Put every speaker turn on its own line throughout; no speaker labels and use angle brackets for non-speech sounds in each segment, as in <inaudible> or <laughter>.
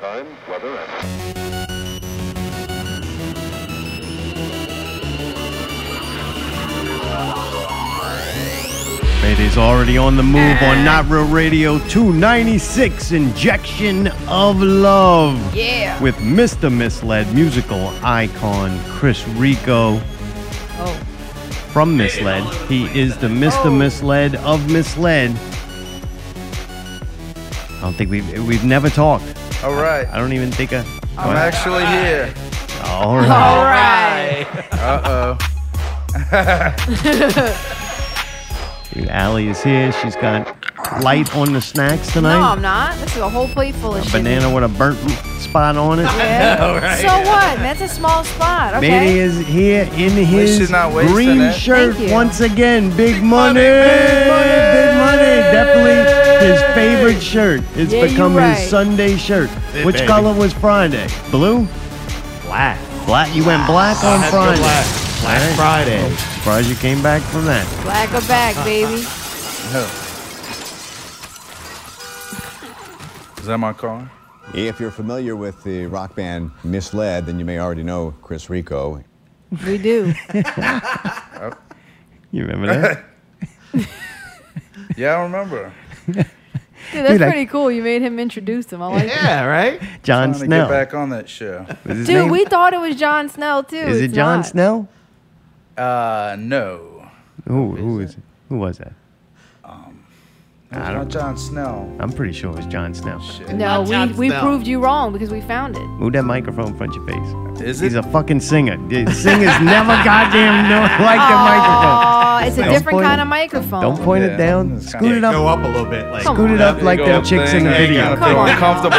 time, weather, and.
Mayday's already on the move
Uh.
on Not Real Radio 296 Injection of Love
Yeah.
with Mr. Misled musical icon Chris Rico
Oh.
from Misled. He is the Mr.
Oh.
Misled of Misled. I don't think we've we've never talked.
All right.
I don't even think I.
I'm actually here.
All
<laughs>
right.
All right.
Uh oh.
Dude, Allie is here. She's got light on the snacks
No,
tonight.
I'm not. This is a whole plate full of shit.
Banana with a burnt spot on it. <laughs>
Yeah.
right?
So what? That's a small spot. Okay.
Mayday is here in his
she's not wasting
green
it.
shirt
Thank you.
once again. Big money, big money, Definitely his favorite shirt. It's
Yeah, you
become
right.
his Sunday shirt.
Hey,
Which
baby.
color was Friday? Blue? Black. Black. You went black on
That's
Friday.
the Black, Black
Alright.
Friday.
Surprised you came back from that.
Black or back,
<laughs>
baby.
Is that my car?
If you're familiar with the rock band Misled, then you may already know Chris Rico.
We do.
You remember that?
Yeah, I
<laughs>
remember.
Dude, that's
Dude, I-
pretty cool. You made him introduce them. I like it.
Yeah, right?
John
I'm trying to get
Snell.
back on that show.
Is his
Dude,
name-
we thought it was John Snell too.
is it
It's
John
not.
Snell?
Uh, no.
Who, who is it? Who was that?
It was not John Snell.
I'm pretty sure it was John Snell.
No,
Not John
we, we
Snell.
proved you wrong because we found it.
Move that microphone in front of your face.
Is
He's
it?
a fucking singer. The Singers never goddamn know like the microphone.
Oh, it's a
Don't
different
point
kind of
it-
microphone.
Don't point
Yeah.
it down.
It's
Scoot
kinda-
it
Go
up.
up a little bit. Like,
Come
Scoot it up like
Go
them chicks
thing,
in the
I ain't
video.
gotta feel
Come on.
uncomfortable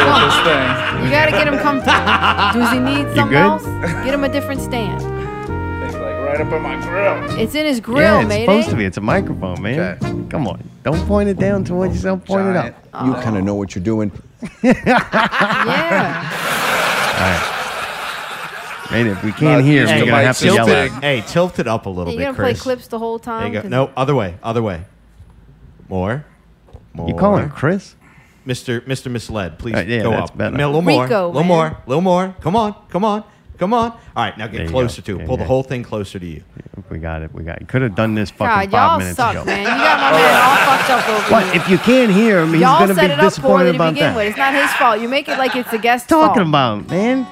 <laughs>
with this thing.
You gotta get him comfortable. Does he need something
good?
else? Get him a different stand.
It's like right up in my grill.
It's in his
<laughs>
grill,
yeah, it's
matey.
supposed to be. It's a microphone, man. Come on. Don't point it down towards yourself. Point it
Giant.
up.
You kind of know what you're doing.
<laughs>
Yeah.
Man, if we can't hear,
used
we're
to
gonna have
mics
to yell
too
at.
big.
it.
Hey, tilt it up a little
You
bit,
gonna play
Chris.
clips the whole
There
time?
you go.
'Cause-
No, other way, other way. More. More.
You call him Chris?
Mr. Mr. Misled, please
Uh, yeah,
go
that's
up.
better.
A little more.
Rico,
A little
man.
more. A little more. Come on. Come on. Come on. All right, now
There
get
you
closer
go.
to it.
Yeah,
Pull the
yeah.
whole thing closer
<laughs>
to you.
We got it. We got it. Could have done this fucking
God,
five
y'all
minutes
suck,
ago.
man. You got my man all
<laughs>
fucked up over
But
here.
if you can't hear him, he's
y'all
gonna
set
be
it up poorly
disappointed
to
about
begin
that.
with. It's not his fault. You make it like it's the guest
Talking
fault.
about, man.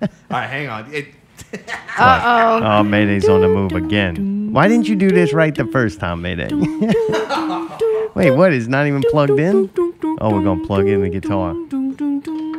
All right, hang on. It, <laughs>
Uh
Oh, Mayday's on the move again. Why didn't you do this right the first time, Mayday? <laughs> Wait, what? It's not even plugged in? Oh, we're going to plug in the guitar.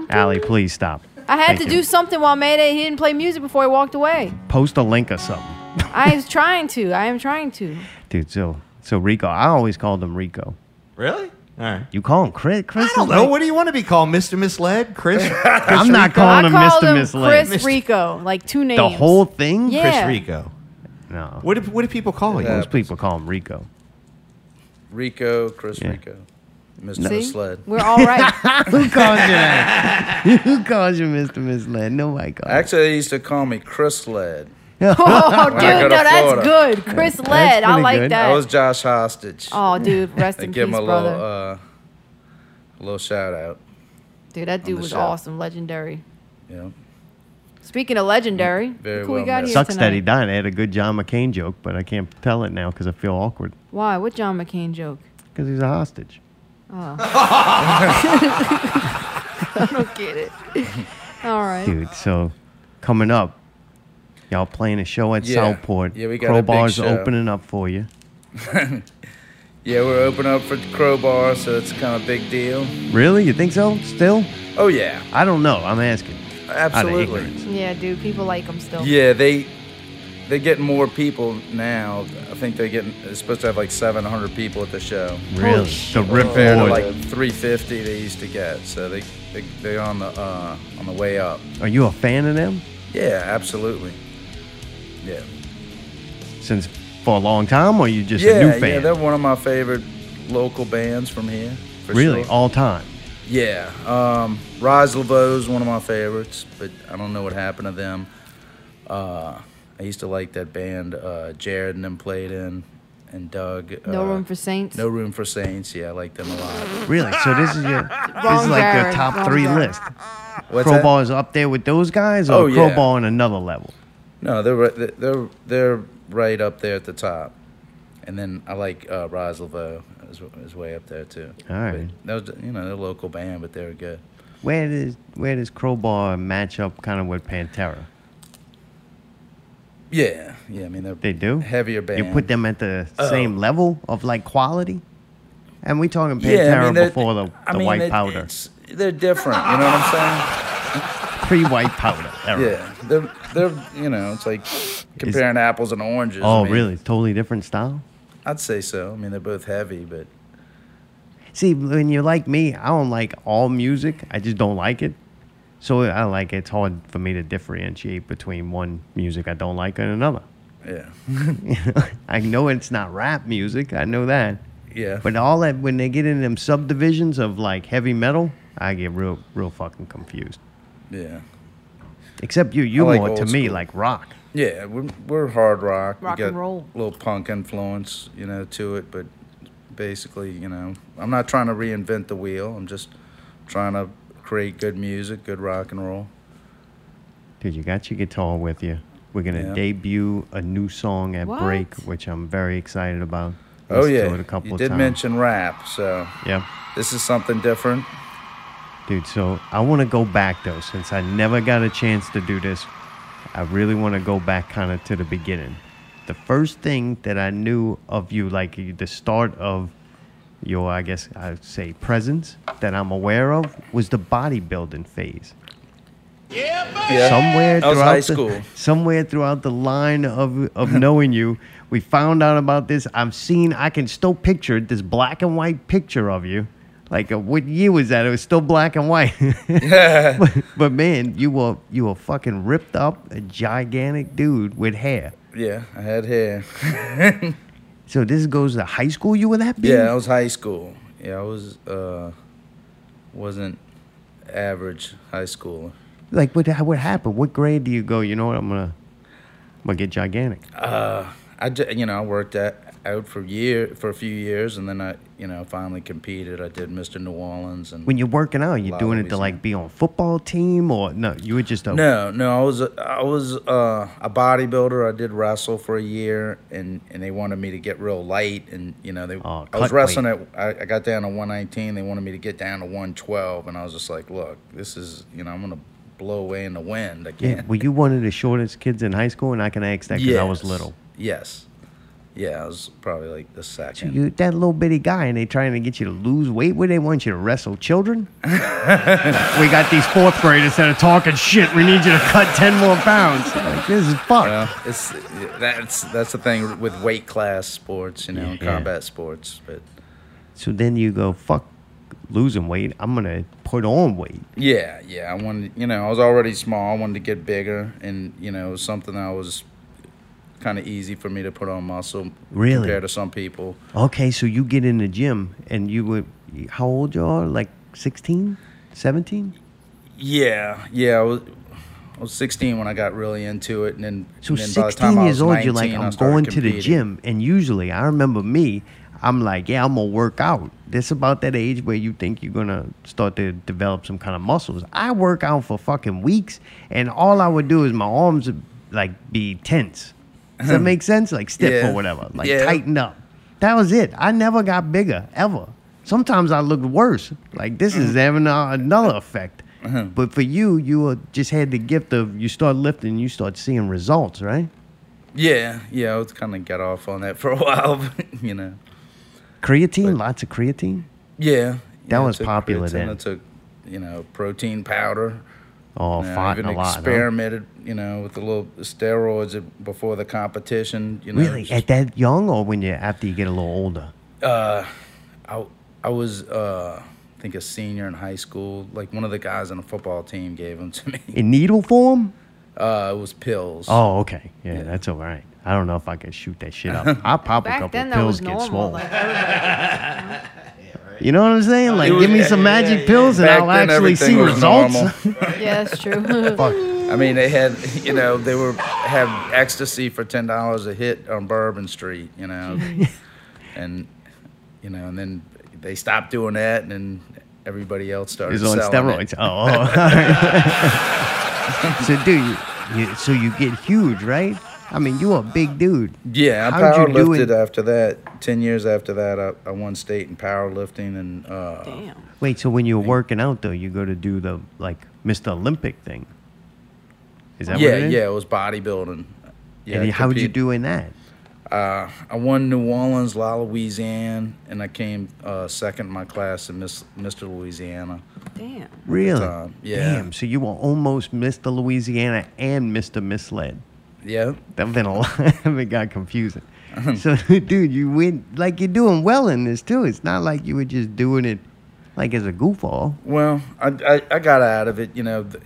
Allie, please stop.
I had
Thank
to
you.
do something while Mayday he didn't play music before he walked away.
Post a link or something.
I was trying to. I am trying to.
Dude, so, so Rico, I always called him Rico.
really? All right.
You call him Chris? Chris
I don't
is
know.
like-
What do you want to be called? Mr. Misled?
<laughs>
Chris? Chris
I'm not
Rico?
calling
I
him
called
Mr.
him
Misled.
Chris Rico, like two names.
The whole thing?
Yeah.
Chris Rico.
No.
What do, what do people call you?
Yeah.
Most people call him Rico.
Rico, Chris
Yeah.
Rico, Mr.
See?
Sled.
We're
<laughs>
all right.
Who calls you that? <laughs> Who calls you Mr. Misled? Nobody calls you.
Actually, they used to call me Chris Led.
<laughs>
Oh, dude,
go
no,
to
that's
Florida.
good. Chris Led, I
pretty
like
good.
that.
I was Josh Hostage.
oh,
<laughs>
dude, rest
They
in peace,
give him a little,
brother.
uh, a little shout out.
dude, that dude
the
was
show.
awesome, legendary.
You know,
Speaking of legendary,
Very
look who we
well
got
met.
here
Sucks
tonight.
that he died. I had a good John McCain joke, but I can't tell it now because I feel awkward.
Why? What John McCain joke?
Because he's a hostage.
don't get it. All right.
Dude, so coming up, y'all playing a show at
Yeah.
Southport.
Yeah, we got a big
Crowbar's
show.
opening up for you.
yeah, we're open up for Crowbar, so it's kind of a big deal.
Really? You think so? Still?
Oh yeah,
I don't know. I'm asking. Out of
absolutely.
ignorance.
Yeah, dude, people like him still.
Yeah, they they get more people now. I think they get it's supposed to have like 700 people at the show.
Really? The
shit.
rip
Compared to
Lord.
like 350 they used to get, so they, they they're on the uh, on the way up.
Are you a fan of them?
Yeah, absolutely. Yeah.
Since for a long time, or you just
yeah,
a new
yeah,
fan?
they're one of my favorite local bands from here. For
really?
sure.
All time?
Yeah. Um, Rise Laveau's one of my favorites, but I don't know what happened to them. Uh, I used to like that band uh, Jared and them played in, and Doug.
No
uh,
room for saints.
No room for saints. Yeah, I like them a lot.
Really? So this is your this
Wrong
is like your
Jared,
top
wrong
three
Jared.
list.
What's that?
Crowbar is up there with those guys, or
Oh, yeah.
Crowbar on another level.
No, they're ri- they're- they're they're right up there at the top, and then I like uh, Roz Laveau is, is way up there too.
All right.
But that was you know they're a local band, but they're good.
Where does where does Crowbar match up kind of with Pantera?
Yeah, yeah. I mean they're
They do
heavier Oh. band.
You put them at the same level of like quality, and we talking Pantera
they're-
before the, the
I mean,
white
it-
powder,
it's- They're different. You know what I'm
pre white
<laughs>
powder era. Oh,
saying? Yeah, they're they're you know it's like comparing apples and oranges. I
Oh,
mean,
really? Totally different style.
I'd say so. I mean they're both heavy, but
See, when you're like me, I don't like all music. I just don't like it. So I like it's hard for me to differentiate between one music I don't like and another. <laughs>
yeah,
I know it's not rap music. I know that.
yeah.
But all that when they get in them subdivisions of like heavy metal, I get real, real fucking confused.
yeah.
Except you, you
I like
more to
old
me
school.
like rock.
Yeah, we're, we're hard rock.
Rock
we
and
got
roll.
A little punk influence, you know, to it. But basically, you know, I'm not trying to reinvent the wheel. I'm just trying to create good music, good rock and roll.
Dude, you got your guitar with you. We're gonna
Yeah.
debut a new song at
What?
break, which I'm very excited about.
Oh
Listened to
yeah,
it a couple
you
of
did
times.
mention rap, so
Yeah.
this is something different.
Dude, so I want to go back though, since I never got a chance to do this. I really want to go back kind of to the beginning. The first thing that I knew of you, like the start of your, I guess I'd say presence that I'm aware of, was the bodybuilding phase.
Yeah.
Somewhere
That was
throughout
high
the,
school.
Somewhere throughout the line of
<laughs>
of knowing you, we found out about this. I'm seeing. I can still picture this black and white picture of you. Like, uh, what year was that? It was still black and white. <laughs> but, but man, you were you were fucking ripped up, a gigantic dude with hair.
Yeah, I had hair.
So this goes to high school. You were that big.
Yeah, I was high school. Yeah, I was uh, wasn't average high schooler.
Like, what what happened? What grade do you go? You know what? I'm gonna I'm gonna get gigantic.
I ju- you know I worked at, out for year for a few years and then I you know finally competed. I did Mr. New Orleans and
When you're working out, you're
Lot
doing
of
it to
reason.
like be on football team or no? You were just a <laughs>
no no I was a, I was uh, a bodybuilder. I did wrestle for a year and and they wanted me to get real light and you know they
Oh,
I was
cut
wrestling at I, I got down to 119. They wanted me to get down to 112 and I was just like look this is you know I'm gonna blow away in the wind. I
Yeah,
can't.
were you one of the shortest kids in high school? And I can ask that because I was
Yes.
little.
Yes. Yeah, I was probably like the second.
You that little bitty guy, and they trying to get you to lose weight. Where they want you to wrestle
<laughs>
children? we got these fourth graders that are talking shit. We need you to cut ten more pounds. Like this is fucked.
Well, it's that's that's the thing with weight class sports, you know,
Yeah.
combat sports. But
so then you go fuck losing weight. I'm gonna put on weight.
yeah, yeah, I wanted, you know, I was already small. I wanted to get bigger, and you know, it was something that was kind of easy for me to put on muscle
Really?
compared to some people.
Okay, so you get in the gym and you would. How old you are? Like 16, 17?
Yeah, yeah, I was. I was 16 when I got really into it, and then
So
and then by the time
16
I
years
was
old, you're like,
19, I
I'm
started
going to the
competing.
gym. And usually, I remember me, I'm like, yeah, I'm going to work out. This about that age where you think you're going to start to develop some kind of muscles. I work out for fucking weeks, and all I would do is my arms would like be tense. Does that make sense? Like stiff
Uh-huh. Yeah.
or whatever, like
Yeah.
tighten up. That was it. I never got bigger ever. Sometimes I looked worse. Like this is
Uh-huh.
having a, another effect. But for you, you were- just had the gift of you start lifting, you start seeing results, right?
Yeah, yeah, I was kind of got off on that <laughs> for a while, but, you know.
Creatine, lots of creatine.
Yeah.
That
yeah, I
was
took
popular
creatine,
then.
I took, you know, protein powder.
Oh,
and I
fighting a
even
lot. huh?
experimented, you know, with the little steroids at- before the competition. You know,
Really,
just-
at that young, or when you after you get a little older?
I, I was, uh, I think, a senior in high school. Like one of the guys on the football team gave them to me. <laughs>
In needle form?
Uh, it was pills.
Oh, okay. Yeah, that's all right. I don't know if I can shoot that
<laughs>
shit up. I pop a couple
Back then that
pills,
was
get
normal.
swole.
Like everybody,
you know what I'm saying? Like, give me
yeah,
some
yeah,
magic pills, and
Back
I'll
then,
actually see
everything was
results. <laughs>
normal.
yeah, that's true.
I mean, they had,
<laughs>
you know, they were have ecstasy for ten dollars a hit on Bourbon Street. You know, and you know, and then they stopped doing that, and then everybody else
<laughs>
started.
Is on
selling
steroids.
it.
Oh, oh. <laughs> all
<laughs>
right. so dude, you, you, so you get huge, right? I mean, you a big dude.
Yeah, I
How'd you do
powerlifted
it?
after that. Ten years after that, I, I won state in powerlifting, and uh,
Damn.
Wait, so when you're working out though, you go to do the like Mr. Olympic thing. Is that
yeah,
what it is?
yeah, it was bodybuilding. Yeah,
and
I
how would you
compete-
do in that?
Uh, I won New Orleans, La Louisiana, and I came uh, second in my class in Miss, Mr. Louisiana.
Damn.
Really?
time. Yeah.
Damn. So you were almost Mr. Louisiana and Mr. Misled.
Yeah,
That would been a <laughs> lot. it got confusing.
Uh-huh.
so, <laughs> dude, you went like you're doing well in this too. It's not like you were just doing it like as a goofball.
Well, I, I, I got out of it, you know. th-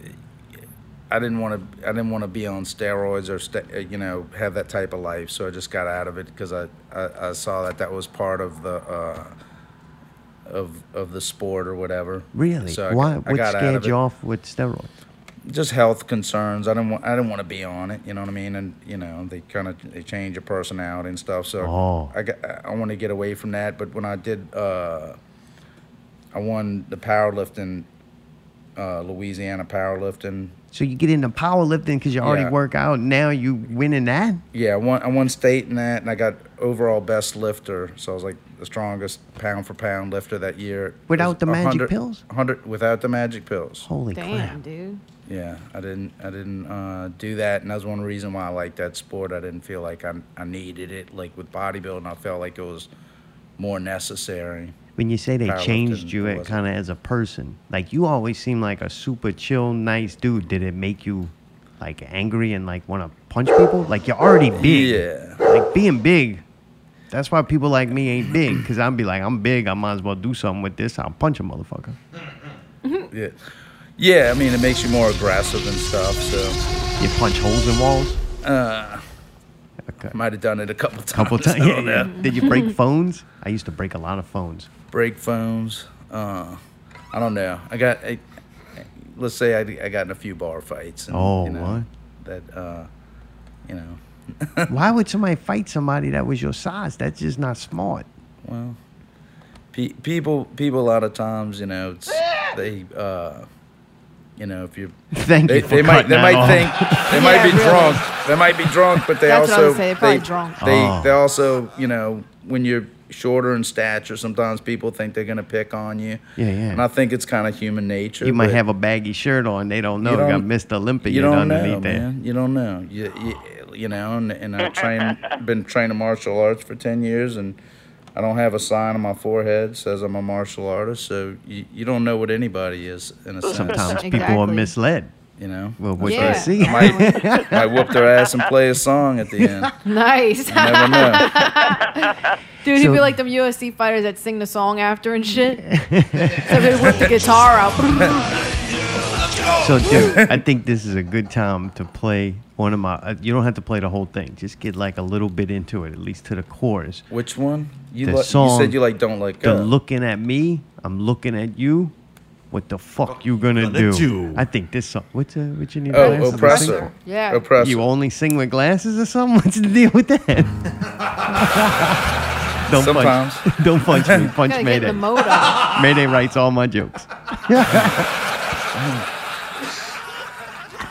I didn't want to. I didn't want to be on steroids or sta uh, you know have that type of life. So I just got out of it because I, I, I saw that that was part of the uh, of of the sport or whatever.
Really?
So I,
Why?
I
What
got out
scared
of
you
it.
off with steroids?
Just health concerns. I didn't want. I didn't want to be on it. You know what I mean? And you know they kind of they change your personality and stuff. So
Oh.
I got. I- I want to get away from that. But when I did, uh, I won the powerlifting uh, Louisiana powerlifting.
So you get into powerlifting because you already
Yeah.
work out. Now you winning that.
Yeah, I won, I won state in that, and I got overall best lifter. So I was like the strongest pound for pound lifter that year. It was
Without the magic
100
pills?
100 without the magic pills.
Holy
Damn,
crap!
dude.
Yeah, I didn't I didn't uh, do that, and that's one reason why I like that sport. I didn't feel like I I needed it. Like with bodybuilding, I felt like it was more necessary.
When you say they
Powerlifting,
changed you,
it
it
wasn't.
kind of as a person. Like you always seem like a super chill, nice dude. Did it make you like angry and like want to punch people? Like you're already big.
Yeah.
like being big. That's why people like me ain't big, because I'd be like, I'm big. I might as well do something with this. I'll punch a motherfucker.
Yeah, yeah. I mean, it makes you more aggressive and stuff. So
You punch holes in
<laughs>
walls.
I might have done it a couple times. <laughs>
Couple
I
times. Yeah,
don't
yeah. <laughs>
know.
Did you break phones? I used to break a lot of
<laughs>
phones.
brake phones. Uh, I don't know. I got. I, let's say I, I got in a few bar fights. And,
Oh,
you know,
what?
That uh, you know.
Why would somebody fight somebody that was your size? That's just not smart.
pe- people people a lot of times you know it's, they uh you
<laughs>
know if you
Thank
they,
you. For
they might
cutting
they
that
might
off.
think they
<laughs>
might be
really.
drunk they might be drunk but they
That's what I
also
was gonna say, they're probably drunk.
they
Oh.
they also you know when you're shorter in stature sometimes people think they're gonna pick on you
Yeah, yeah.
and I think it's kind of human nature
you might
but
have a baggy shirt on. They don't know. You,
You
got
don't-
Mr. Olympia
you don't
underneath
know
there.
man you don't know you you, you know and, and I <laughs> train been training martial arts for ten years and. I don't have a sign on my forehead that says I'm a martial artist, so you, you don't know what anybody is in a sense.
Sometimes people are
Exactly.
misled.
you know.
Well, what
Yeah.
they see.
I <laughs> might, might whoop their ass and play a song at the end.
Nice.
You never know.
<laughs>
<laughs>
Dude, he'd
So-
be like them UFC fighters that sing the song after and
<laughs>
shit. so they whip the guitar out. <laughs>
So, dude, I think this is a good time to play one of my. Uh, you don't have to play the whole thing. Just get like a little bit into it, at least to the chorus.
Which one? You,
The
li- you
song,
said you like don't like uh,
They're
go.
looking at me. I'm looking at you. What the fuck you gonna,
gonna
do?
do?
I think this song. What's uh, what you need?
oh,
glasses or something?
oppressor.
Yeah.
Oppressor.
You only sing with glasses or something? <laughs> What's the deal with
<laughs>
that? don't
Sometimes.
punch. <laughs> Don't punch me. Punch
Gotta get
Mayday.
the mode
<laughs>
up.
Mayday writes all my jokes.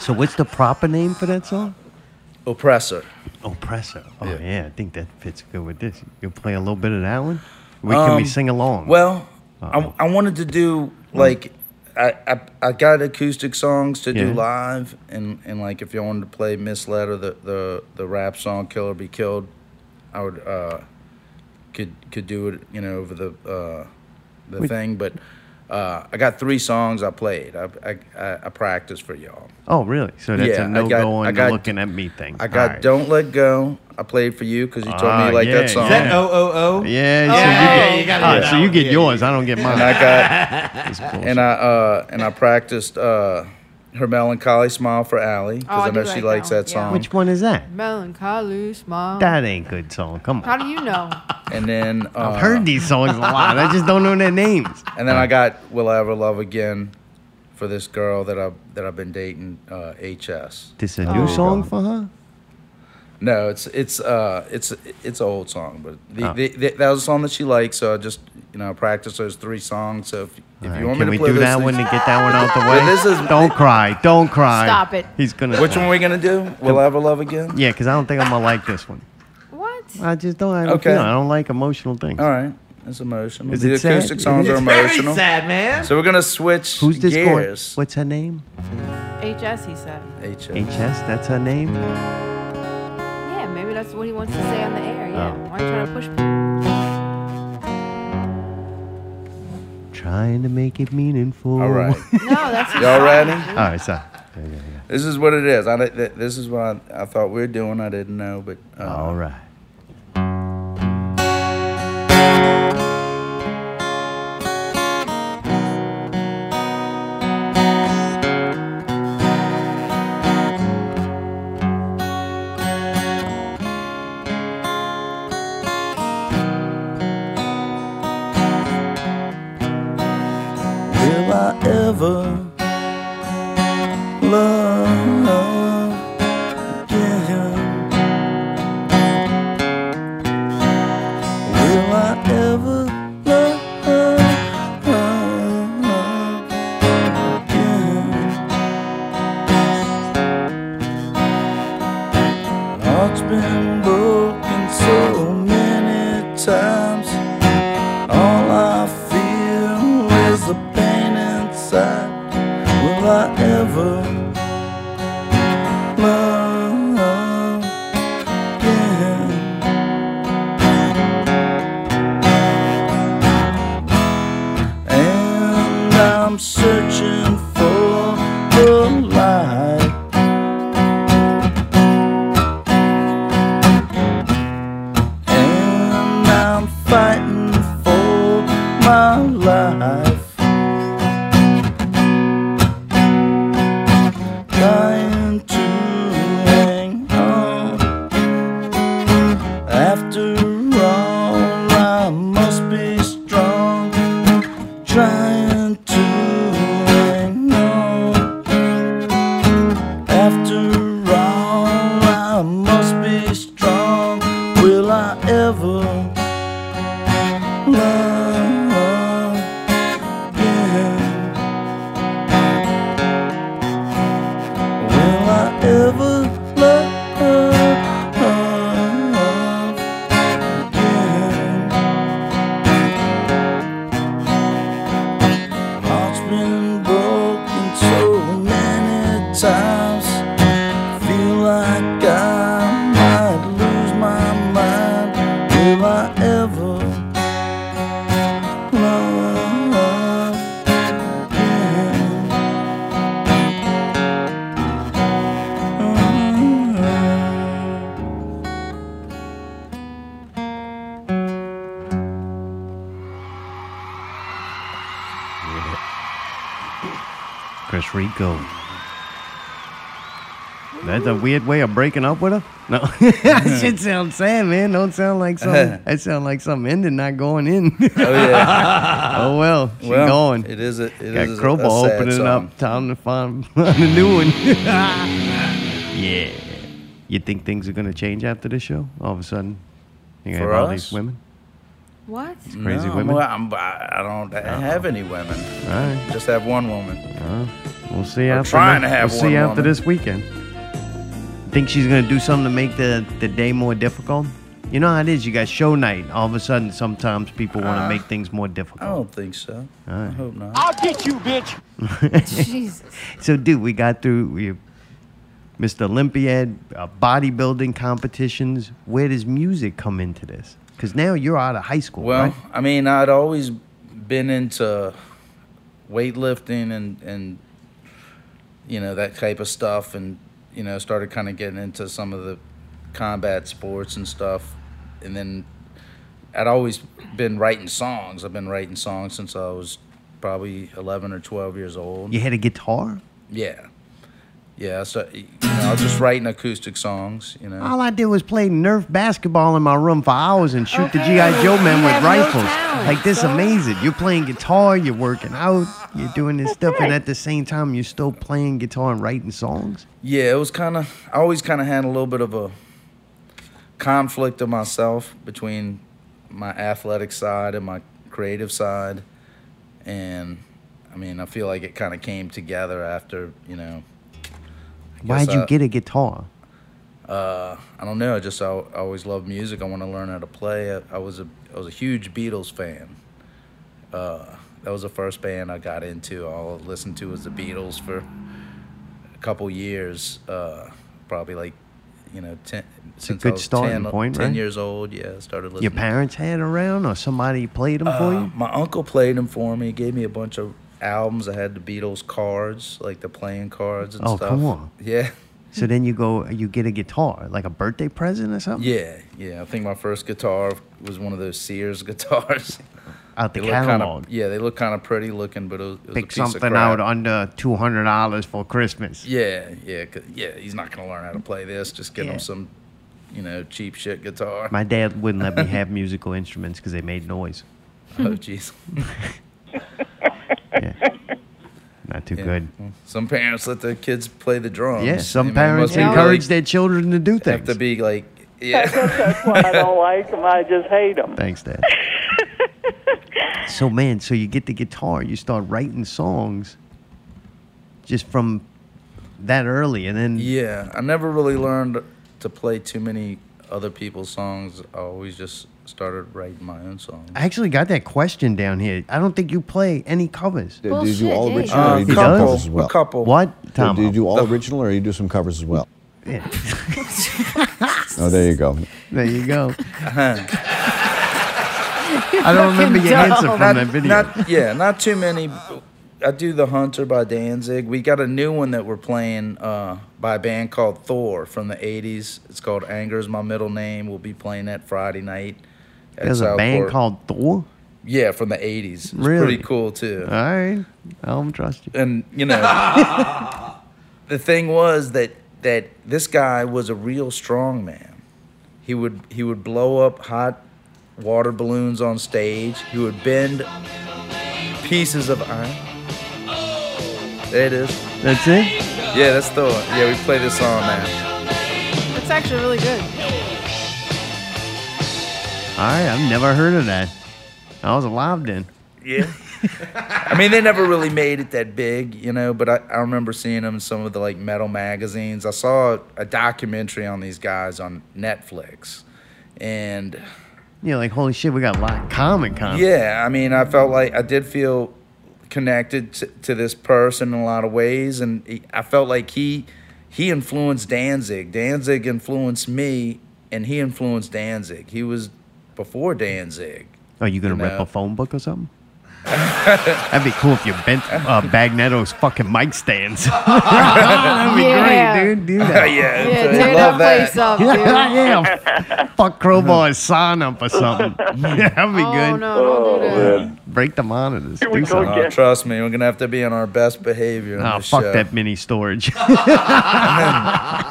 so what's the proper name for that song?
Oppressor.
Oppressor. Oh yeah.
Yeah.
I think that fits good with this. You'll play a little bit of that one. We can we
Um,
sing along?
Well,
Oh,
I, I wanted to do like I, I I got acoustic songs to
Yeah.
do live and and like if you wanted to play Misled or the the the rap song Killer Be Killed, I would uh could could do it you know over the uh the thing but. Uh, I got three songs I played. I I, I, I practiced for y'all.
oh really? So that's a
Yeah, I
no
got-
go
I
on the
got-
looking at me thing.
I got
All right.
"Don't Let Go." I played for you because you told
Ah,
me you like
yeah,
that song.
yeah.
O O
Yeah,
Oh,
O.
so
yeah,
you get,
yeah, you gotta
all
do
right,
that
so you
one.
get
Yeah,
yours. I don't get
And
mine.
I
<laughs>
got
It's bullshit.
and I uh, and I practiced uh, her melancholy smile for Allie
Oh, I
because I
do
know she
like
likes
that
that
one,
song.
Which one is that?
Melancholy smile.
That ain't good song. Come
How
on.
do you know?
And then uh,
I've heard these songs a lot. I just don't know their
<laughs>
names.
And then I got "Will I Ever Love Again" for this girl that I that I've been dating, uh, HS.
This a new
Oh.
song for her?
No, it's it's uh it's it's an old song, but the,
Oh.
the, the, that was a song that she liked. So I just you know practice those three songs. So if, if you want
Can we
me to play
do
those
that one
things-
to get that one out the
But
way?
this is-
don't cry. Don't cry.
Stop it.
He's gonna.
which
cry.
one are we gonna do? Will I ever love again?
Yeah, because I don't think I'm gonna like this one.
What?
I just don't. I don't
Okay.
feel. I don't like emotional things.
All right, it's emotional.
Is
the
it sad?
acoustic songs are
It's very
emotional.
sad, man.
So we're gonna switch
Who's this chord?
gears.
What's her name?
HS, he said.
HF.
HS. That's her name.
Yeah, maybe that's what he wants to say on the air. Yeah.
Oh.
Why are you trying to push people?
Trying to make it meaningful.
All
<laughs>
right,
No, that's his
y'all
song.
ready?
All right. So.
This is what it is. I, di- th- this is what I, I thought we were doing. I didn't know, but uh,
All right.
Will I ever love again? Will I ever love again? Heart's been broken so many times. All I feel is the pain inside. Will I ever love again? And I'm searching for the light. And I'm fighting for my life. Trying to hang on. After all, I must be strong. Trying to hang on. After all, I must be strong. Will I ever love again? Will I ever love again? Heart's been broken so many times. Feel like I might lose my mind. Will I ever love again?
Chris Rico. That's a weird way of breaking up with her. No, <laughs> that shit sounds sad, man. Don't sound like
<laughs>
something. That sound like something ended, not going in.
Oh yeah,
oh well, she
well,
gone.
It is a it is
Got
a- a
crowbar
sad
opening
song.
up. Time to find, <laughs> find a new one. yeah. You think things are gonna change after this show? All of a sudden, you gonna
For
have all
us?
these women.
What? <laughs>
Crazy
no,
women?
I'm, I'm, I i do not have any women.
All right,
Just have one woman.
we'll see
I'm
after.
trying
the-
to have
we'll
one
see after
woman.
this weekend. Think she's gonna do something to make the the day more difficult? You know how it is. You got show night. All of a sudden, sometimes people want
Uh,
to make things more
I
difficult.
don't think so. I
Alright.
hope not.
I'll get you, bitch.
Jesus.
So, dude, we got through we, Mr. Olympiad, uh, bodybuilding competitions. Where does music come into this? Because now you're out of high school,
Well,
right?
I mean, I'd always been into weightlifting and and you know that type of stuff, and you know started kind of getting into some of the combat sports and stuff, and then I'd always been writing songs. I've been writing songs since I was probably eleven or twelve years old.
You had a guitar.
Yeah, yeah. So you know, I was just writing acoustic songs. You know.
All I did was play Nerf basketball in my room for hours and shoot the
Okay,
GI Joe men
you
with
have no
rifles.
talent,
like this, is
so-
amazing. You're playing guitar, you're working out, you're doing this stuff, and at the same time, you're still playing guitar and writing songs.
Yeah, it was kind of. I always kind of had a little bit of a conflict of myself between my athletic side and my creative side, and I mean, I feel like it kind of came together after you know. I
Why'd
guess
you
I-
get a guitar?
uh, I don't know. I just I, I always loved music. I want to learn how to play. I, I was a I was a huge Beatles fan. Uh, that was the first band I got into. All I listened to was the Beatles for a couple years. Uh, probably like you know ten. It's
a good
I was
starting
10,
point,
Ten
right?
years old. Yeah, I started listening.
Your parents had around, or somebody played them for
Uh,
you?
my uncle played them for me. He gave me a bunch of albums. I had the Beatles cards, like the playing cards and
Oh,
stuff.
come on.
Yeah.
So then you go, you get a guitar, like a birthday present or something,
Yeah, yeah. I think my first guitar was one of those Sears <laughs> guitars.
out the
look kind
catalog.
of yeah, they look kind of pretty looking, but it was, it was a
Pick
piece of
something out
crap.
under two hundred dollars for Christmas.
Yeah, yeah, 'cause- yeah. He's not gonna learn how to play this. Just get
Yeah.
him some, you know, cheap shit guitar.
My dad wouldn't let me have musical instruments because they made noise.
oh jeez. <laughs>
Not too
Yeah.
good.
Some parents let their kids play the drums.
Yeah,
I
some
mean, it
parents
must be, like,
encourage their children to do
have
things.
to be like, yeah,
That's why I don't like them. I just hate them.
Thanks, Dad. so man, so you get the guitar, you start writing songs, just from that early, and then
yeah. I never really learned to play too many other people's songs. I always just started writing my own songs.
I actually got that question down here. I don't think you play any covers.
Do you do all
Bullshit,
original
yeah.
or you
He
do
does?
Uh,
covers
couple,
as well?
a couple.
What,
Do
Tom?
you do all original or you do some covers as well?
Yeah.
<laughs> Oh, there you go.
There you go. I don't remember your
dumb.
<laughs>
answer from that video.
Oh, Not, yeah, not too many. I do the Hunter by Danzig. We got a new one that we're playing uh, by a band called Thor from the '80s. It's called Anger is my middle name. We'll be playing that Friday night. at
There's a
Southport.
band called Thor.
yeah from the '80s. It's
Really? Uh,
pretty cool too.
All right, I don't trust you.
and you know, the thing was that that this guy was a real strong man. He would he would blow up hot water balloons on stage. He would bend pieces of iron. There it is.
That's it.
Yeah, that's the one. Yeah, we play this song now.
It's actually really good.
All right, I've never heard of that. I was alive then.
Yeah. I mean, they never really made it that big, you know. But I, I remember seeing them in some of the like metal magazines. I saw a documentary on these guys on Netflix, and
You're like, holy shit, we got a lot in common, common.
Yeah, I mean, I felt like I did feel connected to, to this person in a lot of ways, and he, I felt like he he influenced Danzig. Danzig influenced me, and he influenced Danzig. He was before Danzig.
Are Oh, you gonna
You
rip
know.
a phone book or something? That'd be cool if you bent uh, Bagnetto's fucking mic stands. <laughs> That'd be
Yeah.
great, dude. Do
Oh,
that.
<laughs> yeah,
Yeah,
I
tear that,
love that.
place
<laughs>
up, dude.
yeah, fuck crowbar's sign up or something. That'd be
Oh
good.
no, don't do that.
Break the monitors. Do
we go
something.
Oh, trust me, we're gonna have to be on our best behavior. on
Oh,
this uh,
fuck
show.
that mini
<laughs>
storage.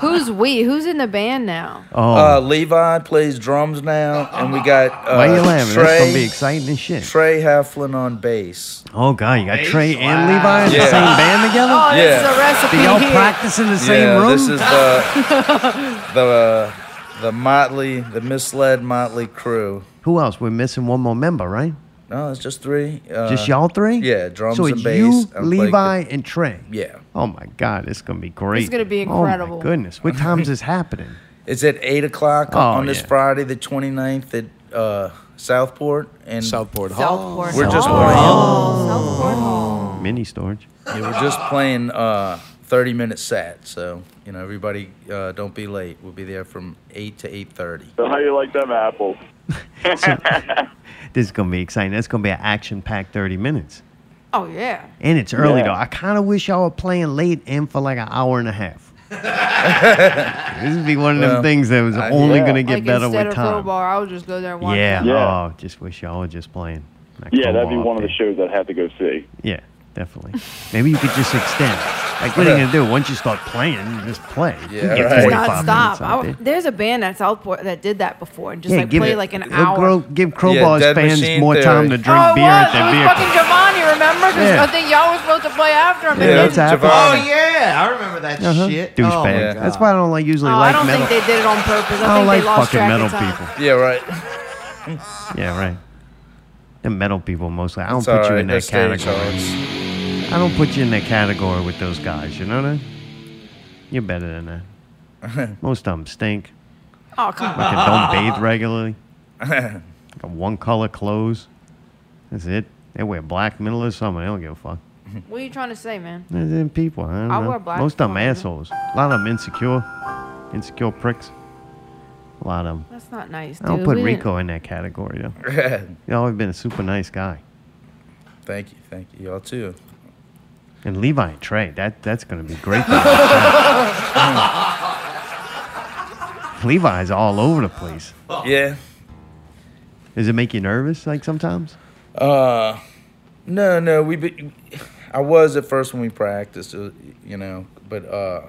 Who's we? Who's in the band now?
Oh,
Uh, Levi plays drums now, and we got uh,
why you laughing?
Trey,
That's gonna be exciting as shit.
Trey Heflin on bass.
Oh god, you got Trey and Levi in the
Yeah.
same band together?
Oh, this
Yeah.
is a recipe.
Do y'all
here.
practice in the same
yeah,
room?
this is the <laughs> the the motley, the misled motley crew.
Who else? We're missing one more member, right?
No, it's just three. Uh,
Just y'all three?
yeah, drums
so
and
it's
bass,
You,
I play
Levi, and Trey.
Yeah,
Oh my God, it's gonna be great.
It's gonna be
Oh
incredible.
my goodness, what times is happening?
it's at eight o'clock
Oh,
on this
yeah.
Friday, the 29th at uh, Southport, and
Southport Hall.
Southport.
we're just
Hall.
playing.
Southport Hall.
Mini storage.
yeah, we're just playing uh, thirty minute set. So you know, everybody, uh, don't be late. We'll be there from eight to eight thirty.
So how you like them apples?
This is gonna be exciting. That's gonna be an action-packed 30 minutes,
Oh yeah.
and it's early
Yeah.
though. I kind of wish y'all were playing late and for like an hour and a half. this would be one of them
Well,
things that was
I-
only
Yeah.
gonna get
like
better
instead
with
of
time.
crowbar, I would just go there one
Yeah.
time.
Yeah.
Oh, just wish y'all were just playing. That
Yeah, that'd be
crowbar
one of the
thing.
shows I'd have to go see.
Yeah, definitely. Maybe you could just extend. Like, what are you gonna do once you start playing? You just play. You
Yeah,
get
right. It's
Not
45 minutes out
stop. I w-
there.
there's a band at Southport that did that before and just like
give
play
it-
like an
it'll
hour.
grow- give Crowbar's
Dead
fans
Machine
more time to
Theory.
drink
oh, it
beer
was.
at
it
their
was
beer.
fucking Giovanni, remember? 'Cause
Yeah.
I think y'all were supposed to play after him.
Yeah,
and
that's
they didn't.
happened.
Javon. Oh, yeah.
Yeah, I remember that shit.
Uh-huh. Douchebag.
Oh, my
Yeah.
That's
God.
why I don't like usually
Oh,
like
I don't
metal.
think they did it on purpose. I,
I don't
think
like
they lost
fucking
track
metal
of time.
people.
Yeah, right.
Yeah, right. The metal people mostly. I don't
It's
put you
alright,
in
they're
that
stage
category.
artists.
I don't put you in that category with those guys. You know that? You're better than that. Most of them stink.
Oh, come on.
Fucking don't bathe regularly. Got one color clothes. That's it. They wear black middle of summer. They don't give a fuck.
What are you trying to say, man?
They're them people. I don't
I
know.
wear black
Most of them
tomorrow.
assholes. A lot of them insecure. Insecure pricks. A lot of them.
That's not nice, dude.
I don't put
We didn't-
Rico in that category, though. He's always been a super nice guy.
thank you, thank you, y'all too.
And Levi and Trey, that, that's going to be <laughs> great. for them. Levi's all over the place.
Yeah.
Does it make you nervous, like sometimes?
Uh, no, no. We, be, I was at first when we practiced, uh, you know, but uh,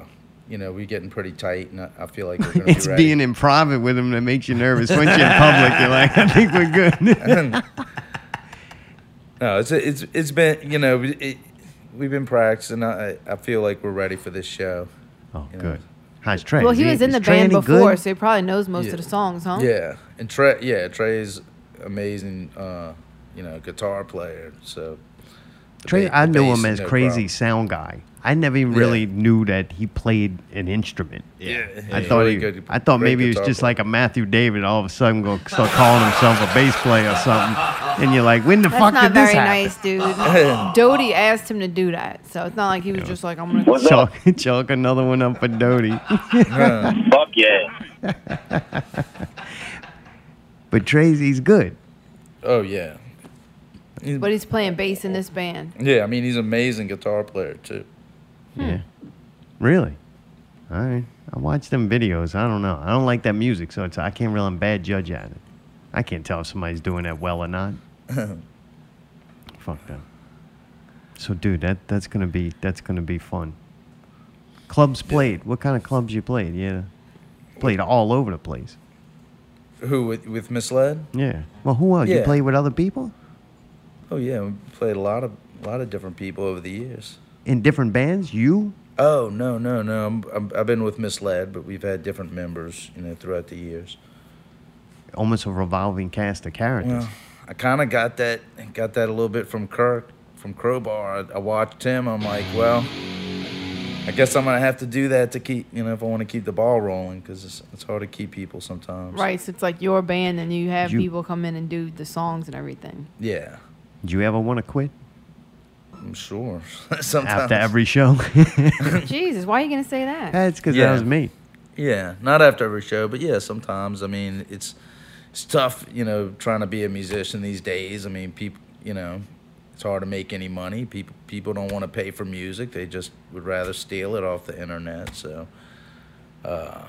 you know, we getting pretty tight, and I, I feel like we're gonna
It's
be ready. <laughs>
being in private with him that makes you nervous. Once you're in <laughs> public, you're like, I think we're <laughs> good.
no, it's it's it's been you know, it, we've been practicing. I I feel like we're ready for this show.
oh, good. How's Trey?
Well,
Is
he was in
is
the
Trey
band
any
before,
good?
so he probably knows most
Yeah.
of the songs, huh?
Yeah, and Trey, yeah, Trey's amazing. Uh, you know, guitar player. So the
Trey,
ba-
I
the
knew
bass
him
is
as
no
crazy
problem.
sound guy. I never even
Yeah.
really knew that he played an instrument.
Yeah,
I
he's
thought
really
he,
good-
I thought
great
maybe he was
guitar
just
player.
like a Matthew David. All of a sudden, going to start calling himself a bass player or something. And you're like, when the
That's
fuck
not
did this
very
happen?
nice, dude.
<laughs>
Doty asked him to do that, so it's not like he was just like, "I'm gonna."
What's up?
Chalk, <laughs> chalk another one up for Doty. <laughs>
Fuck yeah.
but Trey's he's good.
Oh yeah,
But he's playing bass in this band.
yeah. I mean, he's an amazing guitar player too. Hmm.
Yeah. Really? All right. I watch them videos. I don't know. I don't like that music, so it's I can't really I'm a bad judge at it. I can't tell if somebody's doing that well or
<laughs>
not. Fuck them. So dude, that that's gonna be that's gonna be fun. Clubs played. What kind of clubs you played? Yeah. Played all over the place.
Who with with Misled?
Yeah. Well who else? You
Yeah.
played with other people?
Oh yeah, we played a lot of a lot of different people over the years.
In different bands? You?
Oh no no no! I'm, I'm, I've been with Misled, but we've had different members, you know, throughout the years.
Almost a revolving cast of characters.
Well, I kind of got that got that a little bit from Kirk from Crowbar. I, I watched him. I'm like, well, I guess I'm gonna have to do that to keep you know if I want to keep the ball rolling because it's, it's hard to keep people sometimes.
Right, so it's like your band, and you have
You-
people come in and do the songs and everything.
Yeah,
Did you ever want to quit
I'm sure. <laughs> sometimes
after every show? <laughs>
Jesus, why are you gonna say that?
That's because that
Yeah.
was me.
Yeah, not after every show, but yeah, sometimes. I mean, it's it's tough, you know, trying to be a musician these days. I mean, people, you know, it's hard to make any money. People people don't want to pay for music; they just would rather steal it off the internet. So, uh,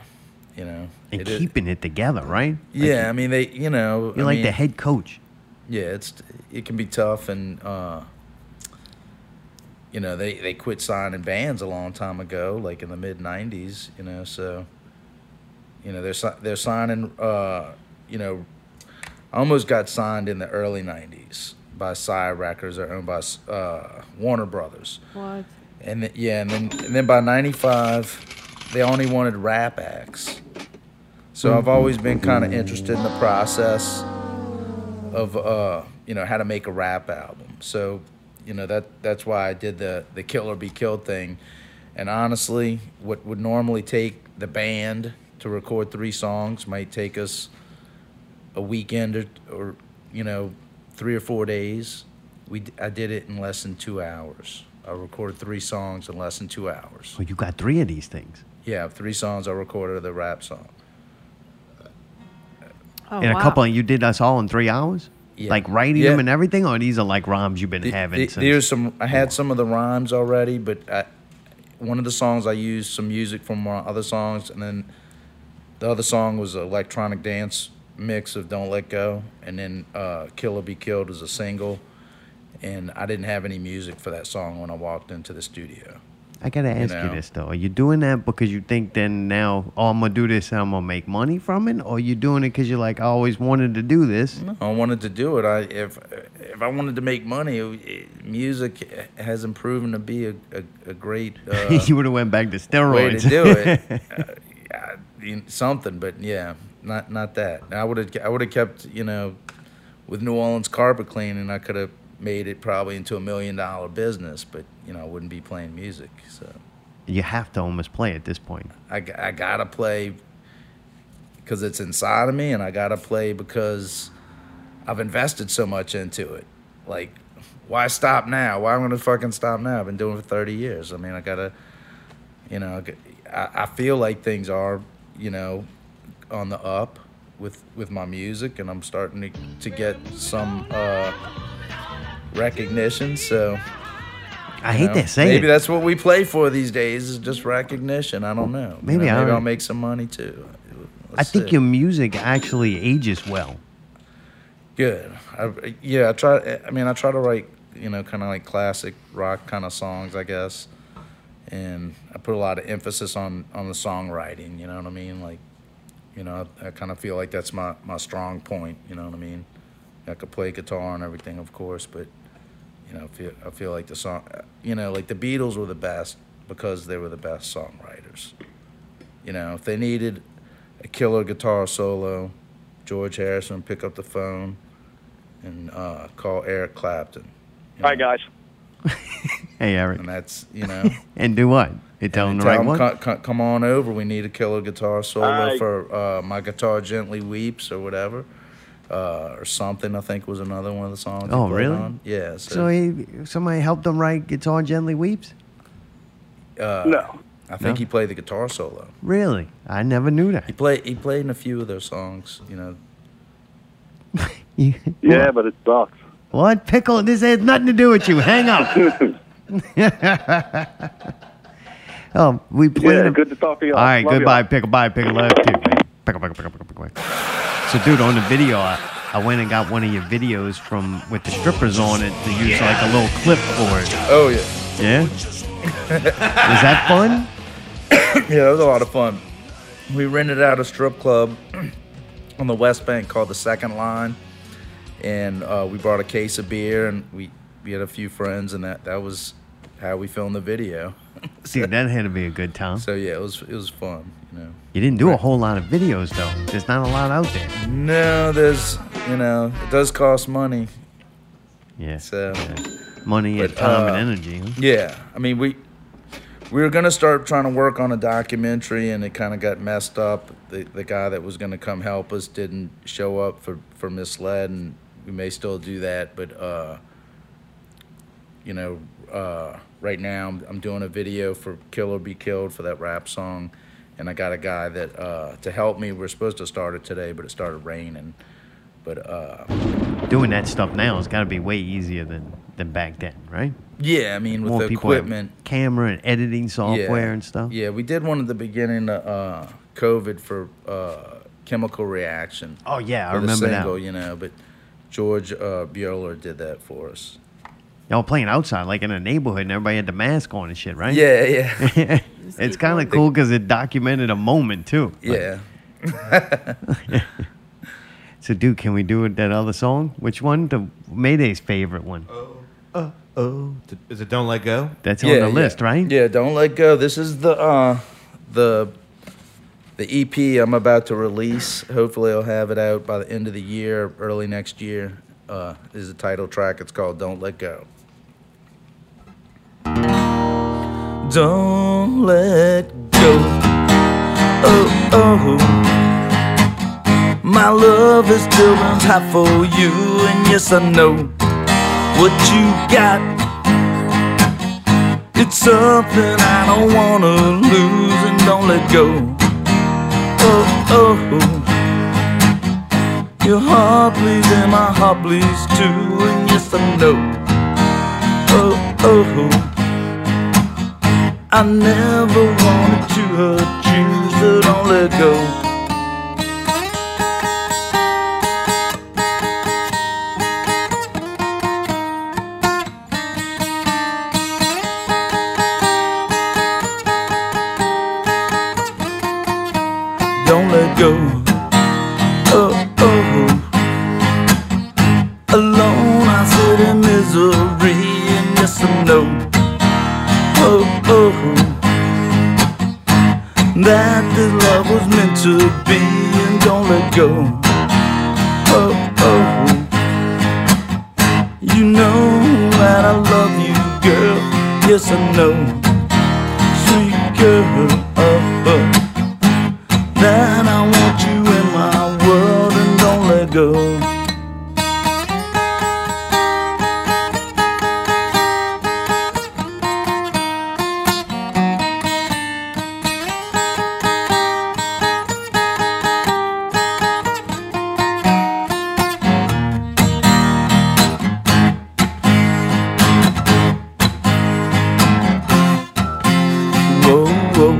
you know,
And
it is-
keeping it together, right?
yeah, I mean, they, you know,
You're
I
like
mean,
the head coach.
yeah, it's it can be tough, and uh, you know they they quit signing bands a long time ago, like in the mid '90s. You know, so you know they're si- they're signing. Uh, you know, I almost got signed in the early '90s by Sci Records. They're owned by uh, Warner Brothers,
What?
and th- yeah, and then and then by '95, they only wanted rap acts. So I've always been kind of interested in the process of uh, you know how to make a rap album. So you know that that's why I did the the kill or be killed thing. And honestly, what would normally take the band to record three songs might take us a weekend or, or you know three or four days. We d- I did it in less than two hours. I recorded three songs in less than two hours.
So Oh, you got three of these things
Yeah, three songs I recorded of the rap song.
Oh,
and
wow.
a couple. You did us all in three hours,
Yeah.
like writing
Yeah.
them and everything, or these are like rhymes you've been
The-
having
the-
since.
there's some i had some of the rhymes already but I, one of the songs i used some music from my other songs and then the other song was an electronic dance mix of don't let go and then uh, kill or be killed was a single and i didn't have any music for that song when i walked into the studio
I gotta ask you,
know.
this though: Are you doing that because you think then now, oh, I'm gonna do this and I'm gonna make money from it, or you doing it because you're like, I always wanted to do this?
i wanted to do it i if if I wanted to make money, it- music hasn't proven to be a, a, a great <laughs> uh,
<laughs> you would have went back to
way to
steroids.
do it. uh, yeah, in- something, but yeah, not not that. I would have I would have kept you know with New Orleans carpet cleaning, I could have made it probably into a million dollar business, but you know I wouldn't be playing music. So
<laughs> you have to almost play at this point.
I g- I gotta play because it's inside of me, and I gotta play because I've invested so much into it. Like, why stop now? Why am I gonna fucking stop now? I've been doing it for thirty years. I mean, I gotta, you know, I g- I, I feel like things are, you know, on the up with with my music, and I'm starting to to get some uh, recognition. So.
I hate
know?
that saying.
Maybe that's what we play for these days is just recognition. I don't know. You
Maybe
know,
I
maybe
don't-
I'll make some money too.
I
Let's
think
see.
your music actually ages well.
good. I, yeah, I try. I mean, I try to write, you know, kind of like classic rock kind of songs, I guess. And I put a lot of emphasis on on the songwriting. You know what I mean? Like, you know, I, I kind of feel like that's my my strong point. You know what I mean? I could play guitar and everything, of course, but you know, I feel, I feel like the song, you know, like the Beatles were the best because they were the best songwriters. You know, if they needed a killer guitar solo, George Harrison would pick up the phone and uh, call Eric Clapton. you
Hi
know,
guys.
Hey, Eric.
And that's you know,
And do what? You tell them the
tell
right
him,
one?
"Co- co- come on over. We need a killer guitar solo
Hi.
for uh, my guitar gently weeps or whatever, uh, or something. I think was another one of the songs. he
Oh,
played
really?
On. Yeah.
So he, somebody helped him write Guitar Gently Weeps?
no.
I
No?
think he played the guitar solo.
Really? I never knew that. <laughs>
He played he played in a few of their songs, you know.
You-
Yeah, but it <laughs> sucks.
What? Pickle? This has nothing to do with you. Hang up. oh, we played.
Yeah,
a-
good to talk to you.
All right, goodbye, pickle. Bye, pickle. Love you. Pickle, pickle, pickle, pickle, pickle, pickle. So, dude, on the video, I, I went and got one of your videos from with the strippers on it to use like a little clip for it.
Oh yeah.
<laughs> Yeah. Is that fun?
Yeah, that was a lot of fun. We rented out a strip club <clears throat> on the West Bank called the Second Line. And uh, we brought a case of beer and we, we had a few friends and that, that was how we filmed the video.
Dude, that had to be a good time.
So yeah, it was it was fun, you know.
You didn't do a whole lot of videos though. There's not a lot out there.
No, there's you know, it does cost money.
Yeah.
So
Money and
but,
time
uh,
and energy. huh?
Yeah, I mean we we were gonna start trying to work on a documentary, and it kind of got messed up. The the guy that was gonna come help us didn't show up for for misled, and we may still do that. But uh, you know, uh, right now I'm, I'm doing a video for "Kill or Be Killed" for that rap song, and I got a guy that uh, to help me. We're supposed to start it today, but it started raining. But uh,
Doing that stuff now has got to be way easier than than back then, right?
yeah, I mean, with
More
the
people have
equipment.
camera and editing software and stuff.
Yeah, we did one at the beginning of uh, COVID for uh, chemical reaction.
Oh yeah, I
for the
remember
single,
that.
You know, but George uh, Bueller did that for us.
Y'all playing outside, like in a neighborhood, and everybody had the mask on and shit, right?
Yeah, yeah,
<laughs> it's kind of cool because it documented a moment too.
yeah.
So, dude, can we do it that other song? Which one? The Mayday's favorite one.
Oh, t- is it Don't Let Go?
That's
yeah,
on the
yeah.
list, right?
Yeah, don't let go. This is the uh, the the EP I'm about to release. Hopefully, I'll have it out by the end of the year, early next year. Uh, is the title track. It's called "Don't Let Go." Don't let go. Oh oh. My love is too hot for you, and yes I know what you got. It's something I don't wanna lose and don't let go. Oh, oh, your heart bleeds and my heart bleeds too, and yes I know. Oh, oh, I never wanted to hurt you, so don't let go. don't let go. Oh, oh. Alone I sit
Oh, that this love was meant to be and don't let go. Oh, oh, you know that I love you, girl. Yes, I know, sweet girl. Oh, oh, that I want you in my world and don't let go. whoa, whoa.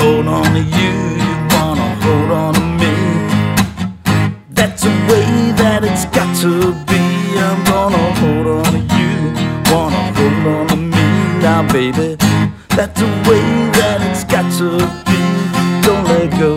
Hold on to you, you wanna hold on to me. That's the way that it's got to be. I'm gonna hold on to you, wanna hold on to me now, baby. That's the way that it's got to be. Don't let go.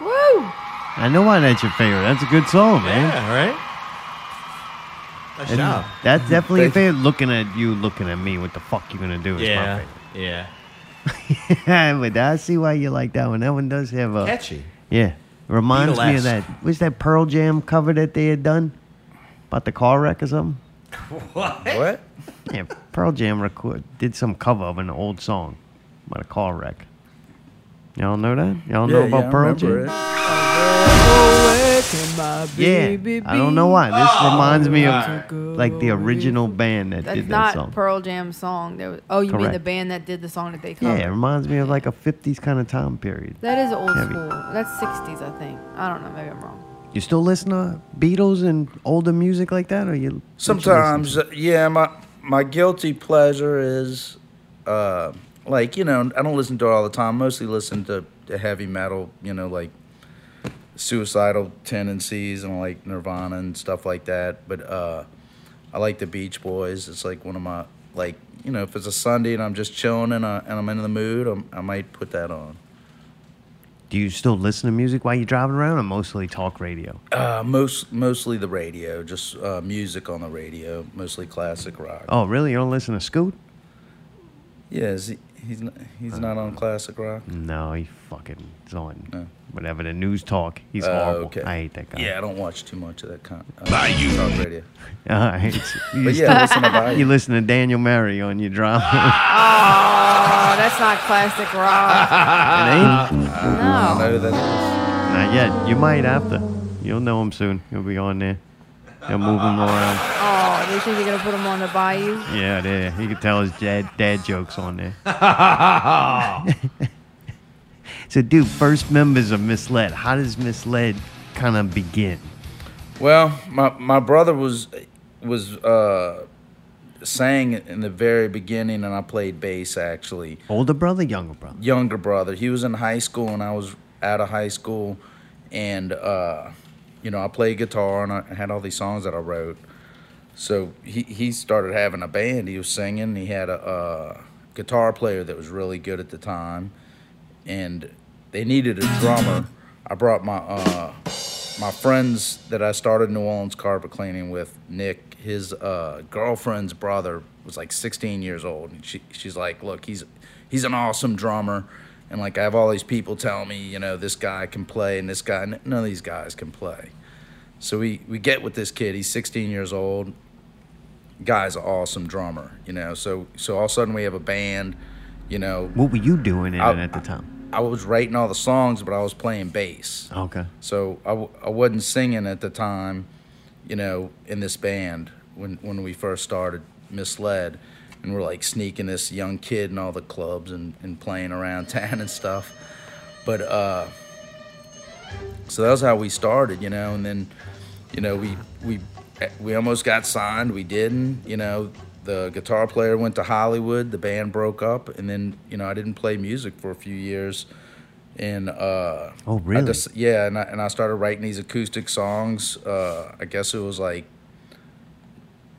Woo!
I know why that's your favorite. That's a good song, man.
Yeah, right? Nice
And
job.
That's definitely your
Thank you.
favorite. Looking at you, looking at me. What the fuck you gonna do? Is
Yeah. Yeah.
my favorite. <laughs> but I see why you like that one. That one does have a
Catchy.
yeah. Reminds me of
Beatle-esque.
that. Was that Pearl Jam cover that they had done about the car wreck or something?
What?
Yeah, Pearl Jam record did some cover of an old song about a car wreck. Y'all know that? Y'all know
Yeah,
about
yeah, I
Pearl Jam?
remember it.
Yeah, I don't know why. This reminds me of like the original band that
That's
did that
not
song.
Pearl Jam's song. There was, oh, you mean
Correct.
the band that did the song that they
yeah,
covered?
it reminds me of like a '50s kind of time period.
That is old
Heavy.
school. That's 60s, I think. I don't know. Maybe I'm wrong.
You still listen to Beatles and older music like that, or you? what you listen to?
Sometimes, uh, yeah, my my guilty pleasure is uh, like you know I don't listen to it all the time. Mostly listen to, to heavy metal, you know, like suicidal tendencies and like Nirvana and stuff like that. But uh, I like the Beach Boys. It's like one of my like you know if it's a Sunday and I'm just chilling and, I, and I'm in the mood, I'm, I might put that on.
Do you still listen to music while you're driving around, or mostly talk radio?
Uh, most mostly the radio, just uh, music on the radio, mostly classic rock.
Oh, really? You don't listen to Scoot?
Yeah, is he, he's not, he's not on classic rock.
No, he fucking is on
No.
whatever the news talk. He's
Oh,
horrible. I hate that guy. <laughs>
Yeah, I don't watch too much of that kind. Uh, Bayou. Talk radio.
I
<laughs>
hate you.
But
You
yeah, listen to
You
<laughs> Bayou.
listen to Daniel Mary on your
<laughs>
drive.
Oh, that's not classic
<laughs>
rock.
Ah.
It ain't.
No.
know that.
Not yet. You might have to. You'll know him soon. He'll be on there. They'll move him around.
Oh, they think they're going to put him on the bayou?
Yeah, there. He could tell his dad, dad jokes on
<laughs>
there. <laughs> so, dude, first members of Misled. How does Misled kind of begin?
Well, my my brother was was uh, sang in the very beginning, and I played bass actually.
Older brother, younger brother?
Younger brother, he was in high school, and I was out of high school, and uh, you know I played guitar, and I had all these songs that I wrote. So he, he started having a band. He was singing. He had a, uh guitar player that was really good at the time, and they needed a drummer. I brought my uh, my friends that I started New Orleans carpet cleaning with. Nick, his uh, girlfriend's brother was like 16 years old, and she she's like, look, he's he's an awesome drummer, and like I have all these people telling me, you know, this guy can play, and this guy, none of these guys can play. So we, we get with this kid. He's 16 years old. Guy's an awesome drummer, you know. So so all of a sudden we have a band, you know.
What were you doing in
I-
it at the time?
I was writing all the songs, but I was playing bass.
Okay.
So I, w- I wasn't singing at the time, you know, in this band when, when we first started Misled. And we're like sneaking this young kid in all the clubs and, and playing around town and stuff. But uh, so that was how we started, you know. And then, you know, we, we we almost got signed. We didn't. You know, the guitar player went to Hollywood. The band broke up, and then you know I didn't play music for a few years. And uh,
Oh,
I
really?
just- yeah, and I, and I started writing these acoustic songs. Uh, I guess it was like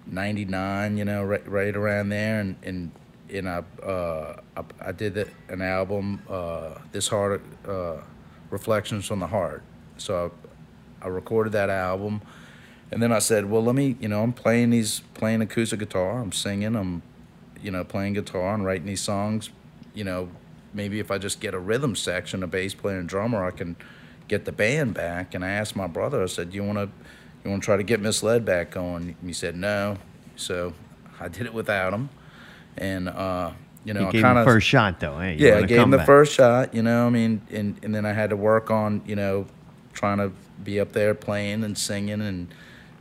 '99, you know, right right around there, and and and I uh, I, I did the, an album, uh, this heart uh, reflections from the heart. So I, I recorded that album, and then I said, well, let me, you know, I'm playing these playing acoustic guitar, I'm singing, I'm, you know, playing guitar and writing these songs, you know, maybe if I just get a rhythm section, a bass player and drummer, I can get the band back. And I asked my brother, I said, you want to you want to try to get Miss Lead back going? And he said no. So I did it without him. And, uh, you know,
you
I
gave
kind
him
of.
the first shot though. Hey, you
yeah, I
wanna
gave him
come
the
back.
first shot, you know, I mean, and, and then I had to work on, you know, trying to be up there playing and singing and,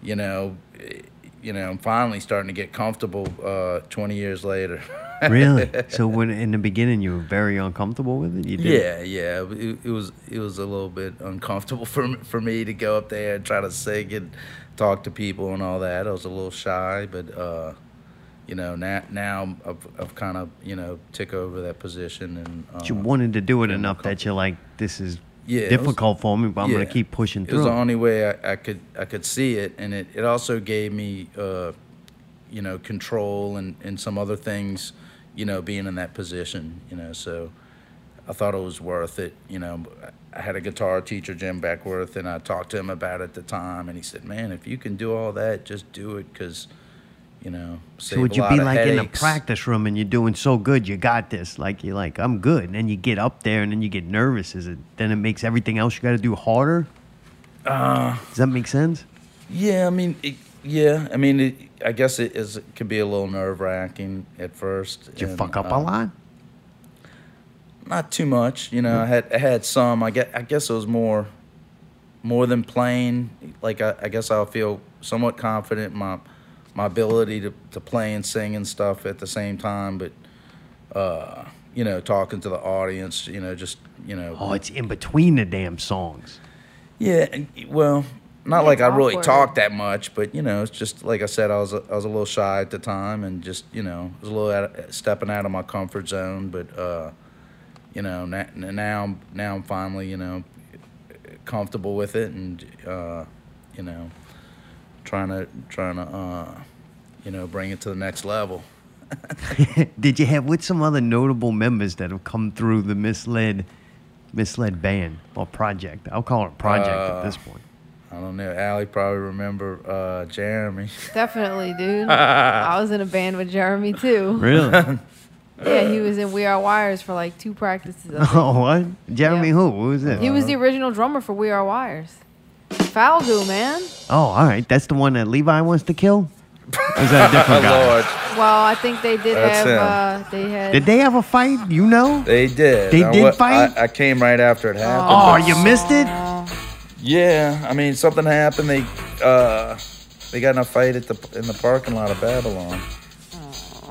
you know, eh, you know, I'm finally starting to get comfortable uh, 20 years later. <laughs>
really? So when in the beginning you were very uncomfortable with it. You did.
Yeah, yeah. It, it was it was a little bit uncomfortable <laughs> for me, for me to go up there and try to sing and talk to people and all that. I was a little shy, but uh, you know now now I've, I've kind of you know took over that position and uh,
But you wanted to do it enough that you're like, this is
Yeah, it was-
difficult for me, but I'm gonna
yeah.
keep pushing
It was
through.
the only way I, I could I could see it, and it, it also gave me, uh, you know, control and, and some other things, you know, being in that position, you know. So I thought it was worth it, you know. I had a guitar teacher, Jim Beckworth, and I talked to him about it at the time, and he said, "Man, if you can do all that, just do it, because, you know, save
So would
a
you
lot
be
of
like in the
headaches."
practice room and you're doing so good, you got this? Like you're like, I'm good, and then you get up there and then you get nervous. Is it then it makes everything else you got to do harder?
Uh,
Does that make sense?
Yeah, I mean, it, yeah, I mean, it, I guess it is it could be a little nerve wracking at first.
Did you
and,
fuck up a
uh,
lot?
Not too much, you know. I had I had some. I guess, I guess it was more, more than playing. Like I, I guess I'll feel somewhat confident in my my ability to, to play and sing and stuff at the same time. But uh, you know, talking to the audience, you know, just you know,
Oh, it's in between the damn songs.
yeah, and- well, not
Yeah,
like
it's
I really
awkward.
talked that much, but you know, it's just like I said, I was a, I was a little shy at the time, and just you know, was a little out, stepping out of my comfort zone. But uh, you know, na- n- now I'm- now I'm finally you know comfortable with it, and uh, you know, trying to trying to uh, you know bring it to the next level.
Did you have with some other notable members that have come through the misled, misled band or project? I'll call it project at this
Uh.
point.
I don't know. Allie probably remember uh, Jeremy.
Definitely, dude. I was in a band with Jeremy too.
Really?
Yeah, he was in We Are Wires for like two practices. I
<laughs>
think.
oh, what? Jeremy
Yeah.
who? Who was it?
He was the original drummer for We Are Wires. Foul do, man.
Oh, all right. That's the one that Levi wants to kill. Or is that a different guy?
Lord,
Well, I think they did
That's
have.
him.
Uh, they had.
Did they have a fight? You know?
<laughs> they did.
They
I
did
wa-
fight?
I, I came right after it happened.
Oh, you missed it?
Yeah, I mean something happened. They uh, they got in a fight at the in the parking lot of Babylon.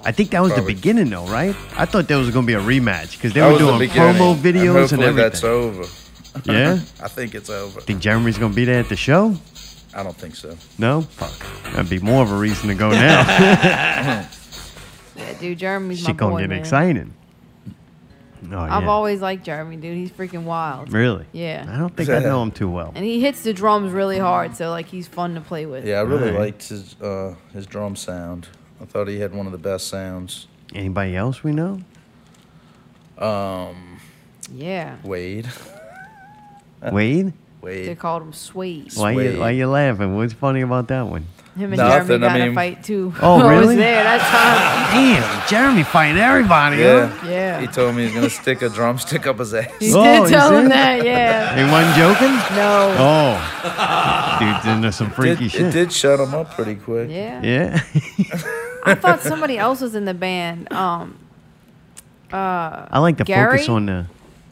I think that was
Probably.
the beginning, though, right? I thought there was going to be a rematch because they
That
were
was the
doing
beginning,
promo videos and,
hopefully
everything.
That's over.
Yeah?
I think it's over.
Think Jeremy's going to be there at the show?
I don't think so.
No? Fuck. That'd be more of a reason to go
<laughs>
now.
yeah, dude, Jeremy's my
Shit
boy,
going to get
man.
exciting. Oh,
I've
yeah.
always liked Jeremy, dude. He's freaking wild.
Really?
Yeah.
I don't think I
<laughs>
know him too well.
And he hits the drums really hard, so like he's fun to play with.
Yeah, I really
Alright.
liked his uh, his drum sound. I thought he had one of the best sounds.
Anybody else we know?
Yeah.
Um, Wade,
Wade?
They
Wade.
called him Swade.
Why you,
Uh, Wade.
why you laughing? What's funny about that one?
Him and
Nothing,
Jeremy
I
got in
mean-
a fight too.
Oh,
<laughs> I
really?
was there that
Damn, Jeremy fighting everybody. huh?
Yeah.
Yeah.
He told me he's gonna stick a drumstick up his ass.
time. You
Oh,
did
you
tell
see?
him
<laughs>
that, yeah.
They wasn't joking?
No.
<laughs>
Oh, dude's into some
It,
<laughs> freaky
it
shit.
did shut him up pretty quick.
Yeah.
Yeah. <laughs>
I thought somebody else was in the band. Um,
I like to focus
Gary?
on the.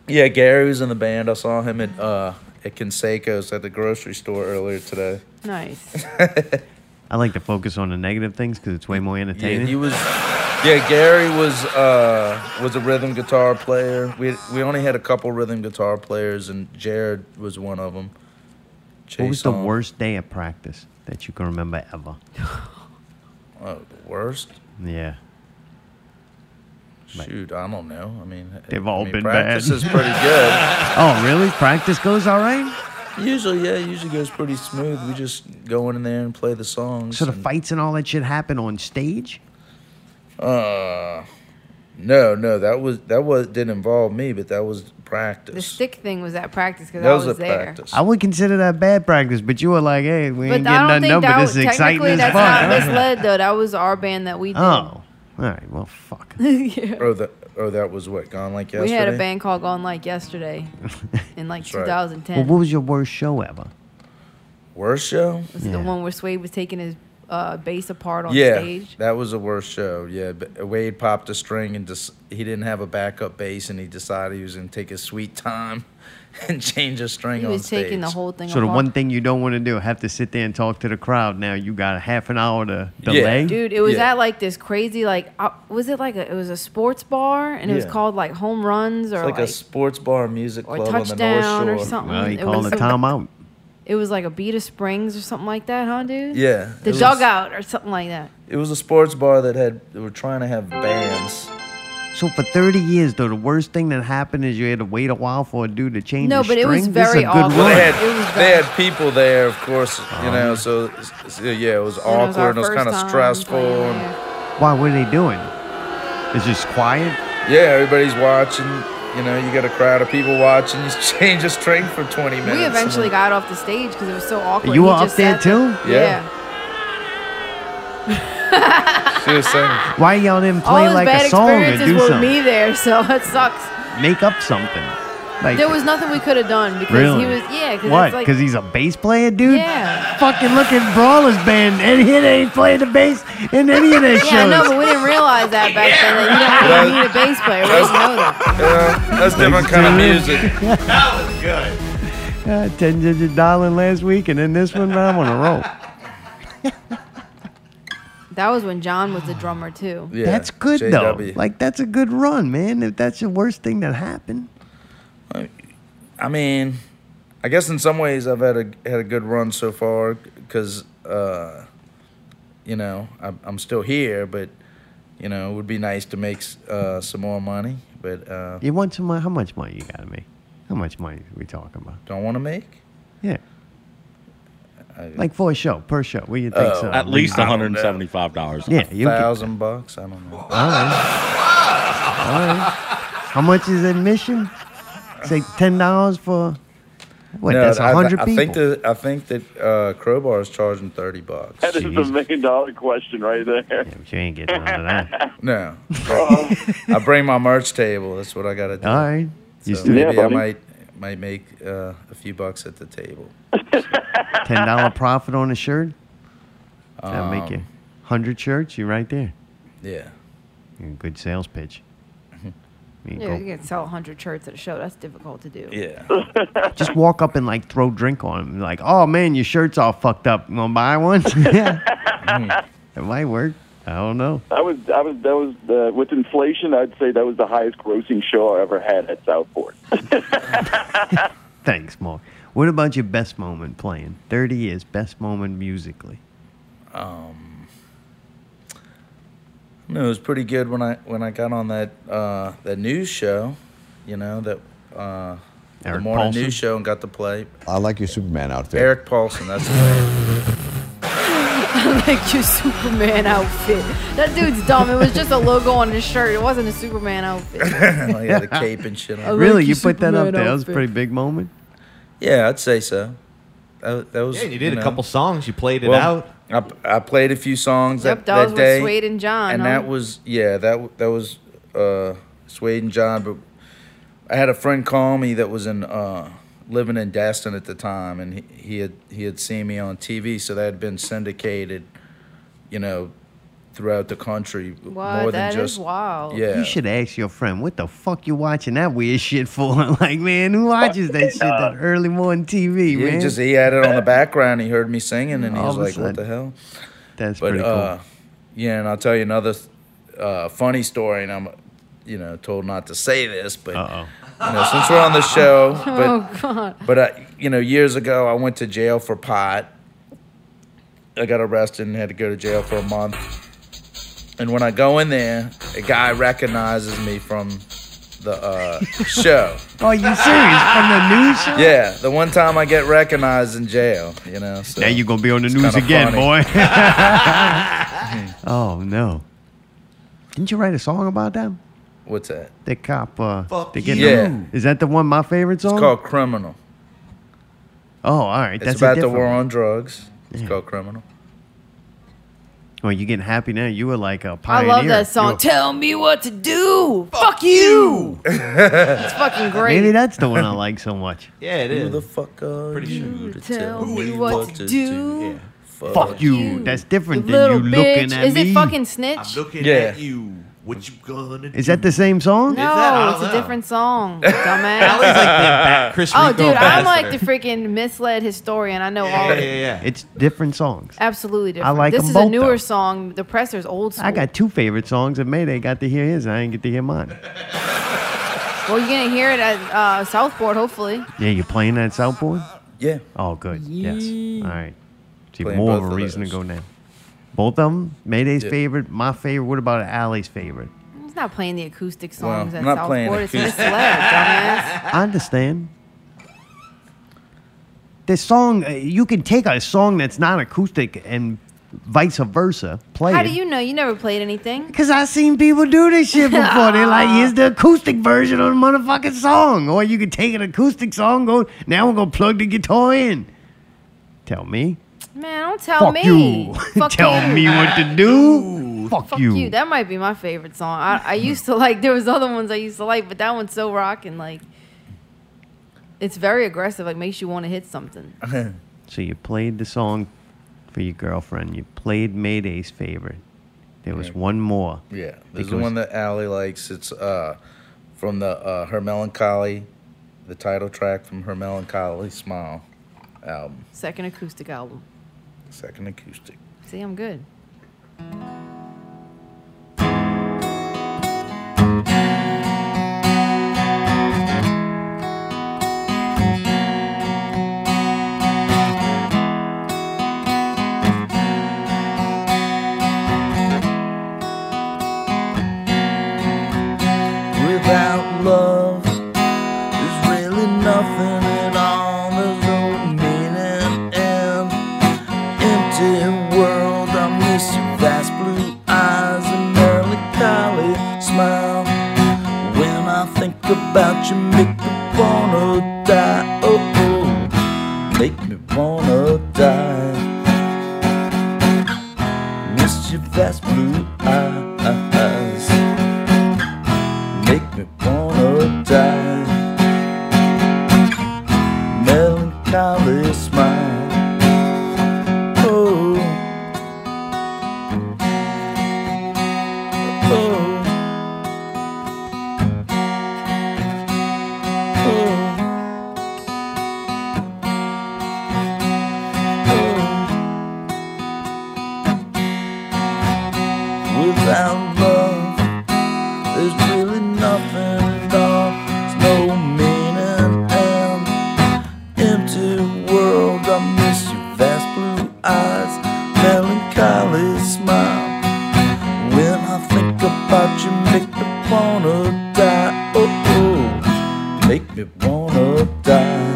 Yeah, Gary was in the band. I saw him at uh, at Conseco's at the grocery store earlier today.
nice.
I like to focus on the negative things because it's way more
Yeah,
entertaining.
he was. Yeah, Gary was uh, was a rhythm guitar player. We we only had a couple rhythm guitar players, and Jared was one of them.
what was the worst day of practice? that you can remember ever?
Oh, the worst?
Yeah.
Shoot, I don't know. I mean,
They've
I
all
mean,
been
practice
bad.
is pretty good. <laughs>
Oh, really? Practice goes all right?
usually, yeah, usually goes pretty smooth. We just go in there and play the songs.
So the
and-
fights and all that shit happen on stage?
Uh, no, no, that was that was didn't involve me, but that was
The
practice.
stick thing was at practice because
That
I
was
was,
a
there.
practice.
I would consider that bad practice, but you were like, hey, we
But
ain't getting
I don't
nothing
think
done,
that
but
was
this is exciting
technically
as
that's
fuck.
not
huh?
misled though. That was our band that we did.
Oh. All right, well,
<laughs>
fuck.
yeah.
oh, that oh, that was what gone like
We
yesterday.
had a band called Gone
<laughs>
Like Yesterday in like
That's right.
2010.
Well, what was your worst show ever?
Worst show?
was it
Yeah.
the one where Swade was taking his uh, bass apart on
yeah,
stage?
that was the worst show. Yeah, but Wade popped a string and just he didn't have a backup bass, and he decided he was gonna take his sweet time <laughs> and change a string
He
on
was
stage.
taking the whole thing
So the
apart.
one thing you don't want to do, have to sit there and talk to the crowd. Now you got a half an hour to delay.
Dude, it was
Yeah.
at like this crazy like uh, was it like a, it was a sports bar and it was
Yeah.
called like home runs or
It's like,
like,
a sports bar music
or
club on the North
touchdown
Shore.
or something.
Well, he
it
called
was
a timeout.
It was like a beat of springs or something like that, huh, dude?
Yeah,
The
it was-
dugout or something like that.
It was a sports bar that had they were trying to have bands.
So for 30 years, though, the worst thing that happened is you had to wait a while for a dude to change
No,
the
but it was
string? This
very
a good
awkward.
Well,
run.
they had
It was
they
bad.
had people there, of course, you know. So, so, yeah, it
And
was
it was our
awkward and it was
first
kind of
time
stressful.
playing
And,
there.
Why? What are they doing? It's just quiet.
yeah, everybody's watching. You know, you got a crowd of people watching. You <laughs> change a string for twenty minutes.
We
and
eventually
then-
got off the stage because it was so awkward.
You
He
were up
just
there
sat
too.
Yeah.
Yeah.
She was saying,
Why y'all didn't
All
play
his
like
bad
a song or
experiences
do
were
something?
me there, so <laughs> it sucks.
Make up something. Like
There was nothing we could have done because
really?
he was yeah. Cause
what?
it's Like,
he's a bass player, dude.
yeah.
Fucking look at Brawler's band, and he ain't playing the bass in any of their shows.
<laughs> Yeah, I know, but we didn't realize that back then. That you don't really need a bass player. We didn't know
<laughs>
that.
"Yeah, that's different kind of music."
<laughs> Uh, Ten digit dialing last week, and then this one, man, I'm on a
<laughs>
roll.
That was when John was the drummer too.
Yeah,
that's good
JW.
though. Like that's a good run, man. If that's the worst thing that happened,
I mean, I guess in some ways I've had a had a good run so far because uh, you know I'm, I'm still here, but you know it would be nice to make s- uh, some more money, but uh,
you want some money? How much money you got to make? How much money we talking about?
don't want to make.
Yeah,
I-
like for a show per show. What do you think?
Oh,
so?
At least
I don't know.
$175.
yeah, you get-
thousand bucks. I don't know.
All right. All right. How much is admission? It's like ten dollars for what?
no,
that's
I- I-
a hundred
I,
people.
think that I think that uh, Crowbar is charging thirty bucks.
That is the million dollar question right there. <laughs>
yeah, but you ain't getting none of that.
No, <laughs> I bring my merch table. That's what I gotta
<laughs>
do.
All right. You
So
still
Yeah,
maybe I
buddy.
might might make uh, a few bucks at the table.
ten dollar profit on a shirt. That'll make
Um,
you hundred shirts. You're right there.
Yeah.
You're a good sales pitch. You can
Yeah,
go-
you can sell 100 shirts at a show. That's difficult to do.
Yeah.
Just walk up and like throw drink on him. Like, oh man, your shirt's all fucked up. You wanna buy
<laughs>
one? <laughs> it
Hmm.
might work. I don't know.
I was, I was, that was the, with inflation. I'd say that was the highest grossing show I ever had at Southport.
Thanks, Mark. What about your best moment playing? 30 years, best moment musically.
No, it was pretty good when I when I got on that uh, that news show, you know that uh, the
Eric
morning
Paulson?
news show and got to play
I like your Superman outfit.
Eric Paulson. That's the name.
like your <laughs> Superman outfit. That dude's dumb. It was just a logo on his shirt. It wasn't a Superman
<laughs>
outfit.
<laughs> I had the cape and shit. On.
like
really?
your
You put that up
Superman
there? That was a
outfit.
pretty big moment.
Yeah, I'd say so. That, that was.
Yeah, you did
know.
a couple songs. You played it
Well,
out.
I, I played a few songs
Yep,
that,
that was
that
with
day,
Suede and John,
and
huh?
that was yeah that w- that was uh, Suede and John. But I had a friend call me that was in uh, living in Destin at the time, and he, he had he had seen me on TV, so that had been syndicated, you know, throughout the country
Wow,
more
that
than
is
just
wild.
yeah.
You should ask your friend, what the fuck you watching that weird <laughs> shit for? like, man, who watches that shit that early morning TV,
He
man?
just he had it on the background. He heard me singing, and he
All
was
of a
like,
sudden.
"What the hell?"
That's
But
pretty
uh, yeah, and I'll tell you another uh, funny story, and I'm you know told not to say this, but
cool. Uh-oh.
you know, since we're on the show, but
<laughs> Oh, God.
but I, you know years ago I went to jail for pot,
I got arrested and had to go to jail for a month. And when I go in there, a guy recognizes me from the
<laughs>
uh, show.
Oh, you serious? From the
<laughs>
news? show?
Yeah, the one time I get recognized in jail, you know. So.
Now you gonna be on the news
kinda
again,
funny.
boy.
<laughs>
<laughs> oh no! Didn't you write a song about that?
What's that?
The cop. Uh,
Fuck
they get
you. Yeah.
the- Is that the one my favorite song?
It's called Criminal.
oh, all right.
It's
That's
about
a
the
different
war
one.
on drugs. It's
Yeah.
called Criminal.
Well, you getting happy now? You were like a
I
pioneer.
love that song.
You were-
Tell me what to do. Fuck you. it's fucking great.
Maybe that's the one I like so much.
Yeah, it
Who the
is.
fuck are
Pretty
you
sure.
to
Tell
tell
me
me
what
what
to
to
do.
do? Yeah.
Fuck you. That's
You
different than
little
you looking
bitch.
at
Is
me.
it fucking
I'm
snitch?
looking
Yeah.
at you. What you gonna do?
Is that the same song?
no,
that? I don't
it's a
know.
different
<laughs>
song, dumbass.
Allie's like the back Chris
oh,
Rico
dude, I'm like the
ambassador.
freaking misled historian. I know all.
Yeah,
of
yeah,
it.
yeah.
<laughs> It's different songs.
Absolutely different.
like
this
them
is a
both,
newer
though.
song. The presser's old school.
I got two favorite songs, and Mayday got to hear his. I didn't get to hear mine.
Well, you're gonna hear it at uh, Southport, hopefully.
Yeah, you playing that Southboard?
Yeah.
Oh, good. Yes. All right. See,
Playing
more of
both
a
of
reason to
those.
go now. Both of them? Mayday's
Yeah.
favorite, my favorite. What about Allie's favorite?
It's not playing the acoustic songs
Well,
at
I'm not playing
Southport. It's
acoustic.
misled, dumbass.
I understand. The song, uh, you can take a song that's not acoustic and vice versa, play
How
it.
do you know? You never played anything.
Cause I seen people do this
<laughs>
shit before. They're like, here's the acoustic version of the motherfucking song. Or you could take an acoustic song, go now we're gonna plug the guitar in. Tell me.
Man, don't tell
Fuck
me.
you.
<laughs>
<laughs>
Fuck
Tell
you.
me what to do. Fuck,
Fuck
<laughs> you.
you. That might be my favorite song. I, I used to like. There was other ones I used to like, but that one's so rocking. Like, it's very aggressive. Like, makes you want to hit something.
so you played the song for your girlfriend. You played Mayday's favorite. There was one more.
Yeah, there's
Think it
the
was-
one that Allie likes. It's uh, from the uh, Her Melancholy, the title track from Her Melancholy Smile album,
Second acoustic album.
second acoustic.
See, I'm good.
Without love, there's really nothing at all. There's no meaning and empty world. I miss your vast blue eyes and melancholy smile. When I think about you, make me wanna die. Oh, oh. make me wanna die. Miss your vast blue eyes make me wanna die. Melancholy smile. Oh. Oh. Oh. Oh. Oh. Without love, there's really nothing at all. There's no meaning and empty world. I miss your vast blue eyes, melancholy smile. When I think about you, make me wanna die. Oh, oh. make me wanna die.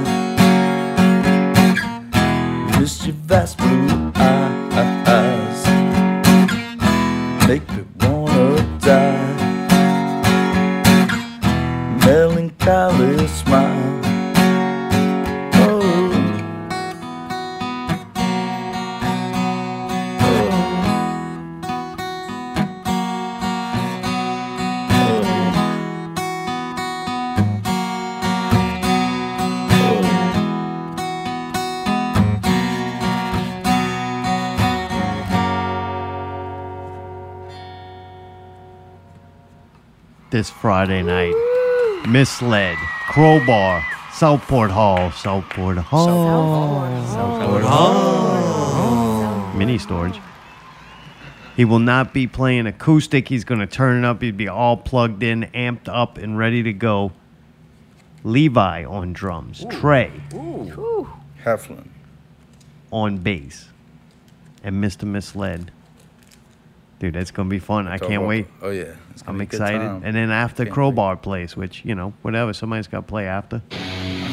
Miss your vast blue eyes, make me wanna die melancholy smile. Oh. Oh.
This Friday night. Misled. Crowbar. Southport Hall. Southport Hall. mini storage. He will not be playing acoustic. He's going to turn it up. He'd be all plugged in, amped up, and ready to go. Levi on drums, Trey
Heflin.
on bass, and Mr. Misled. Dude, that's gonna be fun. I can't wait.
Oh yeah, It's gonna
I'm
be a good
excited.
time.
And then after
Can't
Crowbar plays, which, you know, whatever, somebody's got to play
<laughs>
after.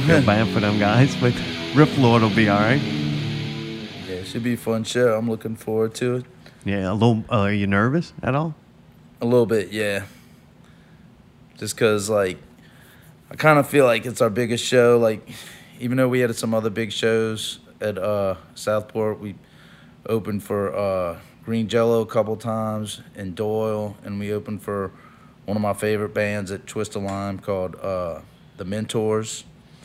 Good band for them guys, but Riff Lord will be all right.
yeah, it should be a fun show. I'm looking forward to it.
Yeah, a little. Uh, are you nervous at all?
A little bit, yeah. Just because, like, I kind of feel like it's our biggest show. Like, even though we had some other big shows at uh, Southport, we opened for uh, Green Jello a couple times and Doyle, and we opened for one of my favorite bands at Twist of Lime called uh, The Mentors.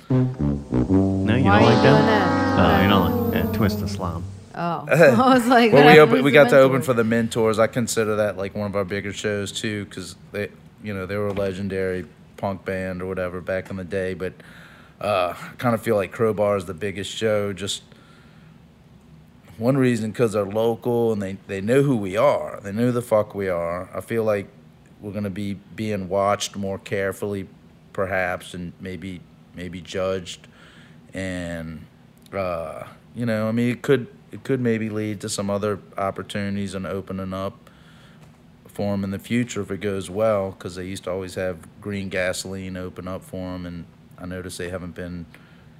No, you
Why
don't
are you
like
doing
that.
that?
Oh, you don't like yeah, Twist of Slime.
Oh, <laughs> I was like,
Well,
what happened
we open,
with
we
the
got to open
mentors?
for the mentors. I consider that like one of our bigger shows too, because they, you know, they were a legendary punk band or whatever back in the day. But uh, I kind of feel like Crowbar is the biggest show. Just one reason, because they're local and they they know who we are. They know who the fuck we are. I feel like we're gonna be being watched more carefully, perhaps, and maybe maybe judged and uh, you know, I mean, it could it could maybe lead to some other opportunities and opening up for them in the future if it goes well, because they used to always have green gasoline open up for them, and I noticed they haven't been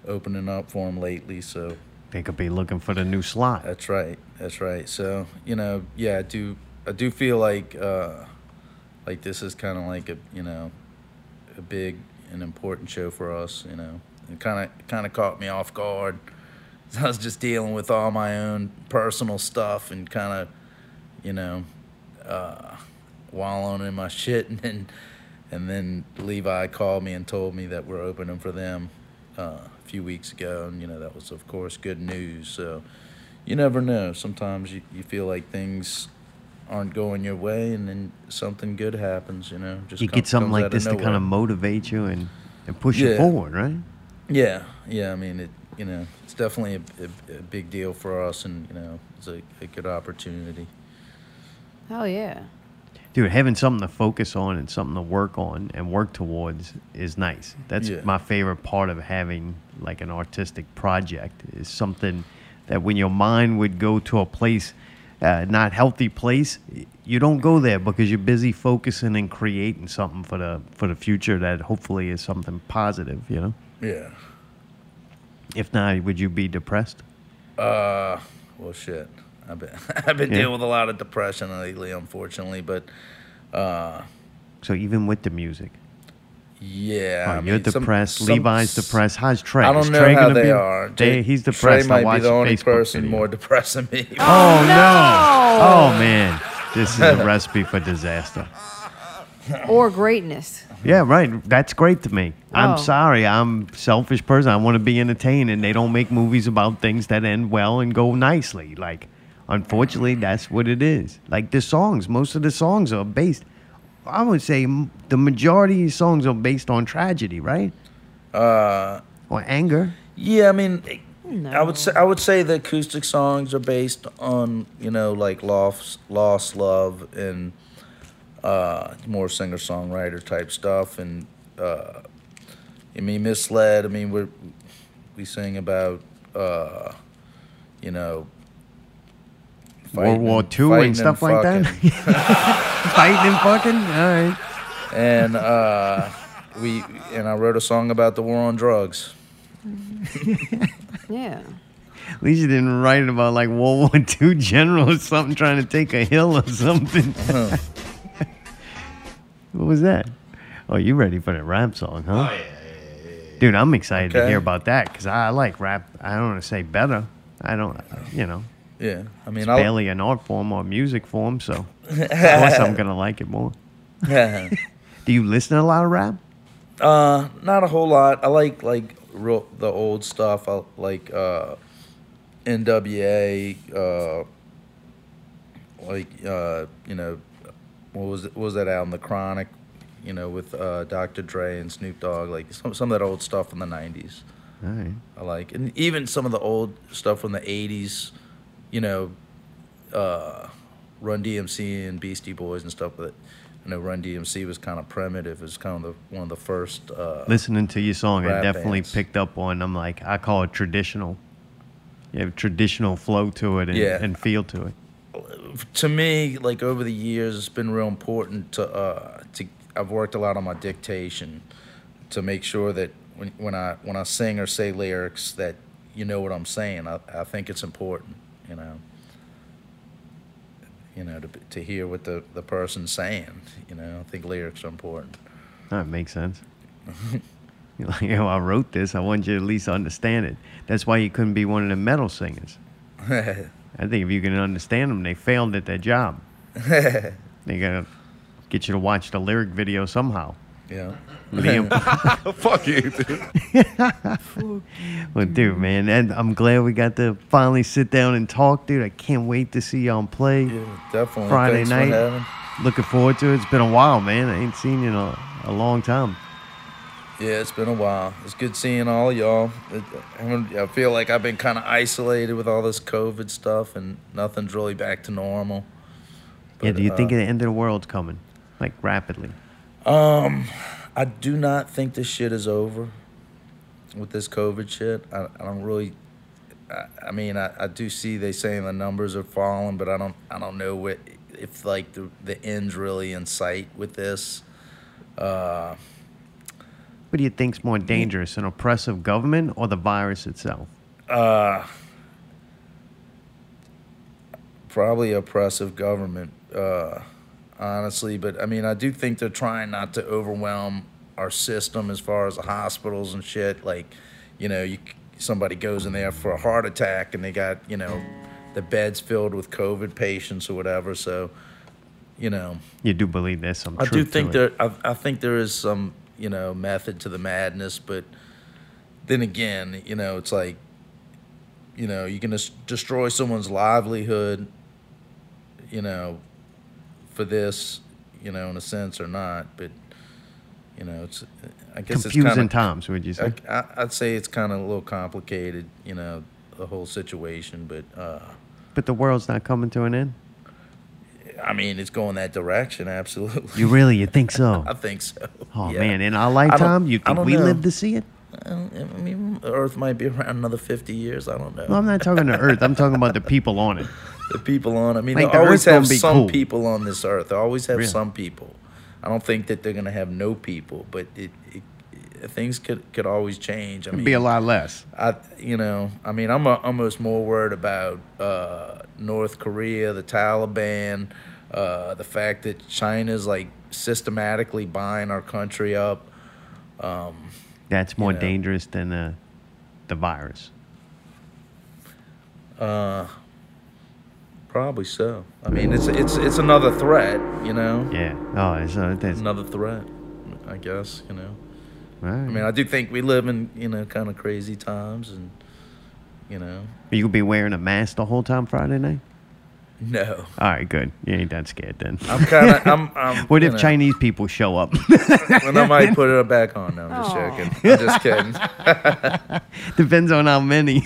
opening up for them lately. So
They could be looking for the new slot.
that's right, that's right. So you know, yeah, I do I do feel like uh, like this is kind of like a you know a big and important show for us. You know, it kind of kind of caught me off guard. <laughs> I was just dealing with all my own personal stuff and kind of, you know, uh, wallowing in my <laughs> shit. And then, and then Levi called me and told me that we're opening for them uh, a few weeks ago. And, you know, that was, of course, good news. So you never know. Sometimes you, you feel like things aren't going your way and then something good happens, you know. Just
You
come-
get something
comes out
like this to kind
nowhere.
of motivate you and, and push you
Yeah.
forward, right?
Yeah, yeah. I mean, it. You know, it's definitely a, a, a big deal for us, and you know, it's a, a good opportunity.
Hell yeah.
Dude, having something to focus on and something to work on and work towards is nice. That's
Yeah.
my favorite part of having like an artistic project is something that when your mind would go to a place, uh, not healthy place, y- you don't go there because you're busy focusing and creating something for the for the future that hopefully is something positive. You know,
Yeah.
if not, would you be depressed?
Uh. Well, shit. I've been <laughs> I've been
Yeah.
dealing with a lot of depression lately, unfortunately. But uh,
So even with the music,
yeah.
oh,
I
you're
mean, some-
depressed.
some-
Levi's depressed. How's Trey?
I
Is
don't know
Trey
how
gonna
they
be-
are.
They-
Trey-
he's depressed.
Trey
I
might
watched
be the only
Facebook
person
video.
more depressed than me.
Oh no! Oh man, this is a recipe for disaster.
Or greatness.
Yeah, right. That's great to me.
Oh.
I'm sorry. I'm selfish person. I want to be entertained, and they don't make movies about things that end well and go nicely. Like, unfortunately, that's what it is. Like the songs, most of the songs are based. I would say m- the majority of these songs are based on tragedy, right?
Uh.
Or anger.
Yeah, I mean, it- I
No.
would say I would say the acoustic songs are based on you know like lost lost love and uh, more singer songwriter type stuff, and uh, I mean misled. I mean we we sing about uh, you know.
World
fighting
War
and-
II
fighting
and stuff like that.
fucking.
<laughs> Fighting and fucking. All right.
and uh, we and I wrote a song about the war on drugs.
Yeah.
At least you didn't write about like World War <laughs> II general or something trying to take a hill or something. what was that? Oh, you ready for the rap song, huh? Oh, yeah, Dude, I'm excited to
Okay.
hear about that because I like rap. I don't want to say better. I don't, you know,
Yeah, I mean, I, <laughs>
barely an art form or music form, <laughs> so of course I'm going to like it more. Do you listen to a lot of rap?
Uh, not a whole lot. I like like real, the old stuff. I like uh, NWA. Uh, like uh, you know, what was what was that album, The Chronic? You know, with uh, Dr. Dre and Snoop Dogg. Like some some of that old stuff from the '90s.
All right.
I like, and even some of the old stuff from the '80s. You know, uh, Run DMC and Beastie Boys and stuff. But I know Run DMC was kind of primitive. It was kind of the, one of the first. Uh,
Listening to your song, I
Rap
definitely
bands.
picked up on, I'm like, I call it traditional. You have traditional flow to it and,
Yeah.
and feel to it.
to me, like over the years, it's been real important to uh, to I've worked a lot on my dictation to make sure that when when I when I sing or say lyrics that you know what I'm saying. I, I think it's important, you know. You know, to to hear what the, the person's saying. You know, I think lyrics are important.
That makes
<laughs>
sense. You're like, yo, I wrote this. I want you to at least understand it. That's why you couldn't be one of the metal
<laughs>
singers. I think if you can understand them, they failed at their
<laughs>
job. they gotta get you to watch the lyric video somehow.
Yeah.
Liam,
<laughs>
Fuck you, dude.
well, dude, man, and I'm glad we got to finally sit down and talk, dude. I can't wait to see y'all play.
Yeah, definitely.
Friday
Thanks
night.
For having.
Looking forward to it. It's been a while, man. I ain't seen you in a, a long time.
Yeah, it's been a while. It's good seeing all y'all. It- I haven't- I feel like I've been kind of isolated with all this COVID stuff, and nothing's really back to normal.
yeah,
But,
do you think
uh,
the end of the world's coming, like rapidly?
I do not think this shit is over with this COVID shit. I, I don't really. I, I mean, I, I do see they saying the numbers are falling, but I don't. I don't know what if like the the end's really in sight with this.
What do you think's
Mm.
more dangerous, an oppressive government or the virus itself?
probably oppressive government, uh, honestly. But I mean, I do think they're trying not to overwhelm our system as far as the hospitals and shit. Like, you know, you somebody goes in there for a heart attack and they got you know the beds filled with COVID patients or whatever. So, you know,
You do believe there's some
I
truth
do
to
think
it.
there. I, I think there is some you know method to the madness, but then again, you know, it's like you know you can just destroy someone's livelihood, you know, for this, you know, in a sense or not, but you know, it's I guess
confusing
it's kind
times. Would you say?
of I, I'd say it's kind of a little complicated, you know, the whole situation, but uh,
but the world's not coming to an end.
I mean, it's going that direction, <laughs> absolutely.
You really? You think so?
<laughs> I think so.
<laughs> Oh
Yeah.
man, in our lifetime, you
I
think
don't
we
know.
live to see it?
I don't- I mean, Earth might be around another 50 years. I don't know.
Well, I'm not talking to Earth. I'm talking about the people on it.
the people on, I mean,
Like,
they
the
always
Earth gonna
have
be
some
cool.
people on this Earth. They always have
Really?
some people. I don't think that they're going to have no people, but it, it, it- things could, could always change. I mean,
Be a lot less.
I, you know, I mean, I'm uh almost more worried about uh, North Korea, the Taliban, uh, the fact that China's like systematically buying our country up.
That's more
know.
dangerous than the, the virus.
Probably so. I mean, it's it's it's another threat, you know.
Yeah. Oh, it's, uh, that's,
another threat, I guess, you know.
all right.
I mean, I do think we live in, you know, kind of crazy times and, you know,
you gonna be wearing a mask the whole time Friday night?
no.
All right, good. You ain't that scared then.
I'm kind of, I'm, I'm.
What
you
if
know,
Chinese people show up? <laughs>
Well, I might put it back on now. I'm just
Aw.
joking. I'm just kidding. <laughs>
Depends on how many.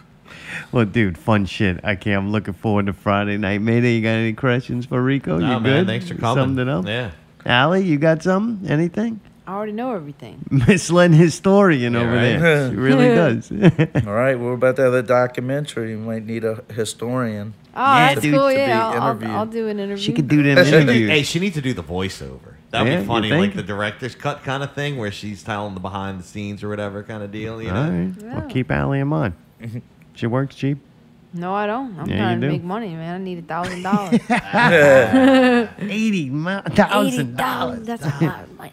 <laughs> well, dude, fun shit. I can't. I'm looking forward to Friday night. Mayday, you got any questions for Rico?
Nah,
you
Oh, man,
good?
Thanks for
You
coming.
Summed it up.
Yeah.
Allie, you got something? Anything? <laughs>
I already know everything.
Misled historian over
right.
there. She <laughs> really does. yeah,
All right. What about that other documentary? You might need a historian.
Oh,
Yeah,
that's
dude,
cool.
to be
Yeah, I'll, I'll,
interviewed.
I'll do an interview.
she could do them
She need- hey,
interviews.
she needs to do the voiceover. That'd
Yeah,
be
you
funny,
think?
like the director's cut kind of thing, where she's telling the behind the scenes or whatever kind of deal. You
All
know?
right. Well, keep Allie in
<laughs>
mind. She works cheap.
No, I don't. I'm
Yeah, you
trying to
do.
make money, man. I need
<laughs>
a thousand dollars.
Eighty
Eighty
thousand
dollars. That's a lot of money.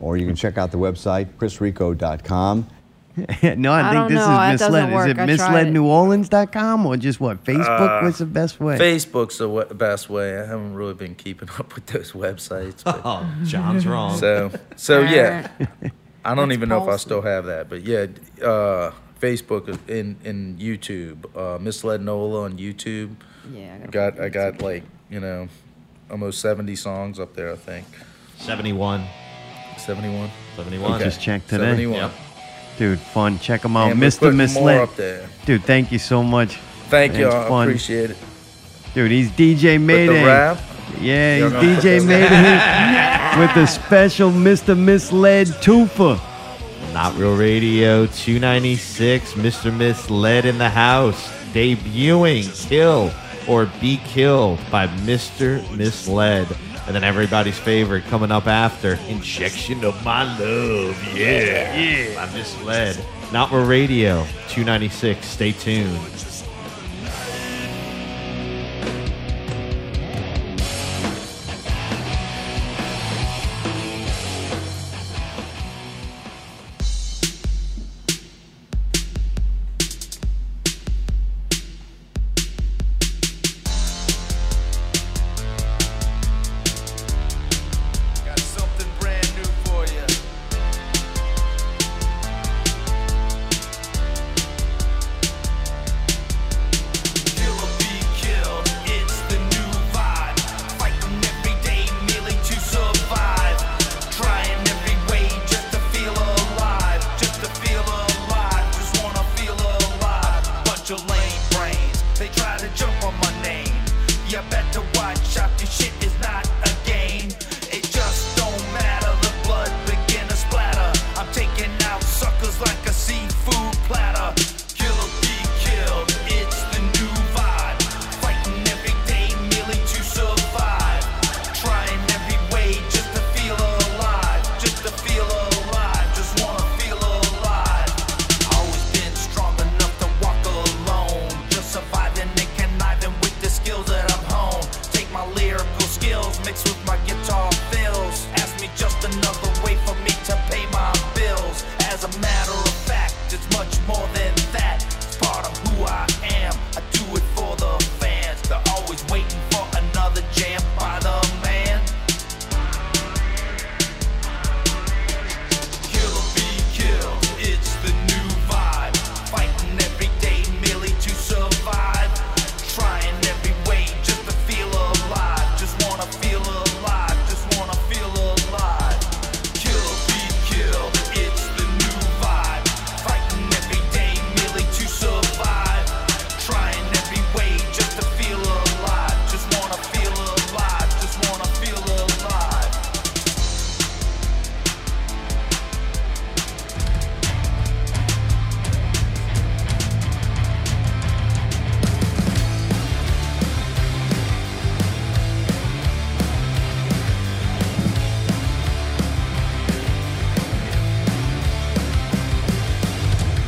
Or you can check out the website, chrisrico.com.
no, I,
I
think
don't
this
know. That
is
doesn't
misled. Is
work.
it
I tried it.
misledneworleans.com or just
Uh,
what? Facebook? What's the best way?
Facebook's the w- best way. I haven't really been keeping <laughs> up with those websites. But
Oh, John's wrong.
so, so yeah. I don't even know if I
palsy.
still have that, but yeah, uh, Facebook and and YouTube, uh, Misled Nola on YouTube.
Yeah, I
I
gotta
got I got like you know, almost seventy songs up there. I think
71.
seventy one.
71.
Okay.
Just check today. Oh,
Seventy one.
Yep.
Dude, fun. Check them out.
And we're
Mr.
putting More
Misled.
up there.
Dude, thank you so much.
Thank
Man,
you.
it's
I
fun.
appreciate it.
Dude, he's DJ
But
Mayday.
the rap,
Yeah,
Y'all
he's
gonna put
DJ <laughs>
the-
Mayday with a special Mr. Misled twofer.
Not Real Radio 296, Mr. Misled in the House, debuting Kill or Be Killed by Mr. Misled. And then everybody's favorite coming up after Injection of My Love. Yeah, yeah. By Misled. Not Real Radio 296. Stay tuned.
Got something brand new for you. Kill or be killed, it's the new vibe. Fighting every day merely to survive. Trying every way just to feel alive, just to feel alive, just wanna feel alive. Bunch of lame brains, they try to jump on my name. You better watch out, this shit is not a game. It just don't matter, the blood begin to splatter. I'm taking out suckers like a seafood platter. Kill or be killed, it's the new vibe. Fighting every day merely to survive. Trying every way just to feel alive, just to feel alive, just wanna feel alive. Always been strong enough to walk alone, just surviving and conniving with the skills that I'm home. Take my lyrical skills, mixed with my guitar fills. Ask me just another way for me to pay my bills. As a matter of fact, it's much more than that. It's part of who I am. I do it for the fans. They're always waiting for another jam by the man. Kill or be killed, it's the new vibe. Fighting every day merely to survive. Trying every way just to feel alive. Just wanna feel alive, just wanna feel alive. Kill or be killed, it's the new vibe. Fighting every day merely to survive. Trying every way just to feel alive. Just wanna feel alive, just wanna feel alive.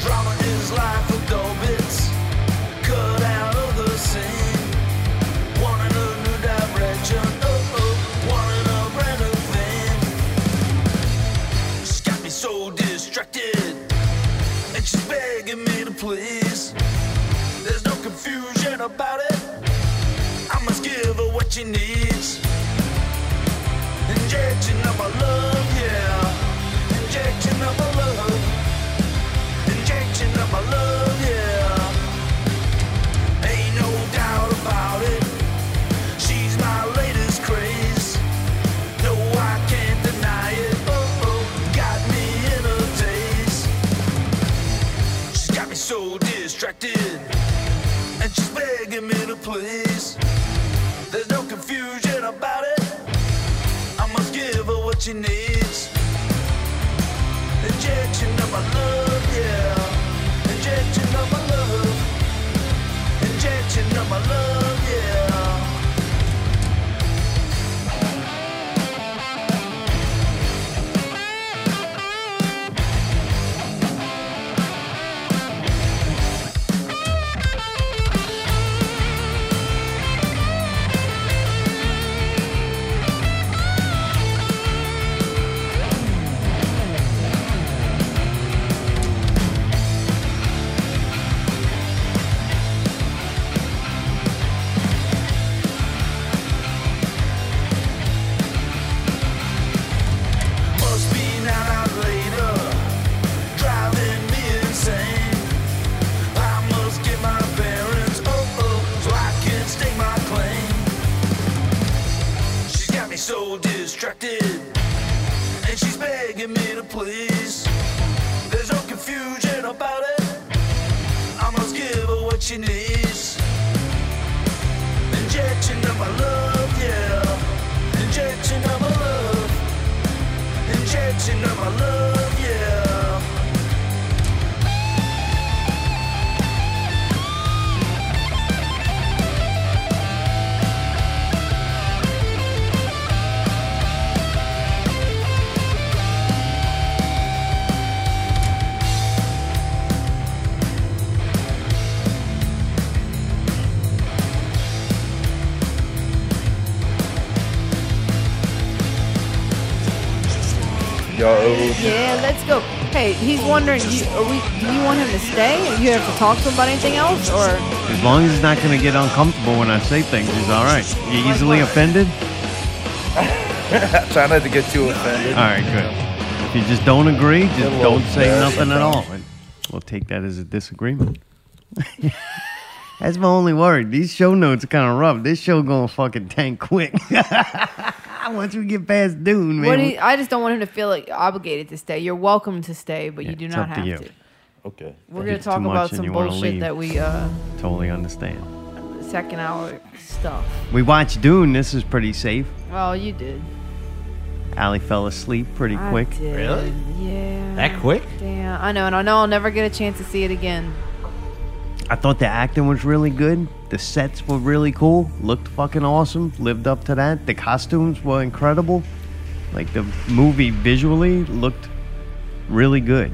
Drama is life with dull bits cut out of the scene. Wanting a new direction, oh oh, wanting a brand new thing. It's got me so distracted, and she's begging me to please. There's no confusion about it. I must give her what she needs. Injection of my love, yeah. Injection of my love. Injection of my love, yeah. Ain't no doubt about it. She's my latest craze. No, I can't deny it. Oh, oh, got me in a daze. She's got me so distracted. And she's begging me to please. There's no confusion about it. I must give her what she needs. Injection of my love, yeah. Injection of my love. Injection of my love, yeah. Must be nine hours later, driving me insane. I must get my bearings, oh oh, so I can stake my claim. She's got me so distracted, and she's begging me to please. There's no confusion about it. I must give her what she needs. Injection of my love, yeah. Injection of my love. Injection of my love, yeah.
Yo.
Yeah, let's go. Hey, he's wondering, do you, are we, do you want him to stay? You have to talk to him about anything else, or
As long as it's not going to get uncomfortable when I say things, he's all right. You easily offended?
Try not to get too offended.
All right, good. If you just don't agree, just
Little
don't say
embarrassing
nothing at
thing.
all. And we'll take that as a disagreement. <laughs> That's my only worry. These show notes are kind of rough. This show going to fucking tank quick. <laughs> Once we get past Dune, man.
what? Do you, I just don't want him to feel like obligated to stay. You're welcome to stay, but
Yeah,
you do
it's
not
up to
have
you.
to.
Okay.
We're
If
gonna
it's too
talk
much
about
and
some
you wanna
bullshit
leave.
that we uh
totally understand.
second hour stuff.
We watched Dune. This is pretty safe.
Well, you did.
Allie fell asleep pretty
I
quick.
did,
Really?
Yeah.
That quick?
Damn, I know, and I know I'll never get a chance to see it again.
I thought the acting was really good. The sets were really cool. Looked fucking awesome. Lived up to that. The costumes were incredible. Like the movie visually looked really good.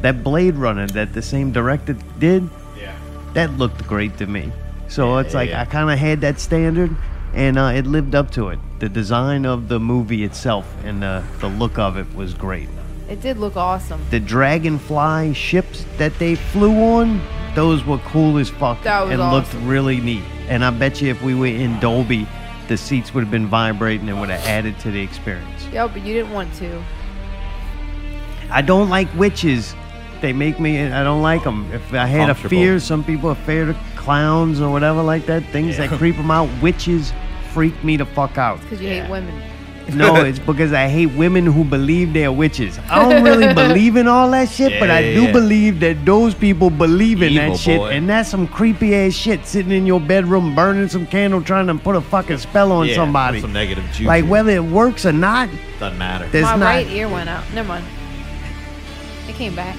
That Blade Runner that the same director did,
Yeah.
that looked great to me. So it's like
yeah.
I kind of had that standard, and uh, it lived up to it. The design of the movie itself and the, the look of it was great
It did look awesome.
the dragonfly ships that they flew on, those were cool as fuck
That was
and
awesome.
looked really neat. And I bet you if we were in Dolby, the seats would have been vibrating and would have added to the experience.
Yeah, but you didn't want to.
I don't like witches. They make me, I don't like them. If I had a
Comfortable.
fear, some people are afraid of clowns or whatever like that, things that creep them out. Witches freak me the fuck out.
Because you hate women.
No, it's because I hate women who believe they're witches. I don't really believe in all that shit, but I
Yeah,
do
yeah.
believe that those people believe in
Evil
that shit,
boy.
and that's some creepy ass shit. Sitting in your bedroom, burning some candle, trying to put a fucking spell on
Yeah,
somebody.
Some negative juice.
like whether it works or not,
doesn't matter.
there's
My
not.
right ear went out. Never mind. It came back.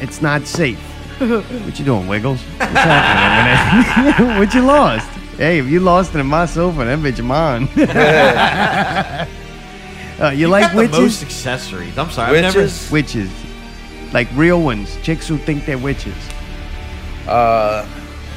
It's not
<laughs>
safe. what you doing, <laughs> Wiggles? What's happening over there? <laughs> what you lost? Hey, if you lost it in my sofa, that bitch mine. <laughs> uh, you,
You
like
got
witches?
The most accessories. I'm sorry. I've never.
Witches?
witches. Like real ones. Chicks who think they're witches.
Uh,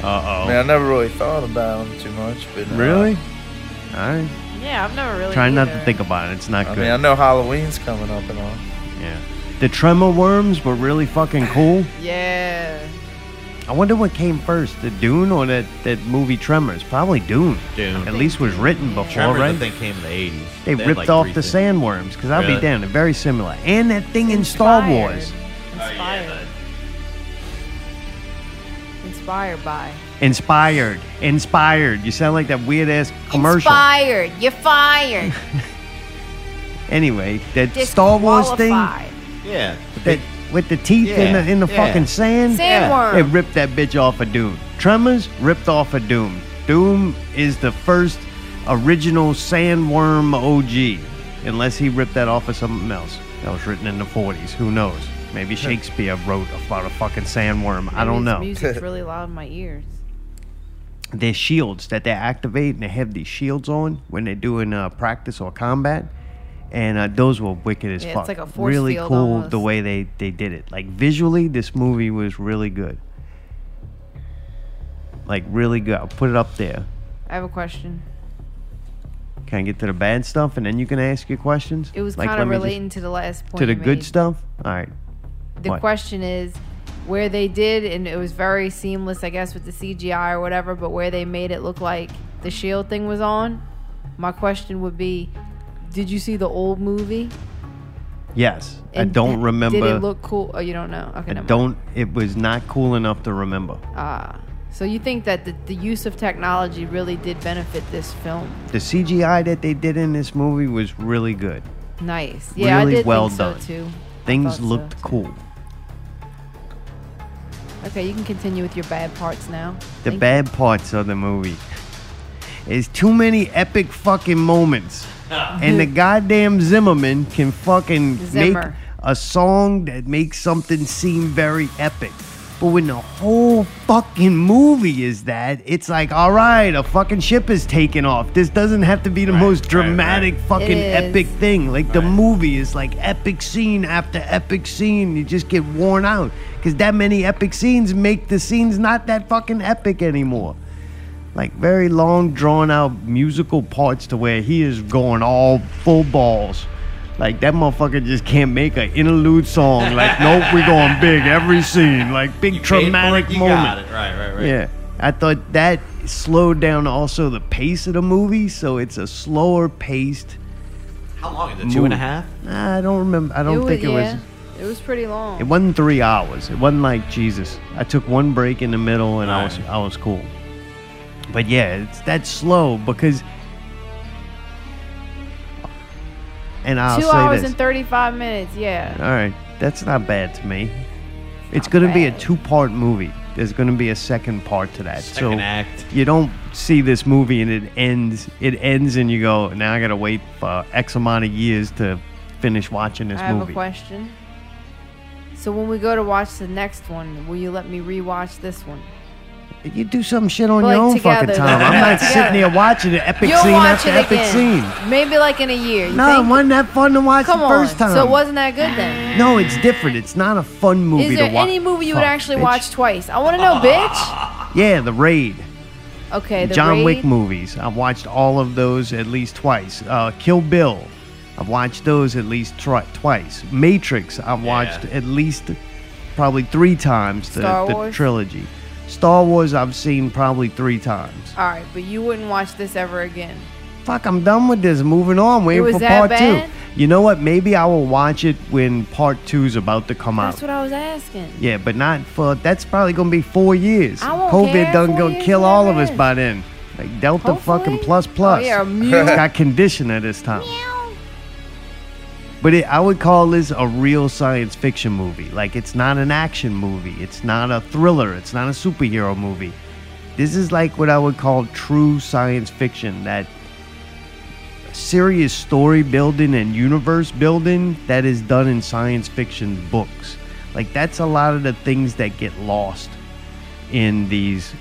I mean,
Uh
I never really thought about them too much, but uh,
Really? All right.
Yeah, I've never really.
Try not to
either.
think about it. It's not
I
good.
mean, I know Halloween's coming up and all.
yeah. The tremor worms were really fucking cool.
Yeah.
I wonder what came first, the Dune or that, that movie Tremors? Probably Dune.
Dune.
At least was written before,
Tremors,
right?
I think, came in the 80s.
They
had,
ripped
like,
off
three
the
things.
sandworms because I'll be
Really?
damn, they're very similar. And that thing in Star
Inspired.
Wars,
Oh,
Inspired.
yeah,
Inspired by.
inspired, inspired. You sound like that weird ass commercial.
Inspired. You're fired.
Anyway, that <laughs> Star Wars thing
Disqualified.
but- yeah. the
that
big-
with the teeth in
Yeah,
the in the
yeah.
fucking sand.
Sandworm.
It ripped that bitch off of Doom. Tremors ripped off of Doom. Doom is the first original sandworm OG, unless he ripped that off of something else that was written in the 40s. Who knows? Maybe Shakespeare wrote about a fucking sandworm. I don't
Maybe this
know. <laughs>
Music's really loud in my ears.
Their shields that they activate and they have these shields on when they're doing uh, practice or combat. And uh, those were wicked as
Yeah, it's
fuck.
like a force
really
field
cool the
almost.
way they, they did it. Like visually, this movie was really good. Like really good. I'll put it up there.
I have a question.
Can I get to the bad stuff and then you can ask your questions?
It was
Like,
kind of
let me just-
relating to the last point.
to the
you
good
made.
stuff. All right.
The
What?
question is where they did, and it was very seamless, I guess, with the CGI or whatever, but where they made it look like the shield thing was on. My question would be Did you see the old movie?
Yes, I
And
don't remember.
Did it look cool? Oh, you don't know. Okay,
I
never mind.
don't. It was not cool enough to remember.
Ah. So you think that the, the use of technology really did benefit this film?
The CGI that they did in this movie was really good.
Nice. Yeah,
Really
I did
well
think
done.
so too. I
Things
thought so,
looked
too.
cool.
Okay, you can continue with your bad parts now.
The
Thank
bad parts of the movie is too many epic fucking
<laughs>
moments, and the goddamn Zimmerman can fucking make
Zimmer.
a song that makes something seem very epic. But when the whole fucking movie is that, it's like, all right, a fucking ship is taking off. This doesn't have to be the most
right, right.
dramatic fucking
It is.
epic thing. Like the movie is like epic scene after epic scene. You just get worn out because that many epic scenes make the scenes not that fucking epic anymore. Like very long, drawn out musical parts to where he is going all full balls. Like that motherfucker just can't make an interlude song.
<laughs>
Like, nope, we're going big every scene. Like big traumatic
you
moment.
Got it. Right, right, right.
Yeah. I thought that slowed down also the pace of the movie, so it's a slower paced.
How long is it? Two and a half.
I don't remember. I don't
wa-
think it
yeah,
was.
It was pretty long.
It wasn't three hours. It wasn't like Jesus. I took one break in the middle and I was
Alright.
I was cool. But yeah, it's that slow because. And I'll
Two
say
hours
this.
and thirty-five minutes. Yeah.
All right, that's not bad to me. It's going to be a
bad.
two-part movie. There's going to be a second part to that.
Second
so
act.
you don't see this movie and it ends. It ends and you go, now I got to wait for X amount of years to finish watching this
I have
movie.
a question. So when we go to watch the next one, will you let me rewatch this one?
You do some shit on
But,
your
like,
own
together,
fucking time.
though.
I'm not
<laughs> Together.
sitting here watching the epic
You'll
scene
watch
after
it
epic
again.
scene.
Maybe like in a year. You
No, it
think?
wasn't that fun to watch
Come
the
on.
first time.
So it wasn't that good then?
No, it's different. It's not a fun movie
Is
to
there
watch.
any movie you would
Fuck,
actually
bitch.
watch twice? I want to know, bitch.
Yeah, The Raid.
Okay. The
John Wick
Raid.
movies. I've watched all of those at least twice. Uh, Kill Bill. I've watched those at least tri- twice. Matrix. I've watched at least probably three times the,
Star
the
Wars?
trilogy. Star Wars. I've seen probably three times.
All right, but you wouldn't watch this ever again.
Fuck, I'm done with this. Moving on. Waiting
was
for
that
part
bad?
two. You know what? Maybe I will watch it when part two's about to come out.
That's what I was asking.
Yeah, but not for. That's probably gonna be four years.
I won't
COVID
care.
done
Four
gonna
years
kill
never
all of us
is.
by then. Like Delta
Hopefully.
fucking plus plus. <laughs>
Oh, yeah, a mute.
it's got conditioner this time. But it, I would call this a real science fiction movie. Like it's not an action movie. It's not a thriller. It's not a superhero movie. This is like what I would call true science fiction. That serious story building and universe building that is done in science fiction books. Like that's a lot of the things that get lost in these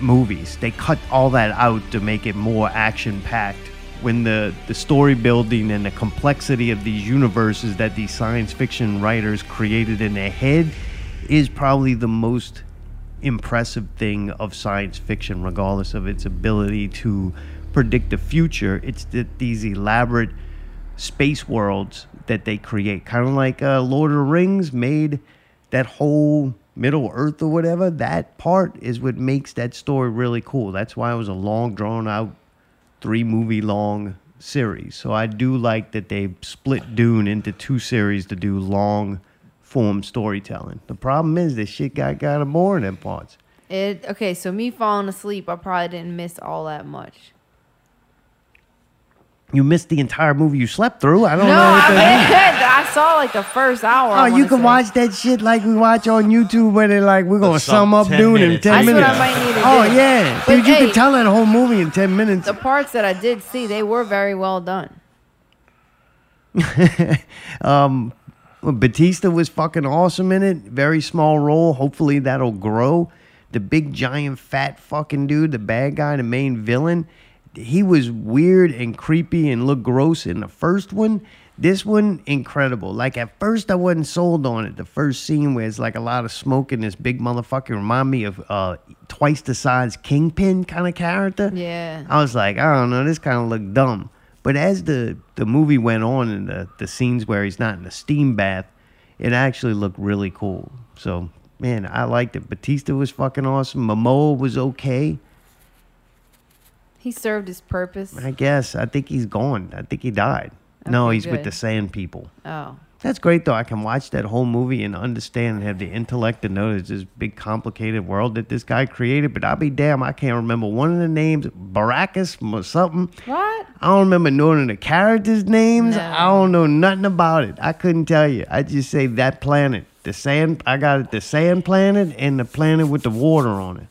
movies. They cut all that out to make it more action packed. When the, the story building and the complexity of these universes that these science fiction writers created in their head is probably the most impressive thing of science fiction, regardless of its ability to predict the future. It's that these elaborate space worlds that they create, kind of like uh, Lord of the Rings made that whole Middle Earth or whatever. That part is what makes that story really cool. That's why it was a long, drawn out, three movie long series. So I do like that they split Dune into two series to do long form storytelling. The problem is this shit got kind of boring in parts.
It okay, so me falling asleep, I probably didn't miss all that much.
You missed the entire movie you slept through. I don't
No,
know. What
I,
the-
I saw like the first hour. I
Oh, you
wanna
can
say.
watch that shit like we watch on YouTube where they're like, we're going to
That's
sum
some
up
10
Dune in
minutes.
10
That's what
minutes.
I might need to
Oh,
do.
yeah.
But,
Dude, you
hey,
can tell that whole movie in 10 minutes.
the parts that I did see. They were very well done.
Batista was fucking awesome in it. Very small role. Hopefully that'll grow. The big giant fat fucking dude, the bad guy, the main villain, he was weird and creepy and looked gross in the first one. This one, incredible. Like at first I wasn't sold on it. The first scene where it's like a lot of smoke and this big motherfucker remind me of uh twice the size kingpin kind of character.
Yeah.
I was like, I don't know, this kind of looked dumb. But as the, the movie went on and the, the scenes where he's not in the steam bath, it actually looked really cool. So, man, I liked it. Batista was fucking awesome. Momoa was okay,
He served his purpose.
I guess. I think he's gone. I think he died. no,
Okay,
he's with
good.
the sand people.
Oh,
That's great, though. I can watch that whole movie and understand and have the intellect to know it's this big, complicated world that this guy created. But I'll be damn, I can't remember one of the names, Baracus or something.
what?
I don't remember knowing the characters' names.
No.
I don't know nothing about it. I couldn't tell you. I just say that planet, the sand. I got it, the sand planet, and the planet with the water on
<laughs>
it.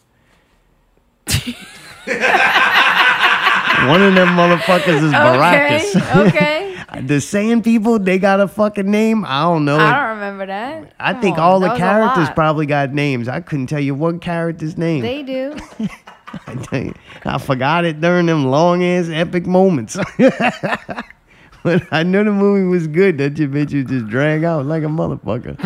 One of them motherfuckers is Baracus.
Okay, okay.
<laughs> The sand people, they got a fucking name. I don't know.
I don't remember that.
I
Come
think
on,
all
that
the
was a
characters
lot.
probably got names. I couldn't tell you one character's name.
They
<laughs>
do.
I forgot it during them long ass epic moments. <laughs> but I knew the movie was good. That you bitch you just drag out like a motherfucker.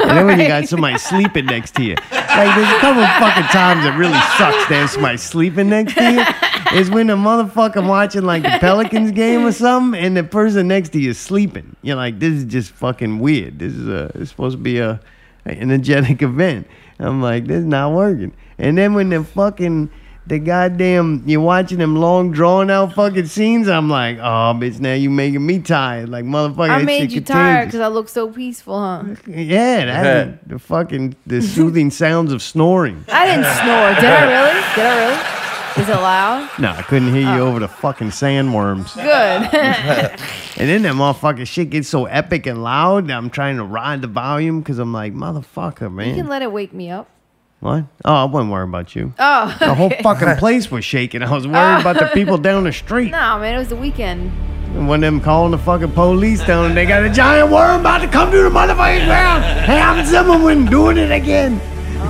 And then when you got somebody sleeping next to you, like there's a couple of fucking times it really sucks. There's somebody sleeping next to you, is when a motherfucker watching like the Pelicans game or something, and the person next to you is sleeping. You're like, this is just fucking weird. This is a it's supposed to be a an energetic event. I'm like, this is not working. And then when the fucking the goddamn you're watching them long drawn out fucking scenes, I'm like, oh bitch, now you making me tired. Like motherfucker,
I
that
made
shit
you tired
contagious.
because I look so peaceful, huh?
Yeah, that the fucking the <laughs> soothing sounds of snoring.
I didn't snore. Did I really? Did I really? Is it loud?
No, I couldn't hear you over the fucking sandworms.
Good. <laughs>
And then that motherfucking shit gets so epic and loud. that I'm trying to ride the volume because I'm like, motherfucker,
you can
man.
let it wake me up.
what? Oh, I wasn't worried about you.
Oh,
The whole <laughs> fucking place was shaking. I was worried about the people down the street.
no, man, it was the weekend.
And one of them calling the fucking police down and they got a giant worm about to come through the motherfucking ground. Hey, I'm someone doing it again.
Oh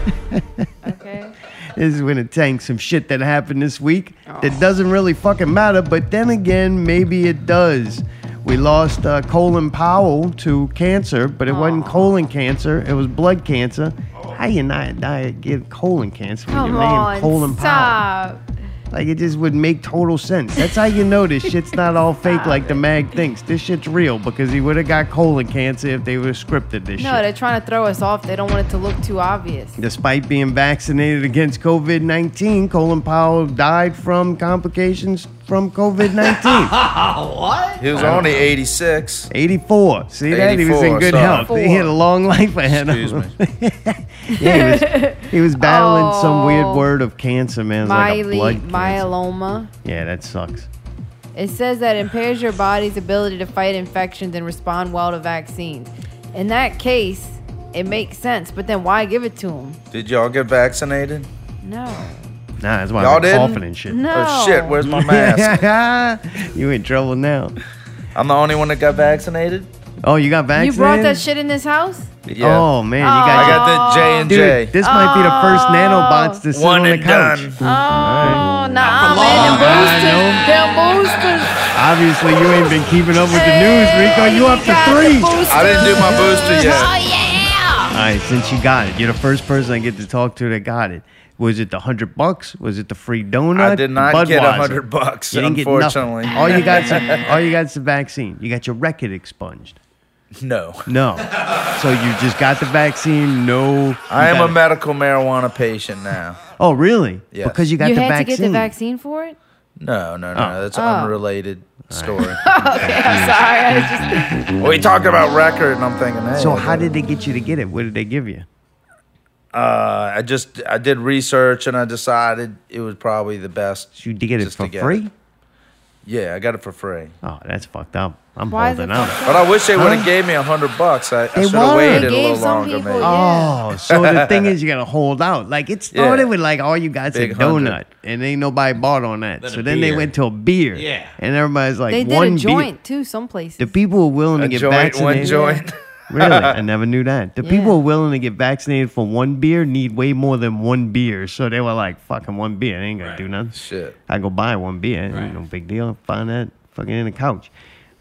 God. <laughs> Okay.
This is going to tank some shit that happened this week
Oh.
that doesn't really fucking matter, but then again, maybe it does. We lost uh, Colin Powell to cancer, but it
Oh.
wasn't colon cancer, it was blood cancer. How you not die get colon cancer when
Come
your
on,
name Colin Powell?
stop.
Like it just would make total sense. That's how you know this shit's not all fake like the mag thinks. This shit's real because he would have got colon cancer if they would have scripted this
No,
shit
they're trying to throw us off. They don't want it to look too obvious.
despite being vaccinated against COVID 19, Colin Powell died from complications from COVID
<laughs>
19.
He was only 86.
84. See that? He was in
84,
good
sorry.
health. He had a long life ahead of
Excuse
him.
me.
<laughs> Yeah, he, was, he was battling some weird
Oh.
word of cancer, man. It's like a
Myeli-
blood cancer.
myeloma.
Yeah, that sucks.
It says that impairs your body's ability to fight infections and respond well to vaccines. In that case, it makes sense, but then why give it to them?
Did y'all get vaccinated?
No.
Nah, that's why
Y'all
I'm
didn't?
coughing and shit.
No.
Oh shit, where's my
<laughs>
mask?
you in trouble now.
I'm the only one that got vaccinated?
Oh, you got
You
vaccinated?
brought that shit in this house?
Yeah.
Oh, man. You got
I got the J and
Dude,
J.
this might be the first
Oh.
nanobots to sit
One
on the
and
couch.
done.
Oh, nah, man. Them boosters. Them boosters.
Obviously, you ain't been keeping up with the news, Rico.
Hey,
You up to
got the
three. All
booster.
I didn't do my booster yet.
right, since you got it, you're the first person I get to talk to that got it. Was it the hundred bucks? Was it the free donut?
I did
The
not get a
Budweiser?
hundred bucks,
You didn't get
unfortunately.
nothing. all you got's a- all you got's the vaccine. You got your record expunged.
<laughs> No.
No, so you just got the vaccine. No, you
I am
got
a medical marijuana patient now.
Oh, really?
Yes.
Because you got
You
the
had
vaccine.
to get the vaccine for it?
No, no, no.
Oh.
That's an unrelated
<laughs>
story. <laughs>
I'm sorry. I just,
we talked about record, and I'm thinking, hey.
So how did they get you to get it? What did they give you?
uh, I just I did research and I decided it was probably the best.
You to get it
just
for
to get
free?
Yeah, I got it for free.
Oh, that's fucked up. I'm
why is it
holding out.
fucked up?
But I wish they would have gave me a hundred bucks. I, I
They
should
would've.
have waited
They
a little
gave some
longer,
people-
maybe.
yeah.
Oh, so the thing is, you gotta hold out. Like it started with like all you guys a
Big hundred.
donut, and ain't nobody bought on that.
Then
so
a
then they
beer.
went to a beer.
Yeah.
and everybody's like,
They did
one
a
beer.
joint, too, some places.
The people who are willing to
A
get
joint, one
vaccinated.
joint.
<laughs> really, I never knew that. The people
Yeah.
who are willing to get vaccinated for one beer need way more than one beer. So they were like, fucking one beer, they ain't gonna do nothing.
Shit.
I go buy one beer. Ain't
Right.
No big deal. Find that fucking in the couch.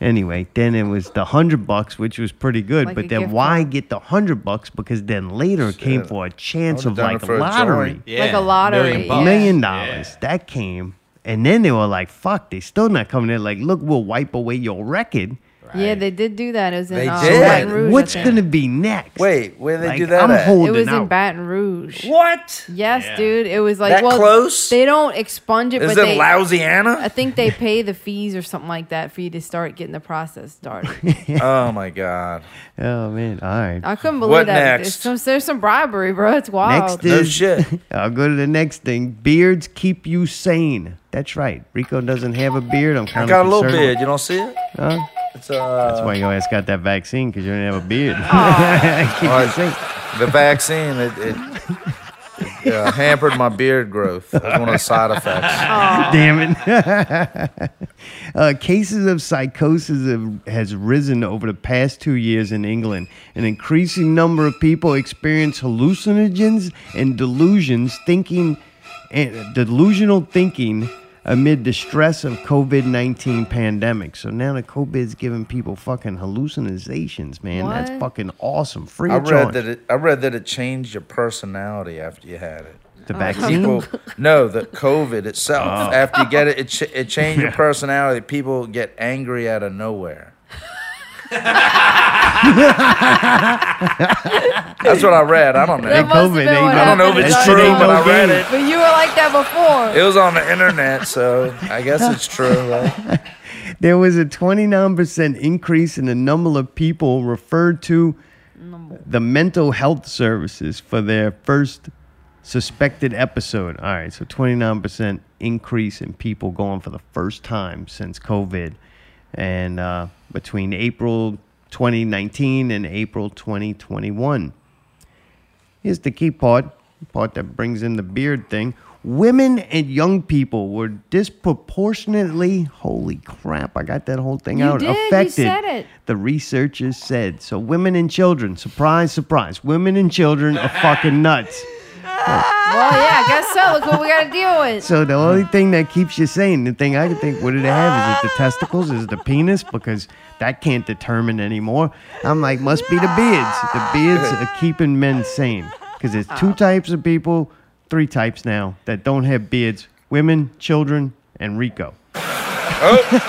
Anyway, then it was the hundred bucks, which was pretty good.
Like
but
a
then
gift
why
card.
get the hundred bucks? Because then later it came
Shit.
for a chance
I would've
of
done
like
it
a
for a
lottery,
joint.
Yeah,
Like a lottery,
million
yeah.
bucks.
million
Yeah.
dollars. That came, and then they were like, "Fuck!" They still not coming in. Like, look, we'll wipe away your record.
Yeah, they did do that. It was in
They
uh,
did?
Baton Rouge. I
What's
think.
gonna be next?
Wait, where they
Like,
do that?
I'm
at?
It
holding
was
out.
in Baton Rouge.
What?
Yes,
Yeah.
dude. It was like
That
well,
close?
They don't expunge it,
Is
but
it
they. I
Louisiana?
think they pay the fees or something like that for you to start getting the process started.
oh my god.
oh man! All right.
I couldn't believe
What
that.
next?
There's, some, there's some bribery, bro. It's
Next
wild.
No
is <laughs>
shit.
I'll go to the next thing. Beards keep you sane. That's right. Rico doesn't have a beard. I'm kind
I
of
got a little
concerned.
beard. You don't see it?
Huh?
It's uh,
That's why your ass got that vaccine because you didn't have a beard. Keep
Oh.
you sane.
the vaccine. It, it, it uh, hampered my beard growth. That's one of the side effects.
Damn it. <laughs> uh, cases of psychosis have, has risen over the past two years in England. An increasing number of people experience hallucinogens and delusions, thinking and delusional thinking amid the stress of COVID-19 pandemic. So now the COVID's giving people fucking hallucinations, man. That's
What?
fucking awesome. Free
I
of charge.
read that. It, I read that it changed your personality after you had it.
<laughs>
The vaccine?
People, no, the COVID itself. After you get it, it, ch- it changed your personality. People get angry out of nowhere. That's what I read. I don't know.
That must
COVID,
have been what
ain't no-
I don't know if
happened,
it's
That's
like-
true,
what they
but I
told
read
me.
it.
But you were like that before.
It was on the internet, so I guess it's true. Right?
There was a 29% increase in the number of people referred to the mental health services for their first suspected episode. All right, so 29% increase in people going for the first time since COVID. And uh, between April 2019 and April 2021. Here's the key part, the part that brings in the beard thing. Women and young people were disproportionately, holy crap, I got that whole thing
You
out,
did, you
affected.
said it.
The researchers said. So women and children, surprise, surprise, women and children are fucking nuts.
Well, yeah, I guess so. Look what we got to
<laughs>
deal with.
So the only thing that keeps you sane, the thing I can think, what do they have? Is it the testicles? Is it the penis? Because that can't determine anymore. I'm like, must be the beards. The beards are keeping men sane. Because there's
Oh.
two types of people, three types now, that don't have beards. Women, children, and Rico. <laughs>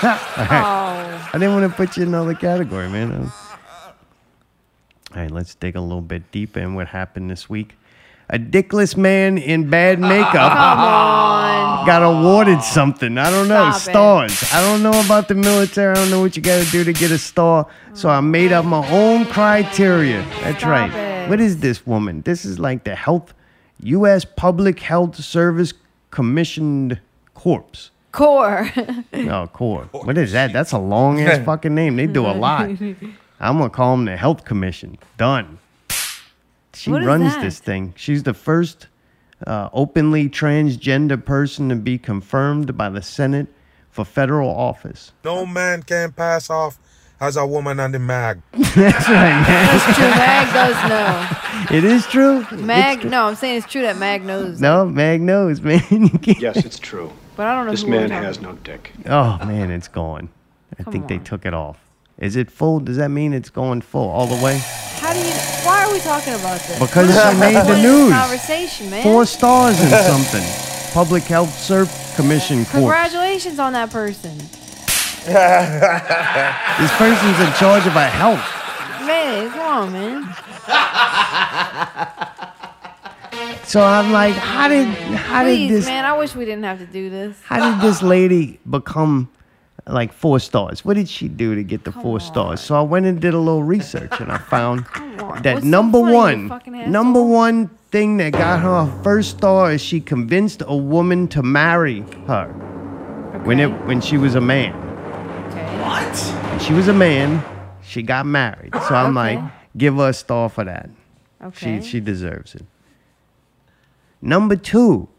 Oh,
I didn't want to put you in another category, man. I was- All right, let's dig a little bit deeper in what happened this week. A dickless man in bad makeup
Oh, come on.
got awarded something. I don't know.
Stop
Stars. I don't know about the military. I don't know what you got to do to get a star. So I made up my own criteria. That's
Oh Stop
right.
it.
What is this woman? This is like the health, U.S. Public Health Service Commissioned Corpse.
Core. <laughs>
Oh, cool. What is that? That's a long ass fucking name. They
<laughs>
do a lot. I'm gonna call them the Health Commission. Done. She
What is
runs
that?
this thing. She's the first uh, openly transgender person to be confirmed by the Senate for federal office.
No man can pass off as a woman and a mag.
That's right, man.
It's true. Mag does know.
It is true.
Mag, no, I'm saying it's true that Mag knows.
No, Mag knows, <laughs> man. You can't-
Yes, it's true.
But I don't know
This
who we're
man
talking
has
about.
no dick.
Oh man, it's gone. I think they
on.
took it off. Is it full? Does that mean it's going full all the way?
How do you? Why are we talking about this?
Because
What
she
is
made the
point of
news.
Conversation, man.
Four stars and something. Public Health Surf Commission Corps.
Congratulations on that person,
This person's in charge of our health.
man. Come on, man.
So I'm like, how did how
Please,
did this
man. I wish we didn't have to do this.
how did this lady become like four stars? What did she do to get the four stars? So I went and did a little research and
<laughs>
I found
on.
that
What's so
number
funny, you fucking
one,
asshole?
number one thing that got her her first star is she convinced a woman to marry her when it when she was a man.
Okay.
She was a man. She got married. So I'm
Okay.
like, give her a star for that.
Okay.
She she deserves it. Number two,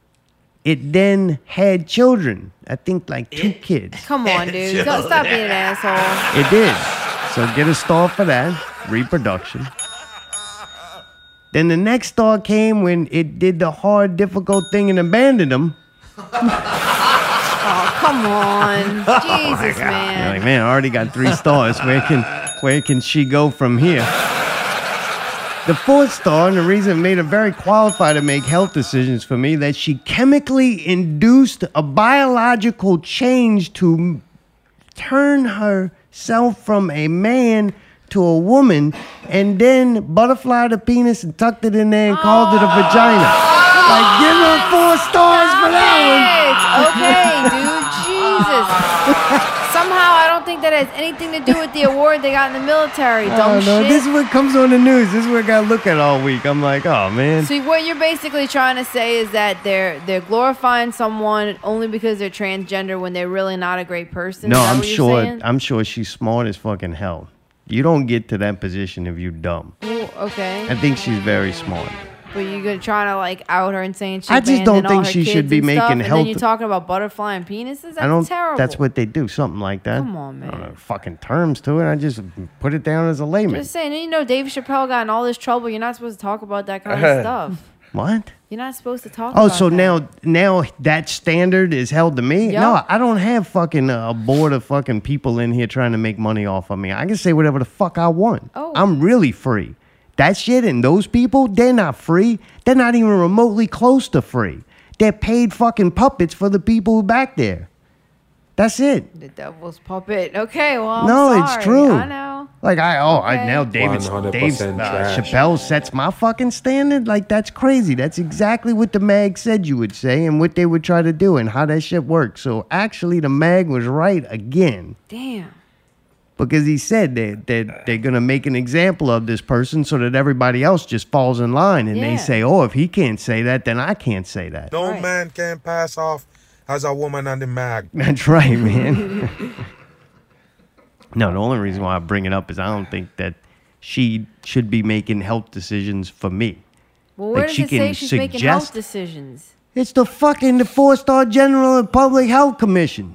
it then had children. I think like two kids.
Come on, dude. Don't stop being an asshole.
It did. So get a star for that. Reproduction. Then the next star came when it did the hard, difficult thing and abandoned them.
Come
<laughs>
on, Jesus,
You're
man.
Oh like, man, I already got three stars. Where can where can she go from here? The fourth star, and the reason it made her very qualified to make health decisions for me, that she chemically induced a biological change to m- turn herself from a man to a woman, and then butterflied the penis and tucked it in there and called it a vagina. Like, give her four stars for that one.
It's okay,
<laughs>
dude. Jesus. Somehow, I don't think that has anything to do with the award they got in the military. Dumb
Oh, no,
shit.
this is what comes on the news. This is what I got to look at all week. I'm like, oh man.
So what you're basically trying to say is that they're they're glorifying someone only because they're transgender when they're really not a great person.
No,
Is that
I'm
what you're
sure.
saying?
I'm sure she's smart as fucking hell. You don't get to that position if you dumb.
Well,
I
okay,
think she's very smart.
but you're gonna trying to like out her and saying she.
I just don't
abandoned all
think
her
she
kids
should be
and stuff,
making
and
health-
Then you're talking about butterfly and penises. That's
I don't.
terrible.
That's what they do. Something like that.
Come on,
I don't
man.
know fucking terms to it. I just put it down as a layman.
Just saying, you know, Dave Chappelle got in all this trouble. You're not supposed to talk about that kind
<laughs>
of stuff.
what?
You're not supposed to talk.
Oh,
about
so
that.
now now that standard is held to me? No,
Yup.
I don't have fucking uh, a board of fucking people in here trying to make money off of me. I can say whatever the fuck I want.
Oh.
I'm really free. That shit and those people, they're not free. They're not even remotely close to free. They're paid fucking puppets for the people who back there. That's it.
The devil's puppet. Okay, well, I'm
no, it's
sorry.
true.
I know.
Like I oh I
Okay.
now David Dave's,
100%
uh,
trash.
Chappelle sets my fucking standard. Like that's crazy. That's exactly what the mag said you would say and what they would try to do and how that shit works. So actually, the mag was right again
Damn.
because he said that that they're gonna make an example of this person so that everybody else just falls in line and
Yeah.
they say, oh, if he can't say that, then I can't say that.
Oh,
No man can pass off as a woman on the mag.
<laughs> That's right, man. <laughs> no, the only reason why I bring it up is I don't think that she should be making health decisions for me.
Well, where
Like,
does
she
it say
can
she's making health
suggest-
decisions?
It's the fucking the four star general and public health commission.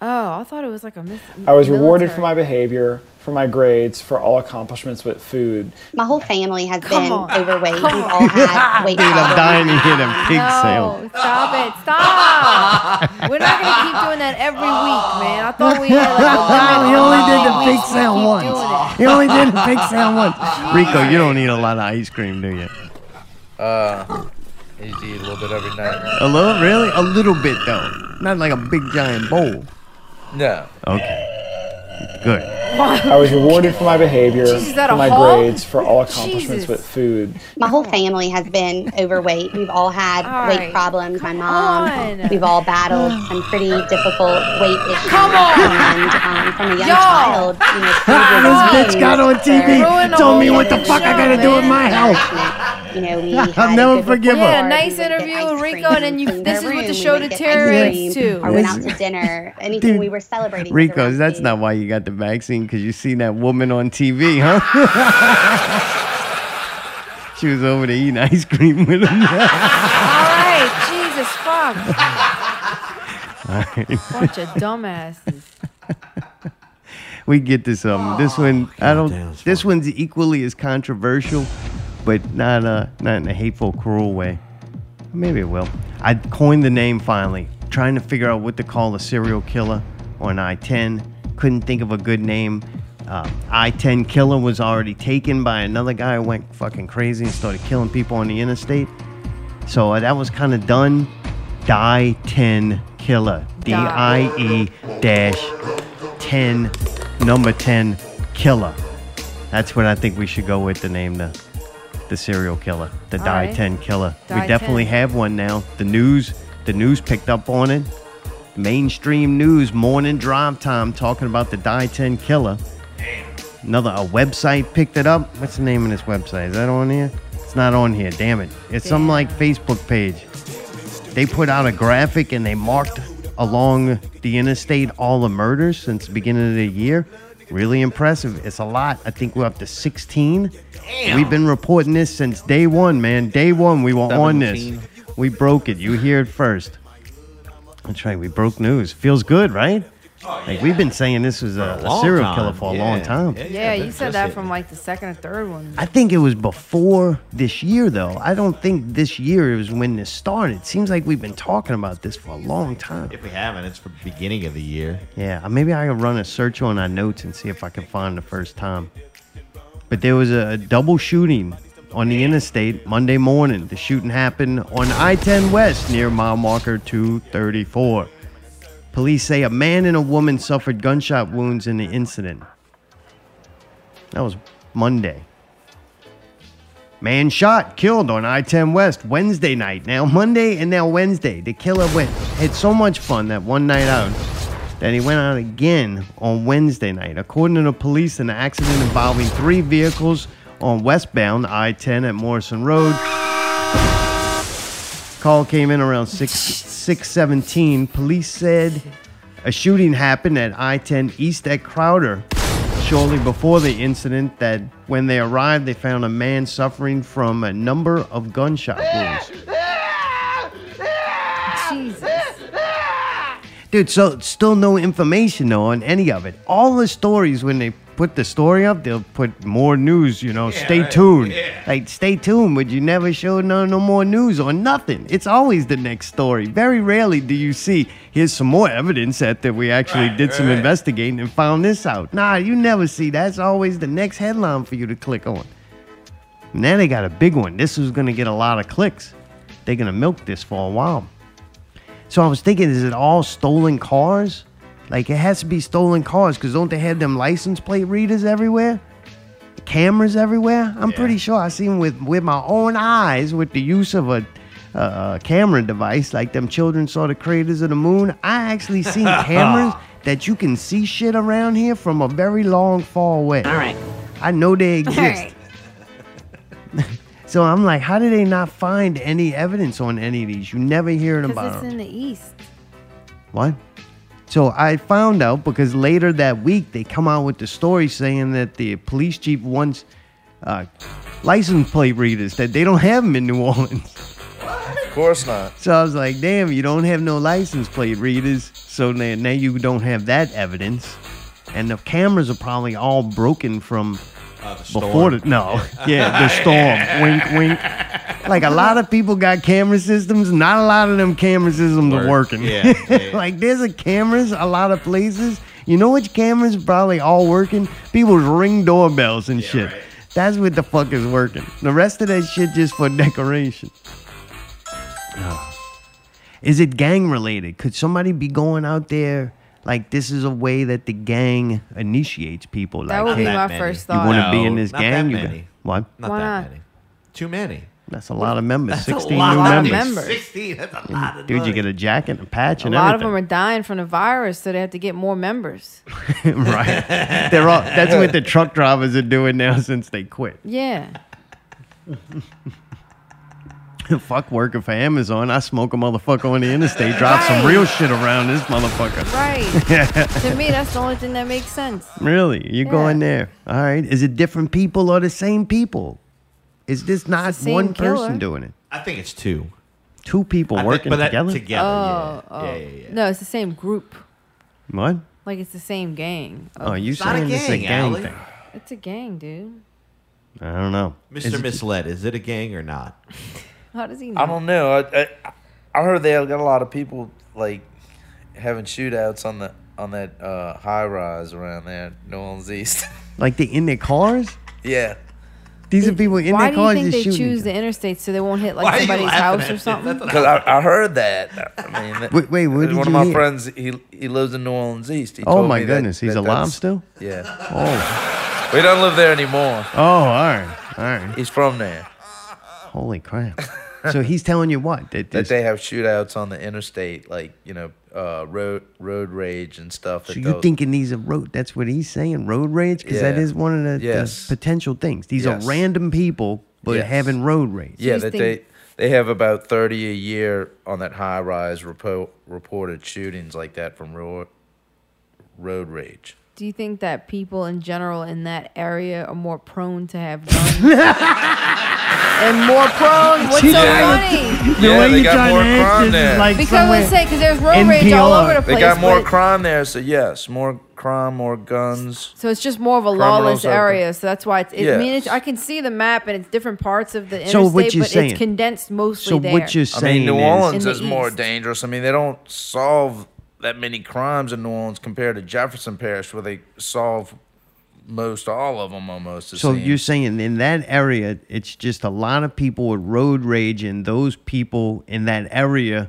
Oh, I thought it was like a mis-
I was rewarded
military.
for my behavior, for my grades, for all accomplishments with food.
My whole family has
Come
been
on.
overweight.
Come
We've all
<laughs>
had weight
Dude, I'm
problems.
dying to hear them pig sale.
No, stop it. Stop. We're not going to keep doing that every week, man. I thought we had
<laughs>
like a limit.
he only did the
Oh,
pig
we
sale
keep
once. He only did the pig sale once. Rico, you don't need a lot of ice cream, do you?
Uh, I used to eat a little bit every night.
A little, really? A little bit though. Not like a big giant bowl.
No.
Okay. Good.
I was rewarded for my behavior,
Jesus, is that
for
a
my
hog?
grades, for all accomplishments
Jesus.
with food.
My whole family has been overweight. We've all had
All
weight
right.
problems. My mom.
on.
We've all
<sighs>
battled some pretty difficult weight issues.
Come on.
And um, from a young
Y'all.
child, you know, food was
Ah, this bitch
used
got on
for-
TV, told me what the fuck I gotta do with my health.
You know, we
<laughs> I'll
had a
never
good
forgive her.
rapport.
Yeah,
nice
We would get
interview
ice
with
cream
Rico, and then you-
from
this
the
is what the
room.
show
We would
to
get ice cream,
terrorists too.
Or went out
This-
to dinner. Anything we were celebrating. was around
Rico's, that's not why you got the vaccine, because you seen that woman on TV, huh? <laughs> she was over there eating ice cream with him. <laughs>
All right. Jesus fuck. Bunch of dumbasses.
we get this um this one I don't this one's equally as controversial, but not uh not in a hateful, cruel way. Maybe it will. I coined the name finally, trying to figure out what to call a serial killer on I 10. Couldn't think of a good name. Uh, I 10 killer was already taken by another guy who went fucking crazy and started killing people on the interstate. So uh, that was kind of done. Die 10 killer. D I E dash 10, number 10 killer. That's what I think we should go with the name, the, the serial killer, the
All
Die
right.
10 killer.
Die
we definitely
10.
have one now. The news, the news picked up on it. Mainstream news, morning drive time, talking about the Die 10 killer. Another a website picked it up. What's the name of this website? Is that on here? It's not on here. Damn it! It's some like Facebook page. They put out a graphic and they marked along the interstate all the murders since the beginning of the year. Really impressive. It's a lot. I think we're up to 16. We've been reporting this since day one, man. Day one, we were on this.
17.
We broke it. You hear it first. That's right. We broke news. Feels good, right?
Oh,
Like we've been saying this was a, a
long
serial
time.
killer for a long
Yeah.
time.
Yeah, you said that from like the second or third one.
I think it was before this year, though. I don't think this year was when this started. Seems like we've been talking about this for a long time.
If we haven't, it's from the beginning of the year.
Yeah, uh, maybe I can run a search on our notes and see if I can find the first time. But there was a double shooting on the interstate Monday morning. The shooting happened on I 10 West near mile marker 234. Police say a man and a woman suffered gunshot wounds in the incident. That was Monday. Man shot, killed on I 10 West Wednesday night. Now Monday and now Wednesday. The killer went had so much fun that one night out that he went out again on Wednesday night. According to the police, an accident involving three vehicles on westbound I 10 at Morrison Road. Call came in around 6 617. Police said a shooting happened at I-10 East at Crowder. Shortly before the incident, that when they arrived, they found a man suffering from a number of gunshot wounds.
Jesus.
Dude, so still no information though on any of it. All the stories when they put the story up, they'll put more news. You know, stay
right.
tuned.
Yeah.
Like stay tuned, but you never show no no more news or nothing. It's always the next story. Very rarely do you see here's some more evidence that that we actually did some investigating and found this out. Nah, you never see that. It's always the next headline for you to click on. Now they got a big one. This is going to get a lot of clicks. They're going to milk this for a while. So I was thinking, is it all stolen cars? Like it has to be stolen cars because don't they have them license plate readers everywhere? Cameras everywhere? I'm pretty sure I seen with with my own eyes with the use of a, a camera device. Like them children saw the craters of the moon. I <laughs> actually seen cameras that you can see shit around here from a very long far away. All right. I know <laughs> they exist. So I'm like, how do they not find any evidence on any of these? You never hear about
Because
them.
it's in the east.
What? So I found out because later that week they come out with the story saying that the police chief wants uh, license plate readers that they don't have them in New Orleans. <laughs>
Of course not.
So I was like, damn, you don't have no license plate readers. So now, now you don't have that evidence, and the cameras are probably all broken from
Uh, the
before
storm.
the
<laughs>
no, yeah, the storm. wink, wink. Like a lot of people got camera systems, not a lot of them camera systems are
Work.
working. <laughs>
Yeah, yeah, yeah.
like there's a cameras a lot of places. You know which cameras probably all working? People's ring doorbells and shit. That's what the fuck is working. The rest of that shit just for <laughs> decoration. Ugh. Is it gang related? Could somebody be going out there? Like this is a way that the gang initiates people.
That
like,
would be
hey,
my first
You
thought.
want to be in
No,
this
not
gang?
that
You got-
many.
what?
Not
Why
that
not?
many. Too many.
That's a lot of members.
That's a
Sixteen
lot
new
of
members.
members.
16. That's a lot of
Dude, you
money.
get a jacket, and a patch,
A
and
lot of
everything.
them are dying from the virus, so they have to get more members.
<laughs> right? They're all. That's what the truck drivers are doing now since they quit. <laughs>
Yeah.
Fuck working for Amazon. I smoke a motherfucker on the interstate. Drive some real shit around this motherfucker. <laughs>
Right. to me, that's the only thing that makes sense.
Really? You
Yeah.
going there? All right. Is it different people or the same people? Is this not
same
one
killer.
person doing it?
I think it's two.
Two people
I think-
working
but that-
together.
together,
oh,
yeah.
oh.
Yeah, yeah, yeah.
No, it's the same group.
What?
Like it's the same gang.
Oh, you
It's not a
saying this is a
gang,
gang
Allie.
thing?
It's a gang, dude.
I don't know. Is
Mr.
it-
Misled, is it a gang or not?
How does he know?
I don't know. I, I I heard they got a lot of people like having shootouts on the on that uh, high rise around there, New Orleans East. <laughs>
Like they in their cars?
yeah.
These are people in
Why
their
do you
cars
think
just
they
shooting.
choose the interstate so they won't hit like
Why are you
somebody's
laughing
house
at
or
me?
something?
Because I, I heard that. I mean,
<laughs>
that-
Wait, wait, what did
one
you
of my
hear?
friends, he he lives in New Orleans East. He
Oh
told
my
me that-
goodness, he's
that
alive
that's-
still?
Yeah,
Oh,
we don't live there anymore.
oh, all right, all right.
He's
<laughs>
from there.
Holy crap!
<laughs>
So he's telling you what? That
That
this-
they have shootouts on the interstate, like you know, uh, road road rage and stuff.
so
that
you
they'll-
thinking these are road? That's what he's saying, road rage, because that
Yeah.
is one of the, the
Yes.
potential things. These
Yes.
are random people, but
Yes.
having road rage.
Yeah,
you
that
think-
they they have about thirty a year on that high rise repo- reported shootings like that from road road rage.
Do you think that people in general in that area are more prone to have
<laughs>
guns? and more prone? What's
She <laughs>
so
did.
funny?
The
Yeah,
way
they
you
got
trying
more
to
crime
ask this
there.
is like
Because
somewhere-
let's say, because there's road rage all
NPR.
over the
They
place.
got more
but-
crime there, so yes, more crime, more guns.
So it's just more of a
Criminals
lawless
are-
area. So that's why it's. It, I mean, it's,
Yes.
I can see the map and it's different parts of the interstate,
So what you're
but
saying-
it's condensed mostly
So
there.
what you're
I
saying
mean, New
is
Orleans
In the
is more
east.
dangerous. I mean, they don't solve that many crimes in New Orleans compared to Jefferson Parish, where they solve most all of them almost. it
So
seems.
you're saying in that area, it's just a lot of people with road rage, and those people in that area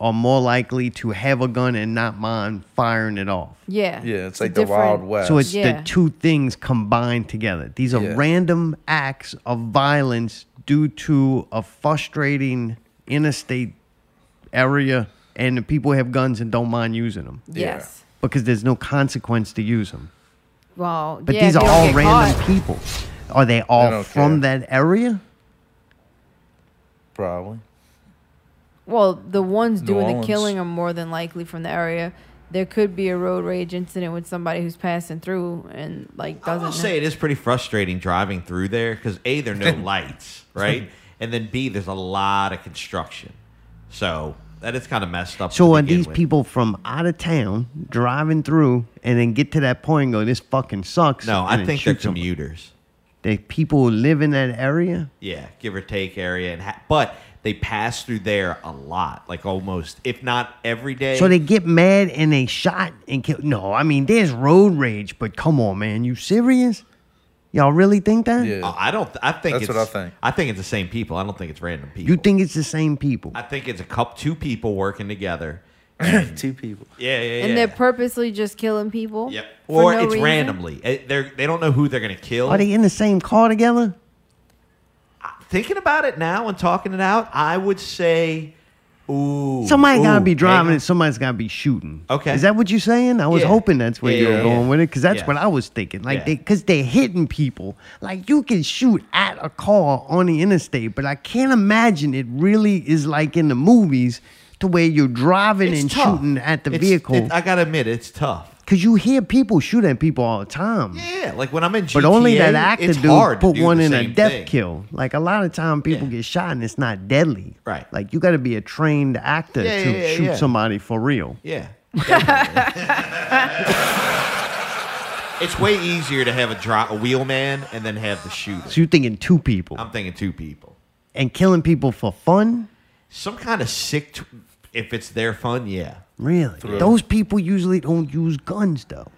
are more likely to have a gun and not mind firing it off.
yeah.
yeah, it's
a
like the Wild
different-
West.
So it's
Yeah.
the two things combined together. These are
Yeah.
random acts of violence due to a frustrating interstate area, and the people have guns and don't mind using them
Yes.
because there's no consequence to use them.
Well,
But
yeah,
these
if
are
you don't
all
get
random
caught.
people. Are they all
don't
from that area?
probably.
Well, the ones
New
doing the
Orleans.
killing are more than likely from the area. There could be a road rage incident with somebody who's passing through and like
I
doesn't
will
know.
say it is pretty frustrating driving through there because a there
<laughs>
are no lights, right, and then b there's a lot of construction, so that is kind of messed up.
So
to
are
begin
these
with.
people from out of town driving through and then get to that point and go, this fucking sucks?
No,
and
I
then
think they're
shoot somebody?
commuters.
They people who live in that area?
Yeah, give or take area, and ha- but they pass through there a lot, like almost if not every day.
So they get mad and they shot and kill. No, I mean, there's road rage, but come on, man. You serious? Y'all really think that?
Oh, I don't. I think
That's
it's,
what I think.
I think it's the same people. I don't think it's random people.
You think it's the same people?
I think it's a couple, two people
<clears throat>
working together.
two people.
Yeah, yeah, yeah.
And they're purposely just killing people. Yep.
or it's randomly. It, they're they don't know who they're gonna kill.
Are they in the same car together?
Thinking about it now and talking it out, I would say, ooh,
Somebody
ooh,
gotta be driving
hang
and somebody's gotta be shooting.
Okay.
is that what you're saying? I was
Yeah.
hoping that's where
Yeah,
you were
yeah,
going
yeah.
with it, because that's
Yeah.
what I was thinking. Like
Yeah.
they, because they're hitting people. Like you can shoot at a car on the interstate, but I can't imagine it really is like in the movies, to where you're driving
It's
and
tough.
shooting at the
It's-
vehicle.
it- I gotta admit, it's tough.
Cause you hear people shoot at people all the time.
Yeah, like when I'm in GTA,
But only that actor
it's
dude
hard to
put
do
one
the
in a
same
death
thing.
kill. Like a lot of time people get shot and it's not deadly.
Right.
Like you got to be a trained actor
Yeah,
to
yeah, yeah,
shoot
yeah.
somebody for real. <laughs>
Yeah. it's way easier to have a drop a wheel man and then have the shooter.
So you're thinking two people
I'm thinking two people.
and killing people for fun?
Some kind of sick. T- if it's their fun, yeah.
Really?
Through.
Those people usually don't use guns though.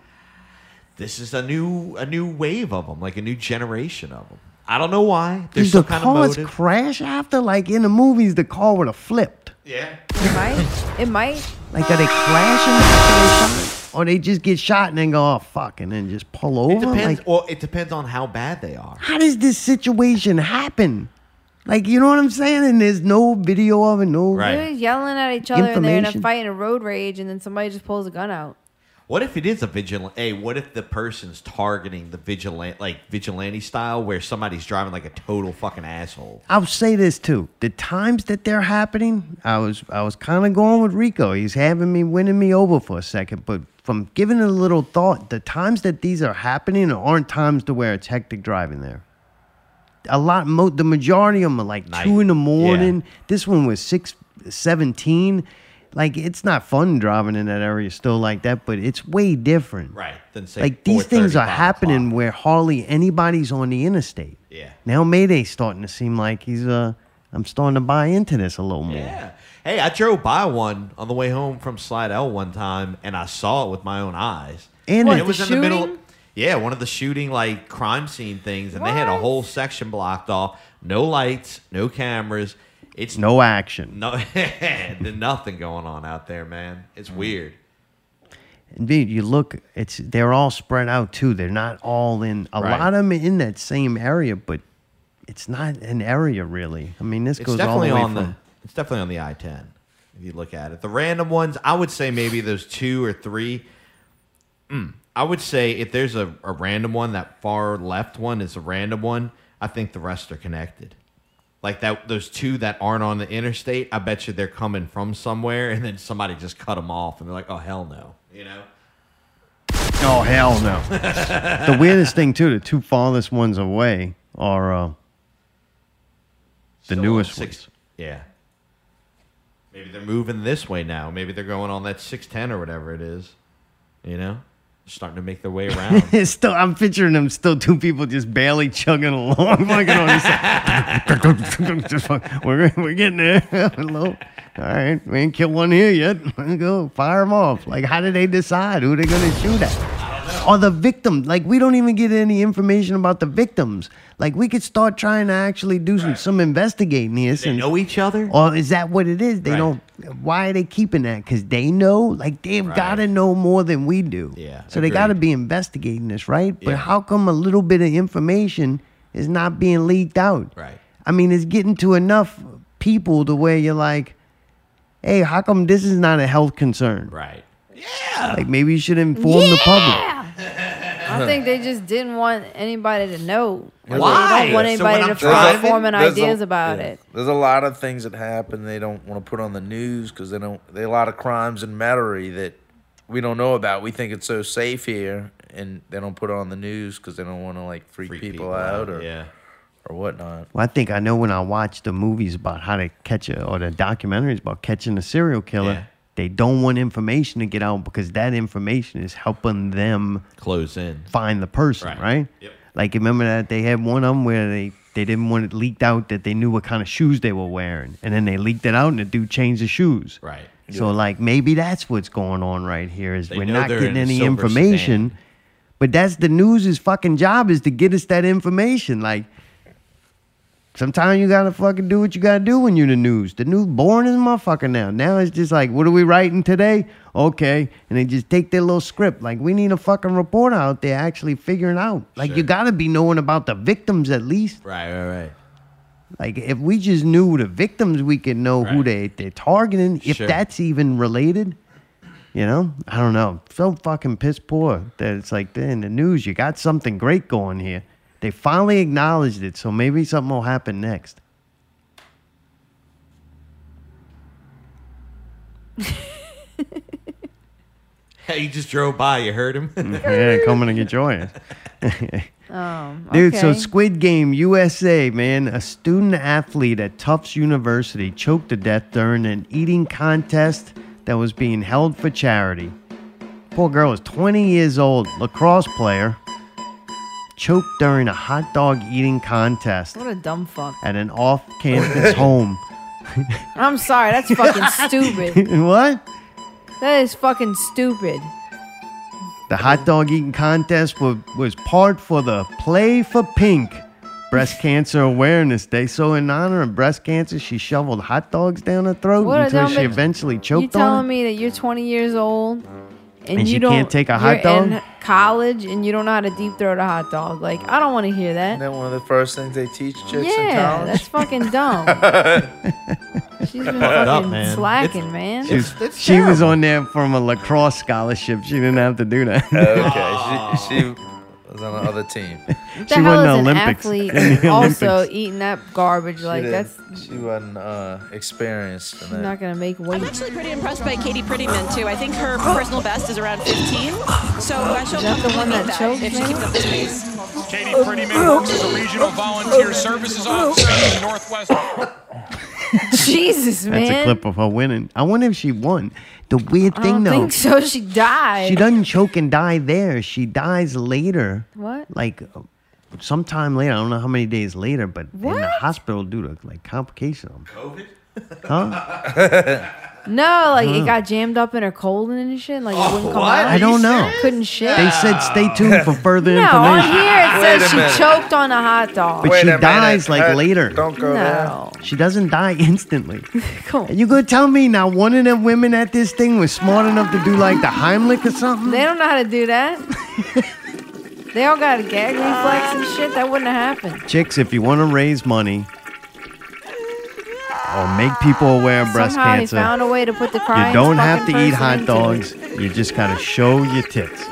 This is a new a new wave of them, like a new generation of them. I don't know why. There's
Does the
some kind of
cars
motive.
crash after? Like in the movies, the car would have flipped.
yeah.
It might. It might.
Like
<sighs>
are they crashing after they shot? Or they just get shot and then go, oh fuck, and then just pull over?
It depends.
Like,
or it depends on how bad they are.
how does this situation happen? Like, you know what I'm saying? And there's no video of it, no.
They're yelling at each other and they're in a
Information.
fight in a road rage and then somebody just pulls a gun out.
What if it is a vigilante? Hey, what if the person's targeting the vigilante, like vigilante style, where somebody's driving like a total fucking asshole?
I'll say this too: the times that they're happening, I was I was kind of going with Rico. He's having me winning me over for a second, but from giving it a little thought, the times that these are happening aren't times to where it's hectic driving there. A lot, mo- the majority of them are like two in the morning. This one was six seventeen. Like it's not fun driving in that area still like that, but it's way different.
Right. Then say
Like these things
4:30,
are
five
happening where hardly anybody's on the interstate.
Yeah.
Now Mayday's starting to seem like he's uh I'm starting to buy into this a little more.
Yeah. Hey, I drove by one on the way home from Slide L one time, and I saw it with my own eyes.
And What,
it was
the
in the middle.
shooting?
Yeah, one of the shooting like crime scene things, and they had a whole section blocked off. No lights, no cameras. It's
No action.
no, <laughs> there's nothing going on out there, man. It's
Mm.
weird.
Indeed, you look it's they're all spread out too. They're not all in a
Right.
lot of them in that same area, but it's not an area really. I mean this
it's
goes all
definitely
the way
on
from
the it's definitely on the I ten. If you look at it, the random ones, I would say maybe there's two or three. Mm, I would say if there's a, a random one, that far left one is a random one. I think the rest are connected. Like that, those two that aren't on the interstate, I bet you they're coming from somewhere, and then somebody just cut them off, and they're like, "Oh hell no," you know.
Oh hell no. the weirdest thing too, the two farthest ones away are uh the newest ones.
Yeah. Maybe they're moving this way now. Maybe they're going on that 610 or whatever it is. You know? Starting to make their
<laughs>
way around.
<laughs> It's still, I'm picturing them still two people just barely chugging along, <laughs> like on this side. <laughs> Just fuck- we're, we're getting there. <laughs> Hello. All right, we ain't killed one here yet. <laughs> Let's go fire them off. Like, how do they decide who they're gonna shoot at? Or the victim? Like, we don't even get any information about the victims. Like, we could start trying to actually do some, some investigating here. They
know each other,
or is that what it is? They don't. Why are they keeping that? Because they know. Like, they've got to know more than we do. Yeah. So they
agreed.
got to be investigating this, right? But
Yeah.
how come a little bit of information is not being leaked out?
Right.
I mean, it's getting to enough people to where you're like, hey, how come this is not a health concern?
Right.
Yeah. Like maybe you should inform the public.
I think they just didn't want anybody to know. Like, They
Why?
don't want
So
anybody
when
to
I'm driving,
start forming
there's a-
ideas about
yeah.
it.
There's a lot of things that happen they don't want to put on the news because they don't. There are a lot of crimes in Metairie that we don't know about. We think it's so safe here, and they don't put it on the news because they don't want to like freak, people, out, or
yeah.
or whatnot.
Well, I think I know when I watch the movies about how to catch a, or the documentaries about catching a serial killer, they don't want information to get out because that information is helping them
Close in.
find the person, right? Like remember that they had one of them where they they didn't want it leaked out that they knew what kind of shoes they were wearing, and then they leaked it out, and the dude changed the shoes.
Right.
So like maybe that's what's going on right here is we're
know
not
they're
getting
in a
any
silver
information, But that's the news's fucking job is to get us that information. Like, sometimes you gotta fucking do what you gotta do when you're the news. The news boring as a motherfucker now. Now it's just like, what are we writing today? Okay, and they just take their little script. Like, we need a fucking reporter out there actually figuring out. Like, you gotta be knowing about the victims at least.
Right, right, right.
Like if we just knew the victims, we could know who they they're targeting. If
Sure.
that's even related, you know, I don't know. So fucking piss poor that it's like they're in the news. You got something great going here. They finally acknowledged it, so maybe something will happen next.
Hey, you just drove by. You heard him? <laughs>
yeah, coming to get joined.
Um,
Dude, so
okay.
Squid Game USA, man, a student athlete at Tufts University choked to death during an eating contest that was being held for charity. Poor girl was 20 years old, lacrosse player, choked during a hot dog eating contest
What a dumb fuck.
at an off-campus home. <laughs>
I'm sorry, that's fucking stupid.
what?
That is fucking stupid.
The hot dog eating contest was, was part for the Play for Pink Breast Cancer Awareness Day. So, in honor of breast cancer, she shoveled hot dogs down her throat
What a
until
dumb
she
bitch.
eventually
you
choked
telling
on it.
me that you're 20 years old and,
And
you
she
don't
can't take a hot
you're
dog?
in college and you don't know how to deep throat a hot dog? Like I don't want to hear that.
Isn't that one of the first things they teach chicks
yeah,
in
that's
<laughs>
fucking dumb.
college?
She's been
Fucked up,
fucking
man.
slacking, man.
She was- she was on there from a lacrosse scholarship. She didn't have to do that. <laughs>
<laughs> okay, she, she was on the other team.
What the hell is
<laughs>
an athlete <laughs> also eating that garbage? <laughs>
She
Like
didn't-
that's
she wasn't uh, experienced in
she's
that.
not gonna make weight. <laughs>
I'm
<laughs>
actually pretty impressed by Katie Prettyman too. I think her personal best is around 15, so I shall
that the
definitely
one
meet
that choked
if she
me?
keeps up this pace.
Katie Prettyman works as a regional volunteer services officer in Northwest.
Jesus, man.
That's a clip of her winning. I wonder if she won. The weird
I
thing,
don't
though,
think so. She died.
she doesn't choke and die there. She dies later.
What?
like uh, sometime later. I don't know how many days later, but in the
What?
hospital due to like complications. COVID? Huh?
No, like
Huh.
it got jammed up in her colon and shit. Like it wouldn't come
what?
out.
I don't know.
Couldn't shit.
They said stay tuned for further
no. On
information.
here it
Wait a
says
minute.
she choked on a hot dog.
But she dies like later.
Don't
go there. No.
She doesn't die <laughs> instantly.
Cool.
You gonna tell me now one of them women at this thing was smart enough to do like the Heimlich or something?
They don't know how to
<laughs>
do that. they all got a gag reflex and shit. That wouldn't have happened.
Chicks, if you want to raise money or make people aware of breast
Somehow
cancer,
he found a way to put the crying.
you don't have to
fucking
eat
person
hot
into
dogs.
it.
You just gotta show your tits.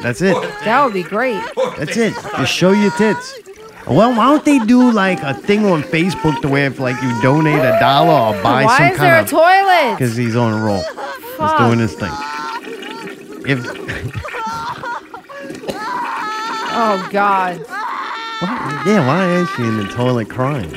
That's it.
That would be great.
That's it. Just show your tits. Well, why don't they do like a thing on Facebook to where if like you donate a dollar or buy
Why
some
is
kind
there a
of
toilet?
Because he's on a roll. He's
Fuck.
doing his thing. If
Oh God.
why, yeah, why is she in the toilet crying?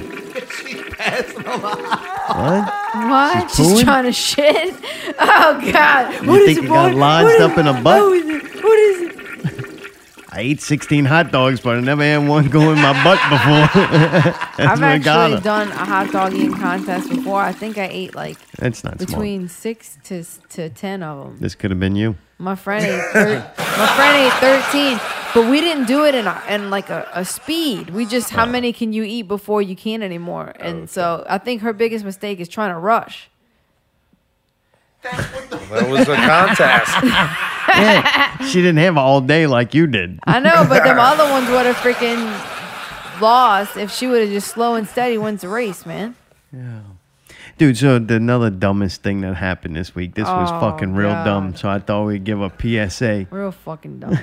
What?
What?
She's
She's,
pooing?
trying to shit. <laughs> Oh God.
You
What is
think
it,
it got
boy?
lodged
What is
up
it?
in a butt?
Oh, is it? What is it?
I ate 16 hot dogs, but I never had one go in my butt before. That's
I've
what got
actually
her.
done a hot dog eating contest before. I think I ate like
That's not smart.
between six to to ten of them.
This could have been you.
My friend ate thir- <laughs> my friend ate thirteen, but we didn't do it in a, in like a, a speed. We just how
Uh-huh.
many can you eat before you can't anymore? And so I think her biggest mistake is trying to rush.
That was a
<laughs>
contest.
Yeah, she didn't have all day like you did.
I know,
<laughs>
but them other ones would have freaking lost if she would have just slow and steady wins the race, man.
Dude, so the another dumbest thing that happened this week. This was
Oh,
fucking real
God.
dumb. So I thought we'd give a PSA.
Real
<laughs>
fucking dumb.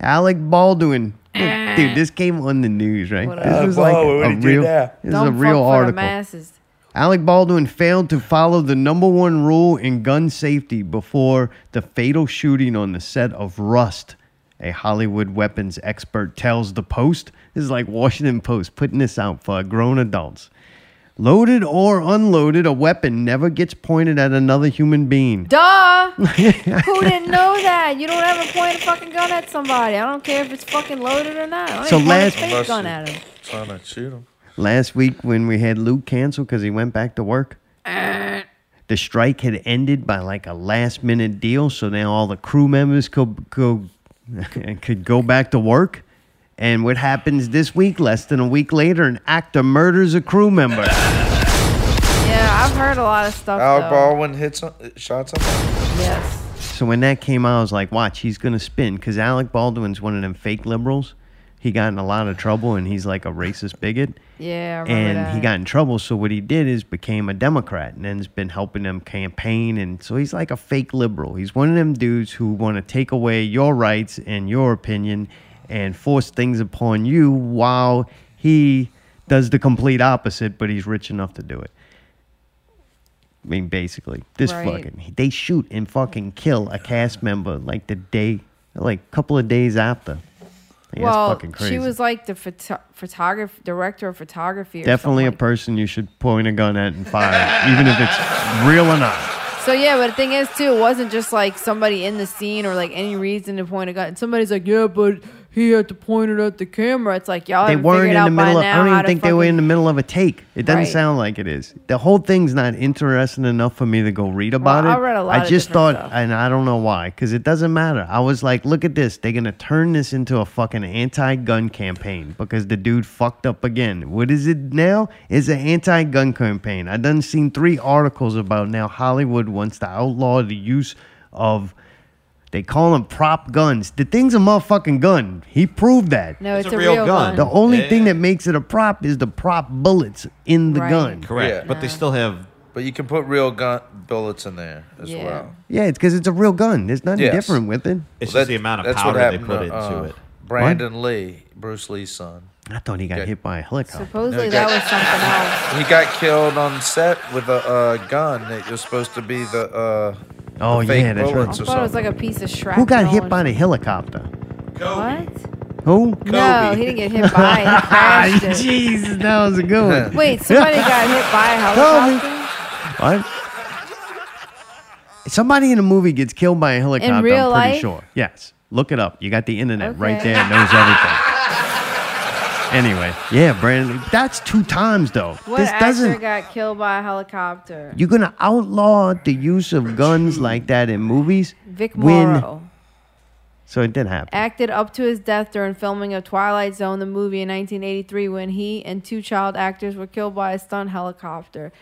Alec Baldwin. Look, dude, this came on the news, right?
Eh. What
This
up?
was like
Whoa, what
a
did you do
real,
there?
this is a
Dumb fuck
real
for the
article.
masses.
Alec Baldwin failed to follow the number one rule in gun safety before the fatal shooting on the set of Rust. A Hollywood weapons expert tells the Post. This is like Washington Post putting this out for grown adults. Loaded or unloaded, a weapon never gets pointed at another human being. <laughs>
Duh! Who didn't know that? You don't ever point a fucking gun at somebody. I don't care if it's fucking loaded or not. I don't
So
even
last-
point a fake gun at him.
Trying to shoot him.
Last week, when we had Luke cancel because he went back to work, the strike had ended by like a last minute deal. So now all the crew members could go and <laughs> could go back to work. And what happens this week? Less than a week later, an actor murders a crew member.
Yeah, I've heard a lot of stuff.
Alec
though.
Baldwin hit some, shot something.
Yes.
So when that came out, I was like, watch, he's going to spin because Alec Baldwin's one of them fake liberals. He got in a lot of trouble and he's like a racist bigot.
Yeah, I remember
and
that.
he got in trouble. So what he did is became a Democrat and then's been helping them campaign. And so he's like a fake liberal. He's one of them dudes who want to take away your rights and your opinion and force things upon you while he does the complete opposite, but he's rich enough to do it. I mean, basically, this
Right.
fucking they shoot and fucking kill a cast member like the day, like a couple of days after. Like,
well,
that's fucking crazy.
she was like the photo- photographer, director of photography. Or
Definitely a person you should point a gun at and fire, even if it's real or not.
something. So yeah, but the thing is too, it wasn't just like somebody in the scene or like any reason to point a gun. Somebody's like, yeah, but he had to point it at the camera. It's like y'all
they
haven't
weren't
figured
in
out
the middle.
by
Of,
now
I don't
how
even
to
think they
fucking-
were in the middle of a take. It doesn't
Right.
sound like it is. The whole thing's not interesting enough for me to go read about
I
it.
read a lot of
just thought,
different
and I don't know why, because it doesn't matter. I was like, look at this. They're gonna turn this into a fucking anti-gun campaign because the dude fucked up again. What is it now? It's an anti-gun campaign. I done seen three articles about now Hollywood wants to outlaw the use of. They call them prop guns. The thing's a motherfucking gun. He proved that.
No, It's it's a a real real gun. gun.
The only
Yeah.
thing that makes it a prop is the prop bullets in the gun.
Correct. But they still have.
But you can put real gun bullets in there as
Yeah.
well.
Yeah, it's because it's a real gun. There's nothing
Yes.
different with it.
It's
Well,
just the amount of
that's what
powder they
happened
put
to,
into
uh,
it.
Brandon Lee, Bruce Lee's son.
I thought he got hit by a helicopter.
Supposedly
No,
that
guy-
was something else.
He got killed on set with a uh, gun that was supposed to be the. Uh,
Oh,
the fake
yeah, that's right.
bullets
I
or
thought it was
something.
like a piece of shrapnel.
Who got hit by the helicopter?
What? <laughs>
Who?
No, he didn't get hit by it. He crashed it.
Jesus, that was a good
<laughs>
one.
Wait, somebody got hit by a
Kobe.
helicopter?
What? Somebody in a movie gets killed by a helicopter.
real
I'm pretty
life?
sure. Yes. Look it up. You got the internet right
Okay.
there. It knows
<laughs>
everything. anyway, yeah, Brandon. That's two times though.
What
this
actor
doesn't.
got killed by a helicopter?
You're gonna outlaw the use of guns like that in movies.
Vic
when-
Morrow
So it did happen.
acted up to his death during filming of Twilight Zone, the movie in 1983, when he and two child actors were killed by a stunt helicopter.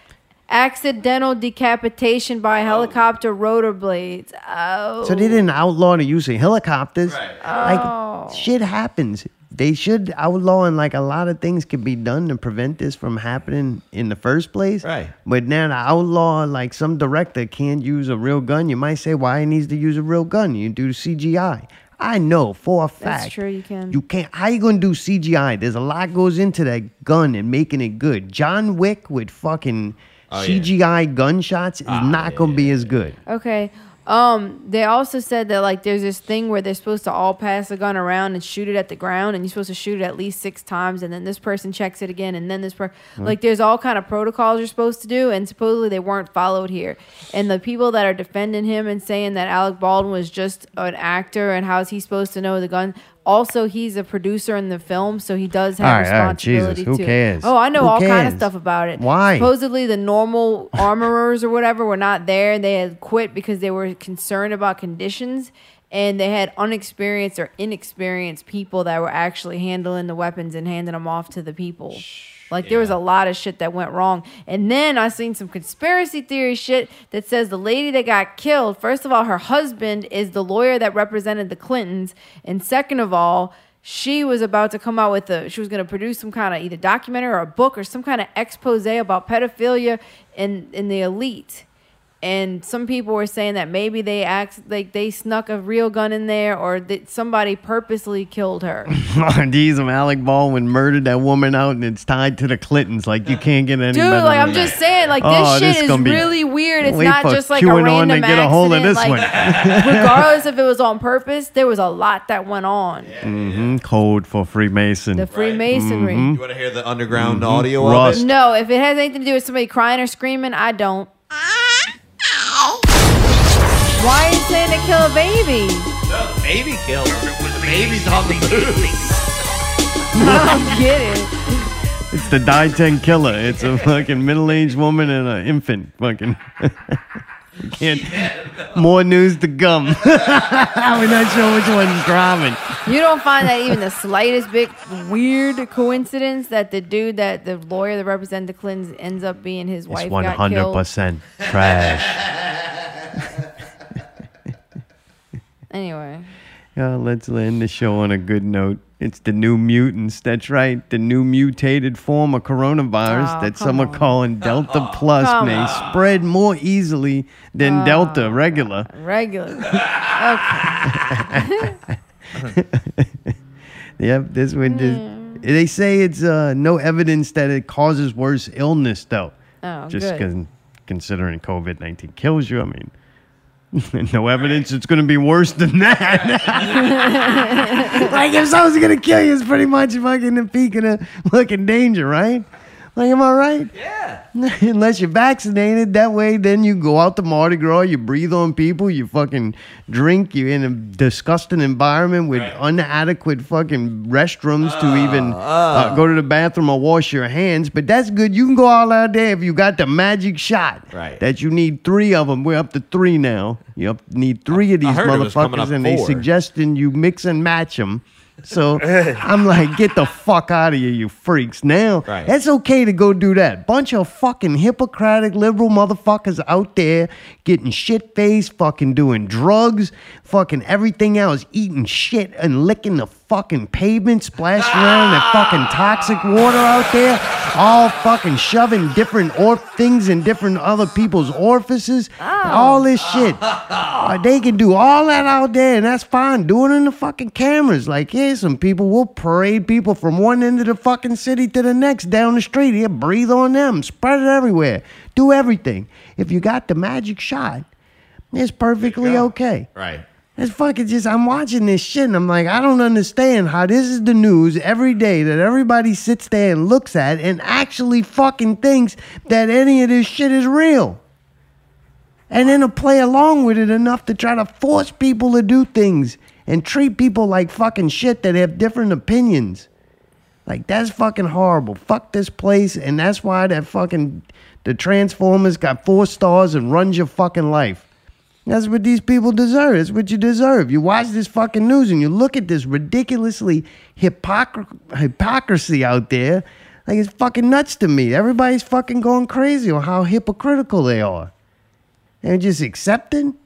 Accidental decapitation by helicopter rotor blades. Oh.
So they didn't outlaw the use of helicopters.
Oh.
Like shit happens. They should outlaw and like a lot of things could be done to prevent this from happening in the first place. Right. But now the outlaw, like some director can't use a real gun. You might say, why he needs to use a real gun? You do CGI. I know for a fact.
That's true. You can.
You can't. How you gonna do CGI? There's a lot goes into that gun and making it good. John Wick with fucking
Oh, yeah. Ah,
CGI gunshots is not gonna be as good.
Okay. Um, they also said that like there's this thing where they're supposed to all pass the gun around and shoot it at the ground, and you're supposed to shoot it at least six times, and then this person checks it again, and then this person
Hmm.
like there's all kind of protocols you're supposed to do, and supposedly they weren't followed here. And the people that are defending him and saying that Alec Baldwin was just an actor and how's he supposed to know the gun? Also, he's a producer in the film, so he does have
All right, all right,
responsibility
Jesus, who
to-
cares?
Oh, I know
Who
all kind of
cares?
stuff about it.
Why?
Supposedly the normal armorers or whatever were not there. They had quit because they were concerned about conditions and they had unexperienced or inexperienced people that were actually handling the weapons and handing them off to the people. Like there was a lot of shit that went wrong. And then I seen some conspiracy theory shit that says the lady that got killed, first of all, her husband is the lawyer that represented the Clintons, and second of all, she was about to come out with a she was going to produce some kind of either documentary or a book or some kind of expose about pedophilia in in the elite and some people were saying that maybe they act like they snuck a real gun in there or that somebody purposely killed her
Jeez, I'm Alec Baldwin murdered that woman out, and it's tied to the Clintons. Like you can't get any
dude
better
like
than
i'm
that.
just saying like this
Oh,
shit is
gonna be
really weird it's
way
not
for
just like a
queuing
random
on to get a hold of this
accident. like,
one.
<laughs> regardless if it was on purpose there was a lot that went on
hmm Code for Freemason.
The Freemasonry.
Mhm.
You want to hear the underground
Mm-hmm.
audio of
Rust.
it?
no if it has anything to do with somebody crying or screaming i don't why are you saying to kill a baby
Baby killed. Baby's on the loose.
<laughs> I'm kidding.
It's the Die Ten Killer. It's a fucking middle-aged woman and an infant. Fucking. We can't- More news to come. <laughs> We're not sure which one's dropping.
You don't find that even the slightest bit weird coincidence that the dude that the lawyer that represented the Clintons ends up being his
It's
wife
one
got
hundred
killed.
percent <laughs> trash.
Anyway,
Uh, let's end the show on a good note. It's the new mutants. That's right. The new mutated form of coronavirus
Oh,
that
come
some are calling Delta Plus
Oh, Come
may
on.
spread more easily than
Oh,
Delta regular.
regular. Okay.
yep, this one. Just,
Mm.
They say it's uh, no evidence that it causes worse illness, though.
Oh,
just
good.
con- considering COVID nineteen kills you. I mean, <laughs> no evidence it's going to be worse than
<laughs>
that. like if someone's going to kill you, it's pretty much fucking the peak of the fucking danger, right? Like, am I right? Yeah. <laughs> Unless you're vaccinated, that way, then you go out to Mardi Gras, you breathe on people, you fucking drink, you're in a disgusting environment with inadequate fucking restrooms to
Ah,
even uh, go to the bathroom or wash your hands. But that's good. You can go all out there if you got the magic shot.
Right.
That you need three of them. We're up to three now. You up, need three of these
heard it was coming
motherfuckers,
up
and they
four.
suggesting you mix and match them. So I'm like, get the fuck out of here, you freaks. Now,
Right.
that's okay to go do that. Bunch of fucking Hippocratic liberal motherfuckers out there getting shit faced, fucking doing drugs, fucking everything else, eating shit and licking the fucking pavement, splashing around in that fucking toxic water out there, all fucking shoving different or things in different other people's orifices, all this shit. Uh, they can do all that out there, and that's fine. Do it in the fucking cameras. Like, here's some people. We'll parade people from one end of the fucking city to the next down the street. Here, breathe on them. Spread it everywhere. Do everything. If you got the magic shot, it's perfectly okay.
Right.
It's fucking just, I'm watching this shit and I'm like, I don't understand how this is the news every day that everybody sits there and looks at and actually fucking thinks that any of this shit is real. And then to play along with it enough to try to force people to do things and treat people like fucking shit that have different opinions. Like that's fucking horrible. Fuck this place, and that's why that fucking the Transformers got four stars and runs your fucking life. That's what these people deserve. That's what you deserve. You watch this fucking news and you look at this ridiculously hypocr- hypocrisy out there. Like it's fucking nuts to me. Everybody's fucking going crazy on how hypocritical they are. They're just accepting.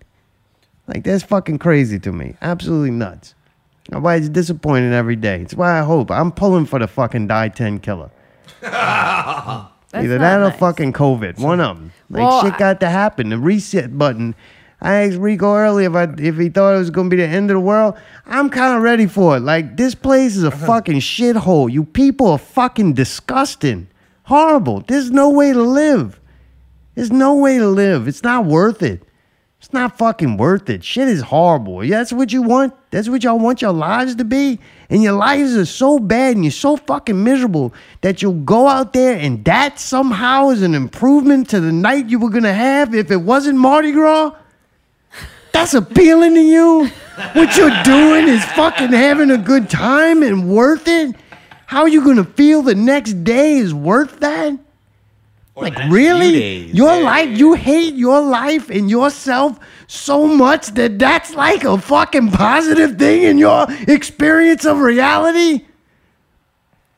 Like that's fucking crazy to me. Absolutely nuts. That's why it's disappointing every day. It's why I hope I'm pulling for the fucking die ten killer.
That's
Either
not
that or
nice.
fucking COVID. One of them. Like
Well,
shit got to happen. The reset button. I asked Rico earlier if I, if he thought it was gonna be the end of the world. I'm kind of ready for it. Like this place is a fucking shithole. You people are fucking disgusting, horrible. There's no way to live. There's no way to live. It's not worth it. It's not fucking worth it. Shit is horrible. Yeah, That's what you want. That's what y'all want your lives to be. And your lives are so bad and you're so fucking miserable that you'll go out there and that somehow is an improvement to the night you were gonna have if it wasn't Mardi Gras. That's appealing to you. What you're doing is fucking having a good time and worth it. How you gonna feel the next day is worth that? like really
days.
your life you hate your life and yourself so much that that's like a fucking positive thing in your experience of reality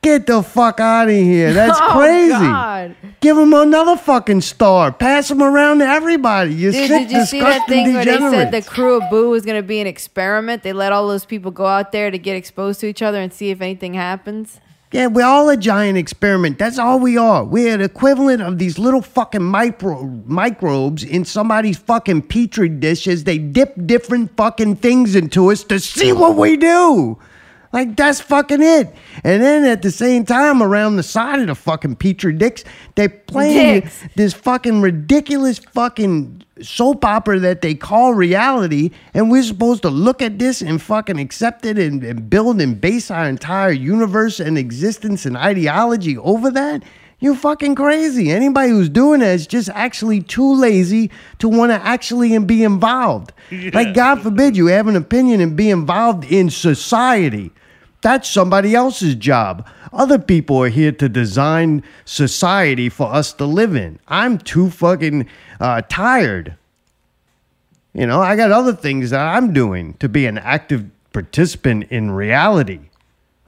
get the fuck out of
<laughs>
here that's
Oh,
crazy
God.
give him another fucking star pass him around to everybody you're
Dude,
sick
did you see that
disgusting,
thing where they
degenerate.
said the crew of Boo was going to be an experiment? They let all those people go out there to get exposed to each other and see if anything happens. <laughs>
Yeah, we're all a giant experiment. That's all we are. We're the equivalent of these little fucking micro- microbes in somebody's fucking petri dish as they dip different fucking things into us to see what we do. Like, that's fucking it. And then at the same time, around the side of the fucking petri dicks, they playing
Dicks.
this fucking ridiculous fucking soap opera that they call reality, and we're supposed to look at this and fucking accept it and, and build and base our entire universe and existence and ideology over that? You're fucking crazy. Anybody who's doing that is just actually too lazy to want to actually and be involved. Like, God forbid you have an opinion and be involved in society. That's somebody else's job. Other people are here to design society for us to live in. I'm too fucking uh, tired You know, I got other things that I'm doing to be an active participant in reality.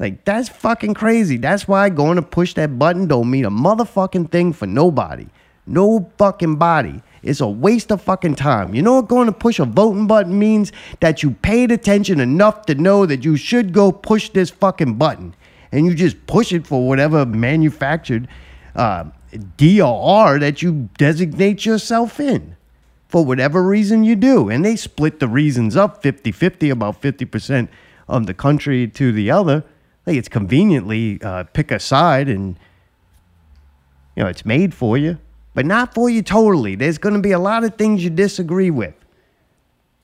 Like, that's fucking crazy. That's why going to push that button don't mean a motherfucking thing for nobody. No fucking body. It's a waste of fucking time. You know what going to push a voting button means? That you paid attention enough to know that you should go push this fucking button. And you just push it for whatever manufactured uh, DOR that you designate yourself in for whatever reason you do. And they split the reasons up 50 50, about 50% of the country to the other. Like it's conveniently uh, pick a side and, you know, it's made for you, but not for you totally. There's going to be a lot of things you disagree with,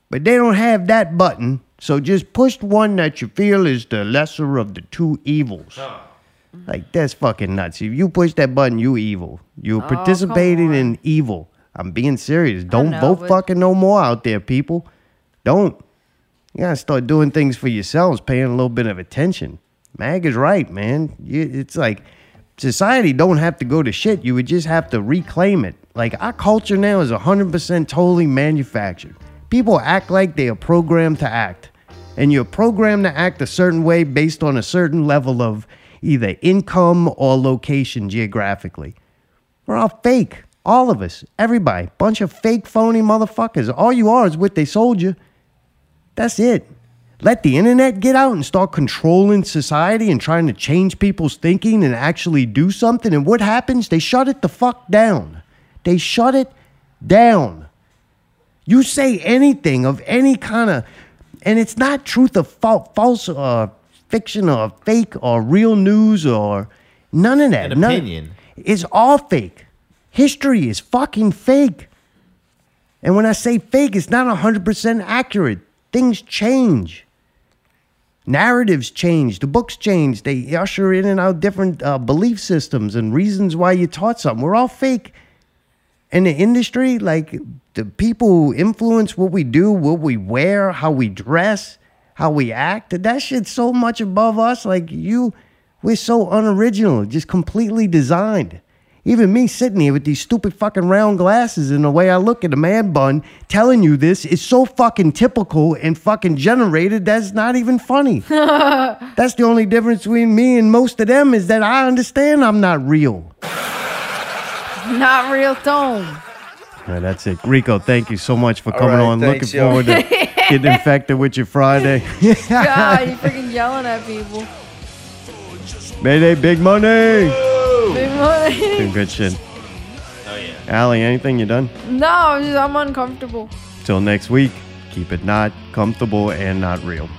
but they don't have that button. So just push one that you feel is the lesser of the two evils. Like that's fucking nuts. If you push that button, you evil. You're
Oh, come
participating in evil. I'm being serious. Don't
know,
vote
but-
fucking no more out there, people. Don't. You gotta start doing things for yourselves, paying a little bit of attention. Mag is right, man. You, it's like society don't have to go to shit. You would just have to reclaim it. Like our culture now is 100% totally manufactured. People act like they are programmed to act, and you're programmed to act a certain way based on a certain level of either income or location geographically. We're all fake. All of us. Everybody. Bunch of fake, phony motherfuckers. All you are is what they sold you. That's it. Let the internet get out and start controlling society and trying to change people's thinking and actually do something. And what happens? They shut it the fuck down. They shut it down. You say anything of any kind of, and it's not truth or fal- false or fiction or fake or real news or none of that.
An
None-
opinion.
it's all fake. History is fucking fake. And when I say fake, it's not 100% accurate. Things change. Narratives change. The books change. They usher in and out different uh, belief systems and reasons why you taught something. We're all fake. And the industry, like the people who influence what we do, what we wear, how we dress, how we act, that shit's so much above us. Like you, we're so unoriginal, just completely designed. Even me sitting here with these stupid fucking round glasses and the way I look at a man bun telling you this is so fucking typical and fucking generated that's not even funny. that's the only difference between me and most of them is that I understand I'm not real.
Not
<laughs>
real tone.
All right, that's it. Rico, thank you so much for
All
coming
right,
on.
thanks,
Looking forward
<laughs>
yo.
to getting infected with your Friday. <laughs>
God, you freaking yelling at people.
Mayday, big money.
Big money. <laughs>
Doing good shit. Oh, yeah. Allie, anything you done?
No, I'm just I'm uncomfortable.
Till next week, keep it not comfortable and not real.